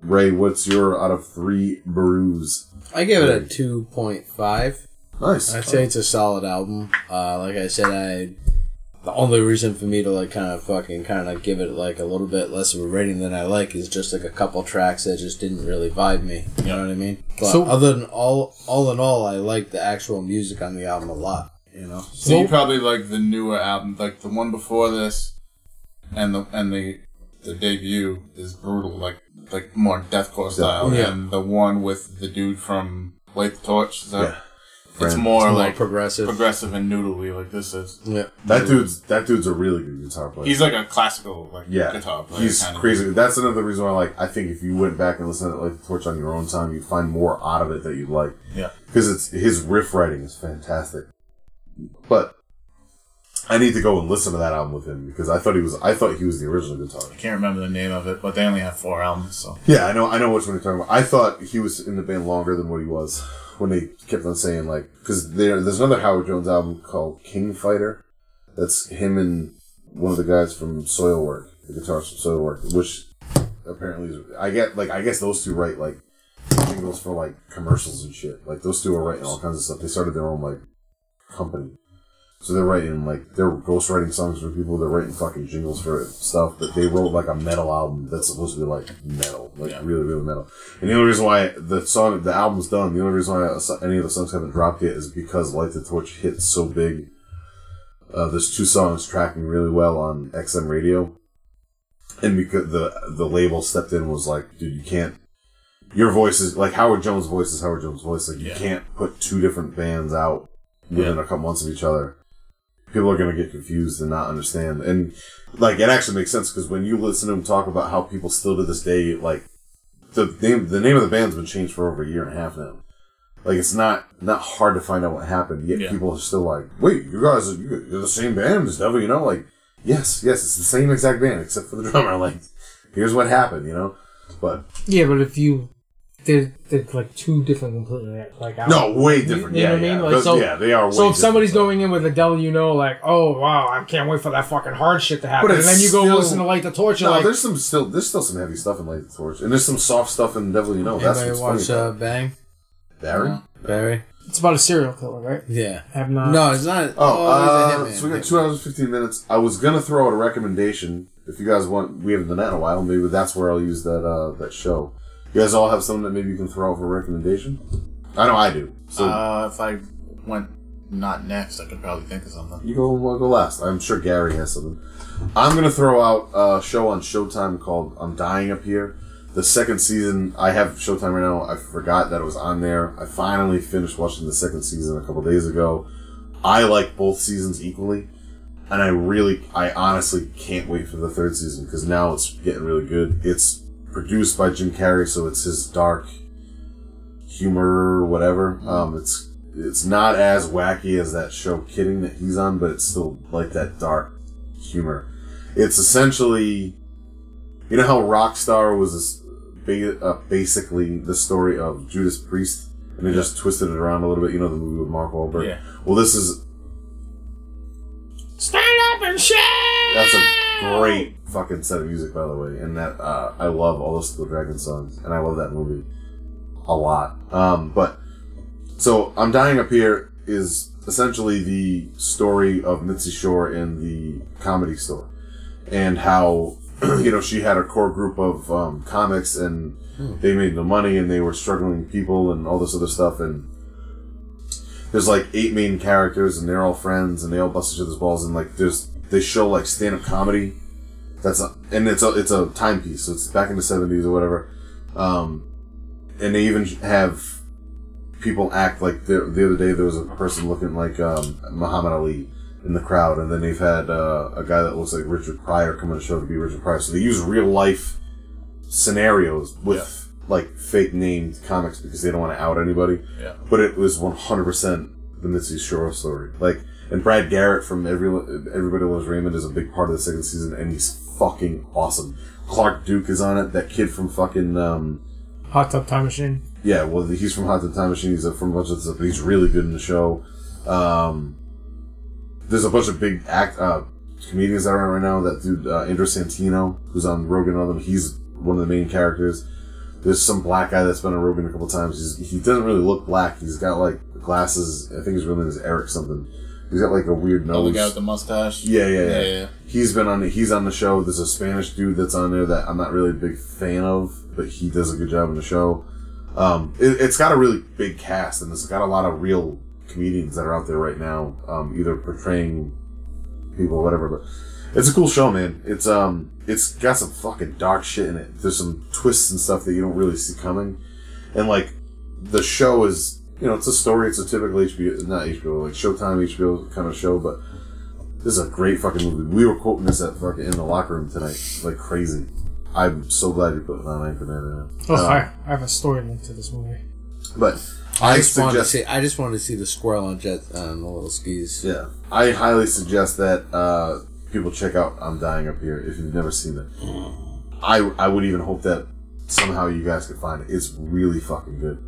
Speaker 1: Ray, what's your out of three brews?
Speaker 2: I give it a two point five.
Speaker 1: Nice.
Speaker 2: I'd say it's a solid album. Uh, like I said, I the only reason for me to like kind of fucking kind of give it like a little bit less of a rating than I like is just like a couple tracks that just didn't really vibe me. You know what I mean? But
Speaker 4: So-
Speaker 2: other than all, all in all, I like the actual music on the album a lot. You know,
Speaker 3: So you
Speaker 4: Well-
Speaker 3: probably like the newer album, like the one before this, and the and the the debut is brutal, like like more deathcore style,
Speaker 2: Yeah.
Speaker 3: and the one with the dude from Light the Torch, is that,
Speaker 1: Yeah.
Speaker 3: Uh, it's
Speaker 1: Fran.
Speaker 3: more
Speaker 2: It's more
Speaker 3: like
Speaker 2: progressive.
Speaker 3: progressive and noodly, like this is.
Speaker 2: yeah.
Speaker 1: That dude's that dude's a really good guitar player.
Speaker 3: He's like a classical like
Speaker 1: yeah,
Speaker 3: guitar player.
Speaker 1: he's
Speaker 3: kind of.
Speaker 1: crazy. That's another reason why, like, I think if you went back and listened to like Torch on your own time, you'd find more out of it that you'd like.
Speaker 3: Yeah.
Speaker 1: because it's his riff writing is fantastic. But I need to go and listen to that album with him because I thought he was I thought he was the original guitarist.
Speaker 6: I can't remember the name of it, but they only have four albums, so.
Speaker 1: Yeah, I know. I know which one you're talking about. I thought he was in the band longer than what he was when they kept on saying like because there, there's another Howard Jones album called King Fighter. That's him and one of the guys from Soilwork, the guitarist from Soilwork, which apparently is, I get like I guess those two write like jingles for like commercials and shit. Like those two are writing all kinds of stuff. They started their own like company. So they're writing like they're ghostwriting songs for people. They're writing fucking jingles for stuff. But they wrote like a metal album that's supposed to be like metal, like really, really metal. And the only reason why the song, the album's done, the only reason why a so- any of the songs haven't dropped yet is because Light the Torch hit so big. Uh, there's two songs tracking really well on XM radio, and because the the label stepped in and was like, dude, you can't. Your voice is like Howard Jones' voice is Howard Jones' voice. Like you
Speaker 6: Yeah.
Speaker 1: can't put two different bands out within a couple months of each other people are going to get confused and not understand. And like, it actually makes sense because when you listen to him talk about how people still to this day, like the name, the name of the band's been changed for over a year and a half now. Like it's not not hard to find out what happened. Yet
Speaker 3: Yeah.
Speaker 1: people are still like, wait, you guys, are, you- you're the same band as Devil, you know? Like, yes, yes, it's the same exact band except for the drummer. Like, here's what happened, you know? But
Speaker 4: Yeah, but if you did, did like two different completely like out-
Speaker 1: no, way different.
Speaker 4: You know
Speaker 1: yeah,
Speaker 4: what I
Speaker 1: yeah.
Speaker 4: mean? Like,
Speaker 1: Those-
Speaker 4: so-
Speaker 1: yeah, they are.
Speaker 4: So
Speaker 1: way
Speaker 4: if somebody's
Speaker 1: different.
Speaker 4: going in with a Del, you know, like, oh wow, I can't wait for that fucking hard shit to happen,
Speaker 1: But
Speaker 4: and
Speaker 1: it's
Speaker 4: then you go
Speaker 1: still-
Speaker 4: listen to Light the Torch, you're
Speaker 1: No,
Speaker 4: like,
Speaker 1: there's some still there's still some heavy stuff in Light the Torch, and there's some soft stuff in Devil You Know. Oh, That's
Speaker 5: Anybody
Speaker 1: what's
Speaker 5: watch
Speaker 1: funny.
Speaker 5: uh, Bang? uh,
Speaker 1: Barry.
Speaker 5: Barry?
Speaker 4: it's about a serial killer, right?
Speaker 5: Yeah.
Speaker 4: Have not.
Speaker 5: No, it's not.
Speaker 1: Oh, uh,
Speaker 5: he's a hitman.
Speaker 1: so we got two hours and fifteen minutes. I was gonna throw out a recommendation. If you guys want, we haven't done that in a while. Maybe that's where I'll use that uh, that show. You guys all have something that maybe you can throw out for a recommendation. I know I do. So
Speaker 3: uh, if I went not next, I could probably think of something.
Speaker 1: you go we'll go last. I'm sure Gary has something. I'm gonna throw out a show on Showtime called "I'm Dying Up Here." The second season, I have Showtime right now. I forgot that it was on there. I finally finished watching the second season a couple days ago. I like both seasons equally. and I really, I honestly can't wait for the third season because now it's getting really good. It's produced by Jim Carrey, so it's his dark humor, whatever. Um, it's it's not as wacky as that show Kidding that he's on, but it's still like that dark humor. It's essentially, you know how Rockstar was this, ba- uh, basically the story of Judas Priest, and they just twisted it around a little bit. You know the movie with Mark Wahlberg.
Speaker 3: Yeah.
Speaker 1: Well, this is
Speaker 4: Stand up and shout.
Speaker 1: That's a great fucking set of music, by the way. And that uh, I love all those the Dragon songs, and I love that movie a lot. Um, but so I'm dying up here is essentially the story of Mitzi Shore in the comedy store, and how you know she had a core group of um, comics, and they made no money, and they were struggling people, and all this other stuff, and there's like eight main characters and they're all friends and they all bust each other's balls and like there's they show like stand up comedy that's a, and it's a it's a timepiece so it's back in the 70s or whatever um and they even have people act like the, the other day there was a person looking like um Muhammad Ali in the crowd and then they've had uh, a guy that looks like Richard Pryor come on the show to be Richard Pryor so they use real life scenarios with like fake named comics because they don't want to out anybody
Speaker 3: Yeah.
Speaker 1: but it was 100% the Mitzi Shore story. Like, and Brad Garrett from Every Everybody Loves Raymond is a big part of the second season, and he's fucking awesome. Clark Duke is on it. That kid from fucking um,
Speaker 4: Hot tub time machine.
Speaker 1: yeah, well, he's from Hot Tub Time Machine. He's from a bunch of stuff, but he's really good in the show. Um, there's a bunch of big act uh, comedians that are on right now. That dude, uh, Andrew Santino, who's on Rogan and all them, he's one of the main characters. There's some black guy that's been on Rogan a couple times. He's, he doesn't really look black. He's got like glasses. I think his real name is Eric something. He's got like a weird nose.
Speaker 7: Oh, the guy with the mustache.
Speaker 1: Yeah, yeah, yeah.
Speaker 7: Yeah, yeah.
Speaker 1: He's been on. He's on the show. There's a Spanish dude that's on there that I'm not really a big fan of, but he does a good job in the show. Um, it, it's got a really big cast, and it's got a lot of real comedians that are out there right now, um, either portraying people, whatever. But it's a cool show, man. It's um, it's got some fucking dark shit in it. There's some twists and stuff that you don't really see coming, and like the show is, you know, it's a story. It's a typical HBO, not HBO, like Showtime HBO kind of show, but this is a great fucking movie. We were quoting this at fucking in the locker room tonight, like crazy. I'm so glad you put it on Anchorman.
Speaker 4: Oh,
Speaker 1: Um,
Speaker 4: I, I have a story linked to this movie.
Speaker 1: But
Speaker 5: I
Speaker 1: I
Speaker 5: just wanted to
Speaker 1: suggest,
Speaker 5: see. I just wanted to see the squirrel on jet uh, on the little skis.
Speaker 1: yeah, I highly suggest that uh, people check out "I'm Dying Up Here" if you've never seen it. I I would even hope that somehow you guys could find it. It's really fucking good.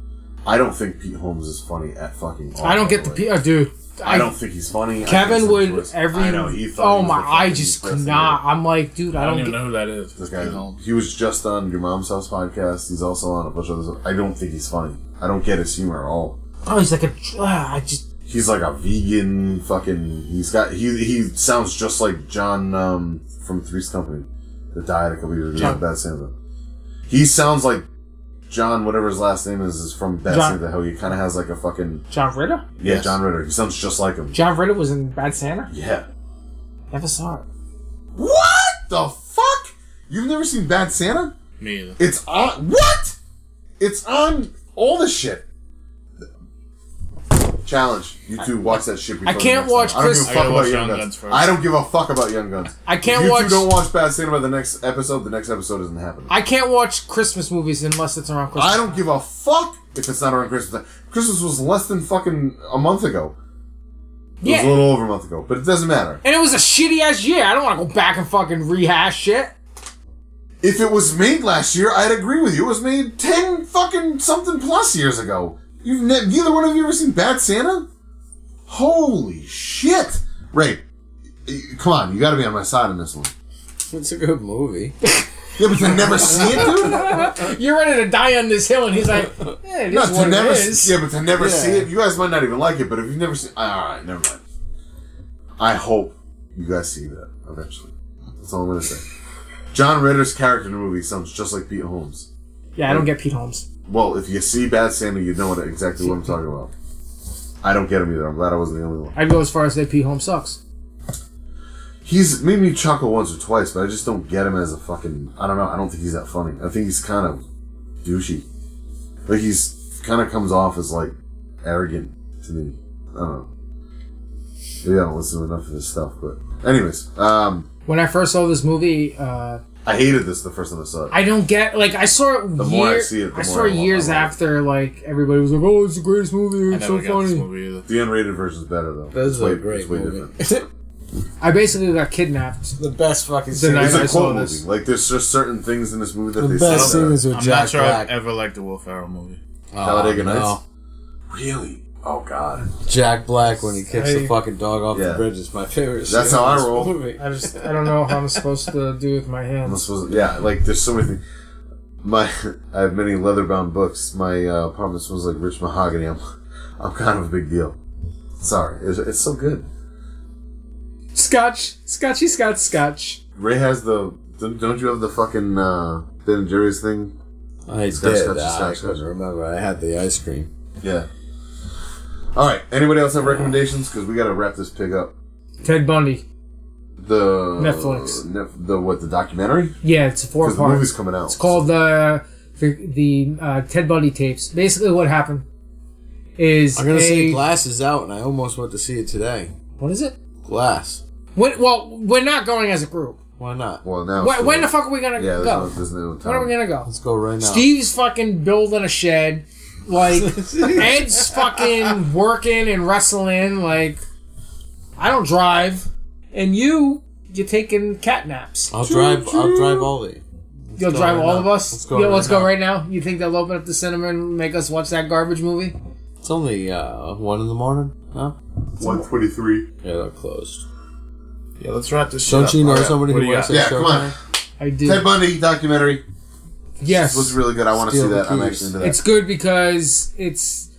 Speaker 1: I don't think Pete Holmes is funny at fucking. all,
Speaker 4: I don't
Speaker 1: by
Speaker 4: get
Speaker 1: the
Speaker 4: the
Speaker 1: way.
Speaker 4: P. Oh, dude.
Speaker 1: I don't think he's funny. I
Speaker 4: Kevin
Speaker 1: think he's
Speaker 4: would
Speaker 1: worse.
Speaker 4: every.
Speaker 1: I know, he thought
Speaker 4: oh
Speaker 1: he was
Speaker 4: my!
Speaker 1: the
Speaker 4: I
Speaker 1: fucking
Speaker 4: just
Speaker 1: best in
Speaker 4: could
Speaker 1: the
Speaker 4: not. I'm like, dude, I
Speaker 3: I don't,
Speaker 4: don't
Speaker 3: even
Speaker 4: get.
Speaker 3: know who that is.
Speaker 1: This guy, he was just on Your Mom's House podcast. He's also on a bunch of other stuff. I don't think he's funny. I don't get his humor at all.
Speaker 4: Oh, he's like a. ah, I just.
Speaker 1: He's like a vegan fucking. He's got he he sounds just like John um, from Three's Company, that died a couple years ago.
Speaker 4: John-
Speaker 1: Bad Santa. He sounds like John, whatever his last name is, is from Bad
Speaker 4: John-
Speaker 1: Santa. How he kind of has like a fucking
Speaker 4: John Ritter.
Speaker 1: yeah,
Speaker 5: Yes.
Speaker 1: John Ritter. He sounds just like him.
Speaker 4: John Ritter was in Bad Santa.
Speaker 1: Yeah.
Speaker 4: Never saw it.
Speaker 1: What the fuck? You've never seen Bad Santa?
Speaker 3: Me either.
Speaker 1: It's on what? It's on all the shit. Challenge. You two watch that shit. Before the
Speaker 4: can't
Speaker 1: next
Speaker 4: watch
Speaker 1: time. I don't
Speaker 4: Chris-
Speaker 1: give a
Speaker 3: gotta
Speaker 4: I
Speaker 1: fuck about
Speaker 3: watch
Speaker 1: Young
Speaker 3: Young
Speaker 1: Guns.
Speaker 3: Guns first.
Speaker 1: I don't give a fuck about Young Guns.
Speaker 4: I can't
Speaker 1: if you
Speaker 4: watch-
Speaker 1: two don't watch Bad Cinema the next episode, the next episode isn't happening.
Speaker 4: I can't watch Christmas movies unless it's around Christmas.
Speaker 1: I don't give a fuck if it's not around Christmas. time. Christmas was less than fucking a month ago. It was
Speaker 4: Yeah.
Speaker 1: a little over a month ago, but it doesn't matter.
Speaker 4: And it was a shitty ass year. I don't want to go back and fucking rehash shit.
Speaker 1: If it was made last year, I'd agree with you. It was made ten fucking something plus years ago. You've ne- neither one of you ever seen Bad Santa? Holy shit! Ray, y- come on, you got to be on my side on this one.
Speaker 5: It's a good movie.
Speaker 1: Yeah, but to never see it, dude.
Speaker 4: You're ready to die on this hill, and he's like, eh, it
Speaker 1: No,
Speaker 4: is
Speaker 1: to
Speaker 4: what
Speaker 1: never.
Speaker 4: it
Speaker 1: s-
Speaker 4: is.
Speaker 1: Yeah, but to never see it, you guys might not even like it. But if you've never seen, all right, never mind. I hope you guys see that eventually. That's all I'm gonna say. John Ritter's character in the movie sounds just like Pete Holmes.
Speaker 4: Yeah, I don't get Pete Holmes.
Speaker 1: Well, if you see Bad Santa, you know what, exactly what I'm talking about. I don't get him either. I'm glad I wasn't the only one.
Speaker 4: I'd go as far as to say Pete Holmes sucks.
Speaker 1: He's made me chuckle once or twice, but I just don't get him as a fucking. I don't know. I don't think he's that funny. I think he's kind of douchey. Like he's kind of comes off as like arrogant to me. I don't know. Maybe I don't listen to enough of his stuff, but anyways, um,
Speaker 4: When I first saw this movie, uh,
Speaker 1: I hated this the first time I saw it.
Speaker 4: I don't get like I saw it.
Speaker 1: The more I
Speaker 4: year-
Speaker 1: see it, the
Speaker 4: I
Speaker 1: more
Speaker 4: saw
Speaker 1: I
Speaker 4: it
Speaker 1: want-
Speaker 4: years
Speaker 1: I want it.
Speaker 4: after like everybody was like, "Oh, it's the greatest movie!
Speaker 3: I
Speaker 4: It's
Speaker 3: never
Speaker 4: so
Speaker 3: got this
Speaker 4: funny."
Speaker 3: movie either.
Speaker 1: the unrated version's better though.
Speaker 5: That's
Speaker 1: It's
Speaker 5: a
Speaker 1: way-
Speaker 5: great
Speaker 1: it's way
Speaker 5: movie.
Speaker 1: different.
Speaker 4: I basically got kidnapped.
Speaker 5: The best fucking
Speaker 4: scene. I-
Speaker 1: It's
Speaker 4: I
Speaker 1: a
Speaker 4: saw
Speaker 1: quote movie.
Speaker 4: this.
Speaker 1: Like there's just certain things in this movie that
Speaker 5: The
Speaker 1: they
Speaker 5: best
Speaker 1: said.
Speaker 5: thing is
Speaker 1: that-
Speaker 5: with
Speaker 3: I'm
Speaker 5: Jack
Speaker 3: not sure
Speaker 5: Black.
Speaker 3: I've ever liked a Will Ferrell movie.
Speaker 1: Talladega
Speaker 5: Oh,
Speaker 1: Nights. Really? Oh god.
Speaker 5: Jack Black when he kicks
Speaker 4: I-
Speaker 5: the fucking dog off
Speaker 1: Yeah.
Speaker 5: the bridge is my favorite.
Speaker 1: That's
Speaker 5: scene
Speaker 1: how
Speaker 5: in
Speaker 1: I
Speaker 5: this
Speaker 1: roll.
Speaker 5: movie.
Speaker 4: I just I don't know how I'm supposed to do with my
Speaker 1: I'm
Speaker 4: hands.
Speaker 1: supposed yeah, like there's so many things. My, I have many leather-bound books. My uh, apartment smells like rich mahogany. I'm, I'm kind of a big deal. Sorry, it's, it's so good.
Speaker 4: Scotch, Scotchy, Scotch, Scotch.
Speaker 1: Ray has the. Don't don't you have the fucking uh, Ben and Jerry's thing?
Speaker 5: I did.
Speaker 1: Scratch, scratch,
Speaker 5: ah,
Speaker 1: scratch,
Speaker 5: I couldn't
Speaker 1: scratch.
Speaker 5: remember. I had the ice cream.
Speaker 1: Yeah. All right. Anybody else have recommendations? Because we got to wrap this pig up.
Speaker 4: Ted Bundy.
Speaker 1: The
Speaker 4: Netflix.
Speaker 1: Nef- the what? The documentary?
Speaker 4: Yeah, it's a four
Speaker 1: Because the
Speaker 4: part.
Speaker 1: movie's coming out.
Speaker 4: It's called uh, the the, the uh, Ted Bundy tapes. Basically, what happened is
Speaker 5: I'm gonna
Speaker 4: a-
Speaker 5: say Glass is out, and I almost went to see it today.
Speaker 4: What is it?
Speaker 5: Glass.
Speaker 4: When, well, we're not going as a group.
Speaker 5: Why not?
Speaker 1: Well, now. it's
Speaker 4: When, when the
Speaker 1: still-
Speaker 4: fuck are we gonna
Speaker 1: Oh, Yeah. There's no,
Speaker 4: go?
Speaker 1: there's no
Speaker 4: When are
Speaker 1: time.
Speaker 4: we gonna go?
Speaker 5: Let's go right now.
Speaker 4: Steve's fucking building a shed. Like Ed's fucking working and wrestling. Like I don't drive, and you you're taking cat naps.
Speaker 5: I'll drive. I'll drive Ollie.
Speaker 4: You'll
Speaker 5: go
Speaker 4: drive
Speaker 5: right
Speaker 4: all
Speaker 5: now.
Speaker 4: of
Speaker 5: Let's
Speaker 4: us. Let's
Speaker 5: go
Speaker 4: go,
Speaker 5: right
Speaker 4: let's
Speaker 5: now.
Speaker 4: go right now. You think they'll open up the cinema and make us watch that garbage movie?
Speaker 5: It's only uh, one in the morning. Huh?
Speaker 1: One twenty-three.
Speaker 5: Yeah, they're closed.
Speaker 3: Yeah, let's wrap this shit
Speaker 5: Don't
Speaker 3: up.
Speaker 5: you know
Speaker 3: Alright,
Speaker 5: somebody
Speaker 3: what
Speaker 5: who
Speaker 3: do you
Speaker 5: works
Speaker 3: got?
Speaker 5: at
Speaker 1: Oh, Yeah, come on.
Speaker 4: I do.
Speaker 1: Ted Bundy documentary. This looks
Speaker 4: yes,
Speaker 1: really good. I want to
Speaker 5: Steal
Speaker 1: see
Speaker 5: the
Speaker 1: that. I'm
Speaker 5: keys.
Speaker 1: actually into that.
Speaker 4: it's good because it's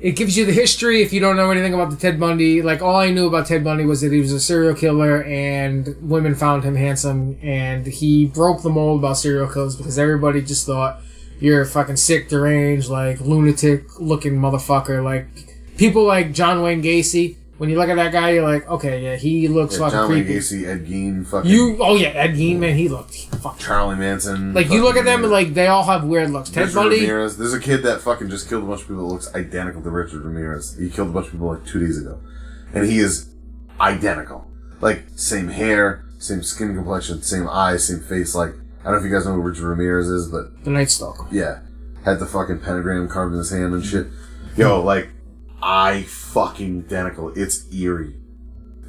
Speaker 4: it gives you the history if you don't know anything about the Ted Bundy. Like all I knew about Ted Bundy was that he was a serial killer, and women found him handsome, and he broke the mold about serial killers because everybody just thought you're a fucking sick, deranged, like lunatic looking motherfucker. Like people like John Wayne Gacy. When you look at that guy, you're like, okay, yeah, he looks
Speaker 1: Yeah,
Speaker 4: fucking
Speaker 1: John Wayne
Speaker 4: creepy.
Speaker 1: Gacy, Ed Gein, fucking
Speaker 4: You, oh yeah, Ed Gein, man, he looked fucking.
Speaker 1: Charlie Manson.
Speaker 4: Like you look at them,
Speaker 1: fucking
Speaker 4: and like they all have weird looks. Ted
Speaker 1: Richard
Speaker 4: Bundy,
Speaker 1: Ramirez. There's a kid that fucking just killed a bunch of people that looks identical to Richard Ramirez. He killed a bunch of people like two days ago, and he is identical. Like same hair, same skin complexion, same eyes, same face. Like I don't know if you guys know who Richard Ramirez is, but
Speaker 4: the Night Stalker.
Speaker 1: yeah, had the fucking pentagram carved in his hand and shit. Yo, like, I fucking identical. It's eerie.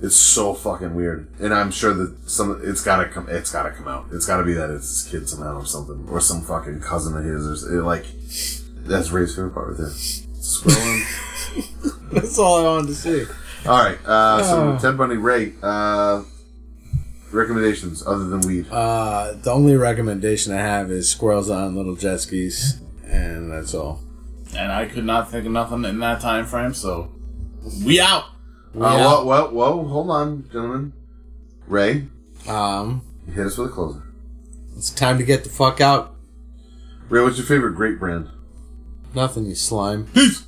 Speaker 1: It's so fucking weird, and I'm sure that some it's gotta come. It's gotta come out. It's gotta be that it's his kid somehow or something, or some fucking cousin of his, or s- it, like that's Ray's favorite part right there. Scrolling.
Speaker 5: That's all I wanted to see.
Speaker 1: All right, uh, so
Speaker 4: Ah.
Speaker 1: Ted Bundy, Ray. Uh, recommendations other than weed.
Speaker 5: Uh, the only recommendation I have is squirrels on little jet skis, and that's all.
Speaker 7: And I could not think of nothing in that time frame, so we out.
Speaker 1: Uh, whoa, whoa, whoa! Hold on, gentlemen. Ray,
Speaker 5: Um,
Speaker 1: hit us with a closer.
Speaker 5: it's time to get the fuck out.
Speaker 1: Ray, what's your favorite grape brand?
Speaker 5: Nothing, you slime.
Speaker 7: Peace.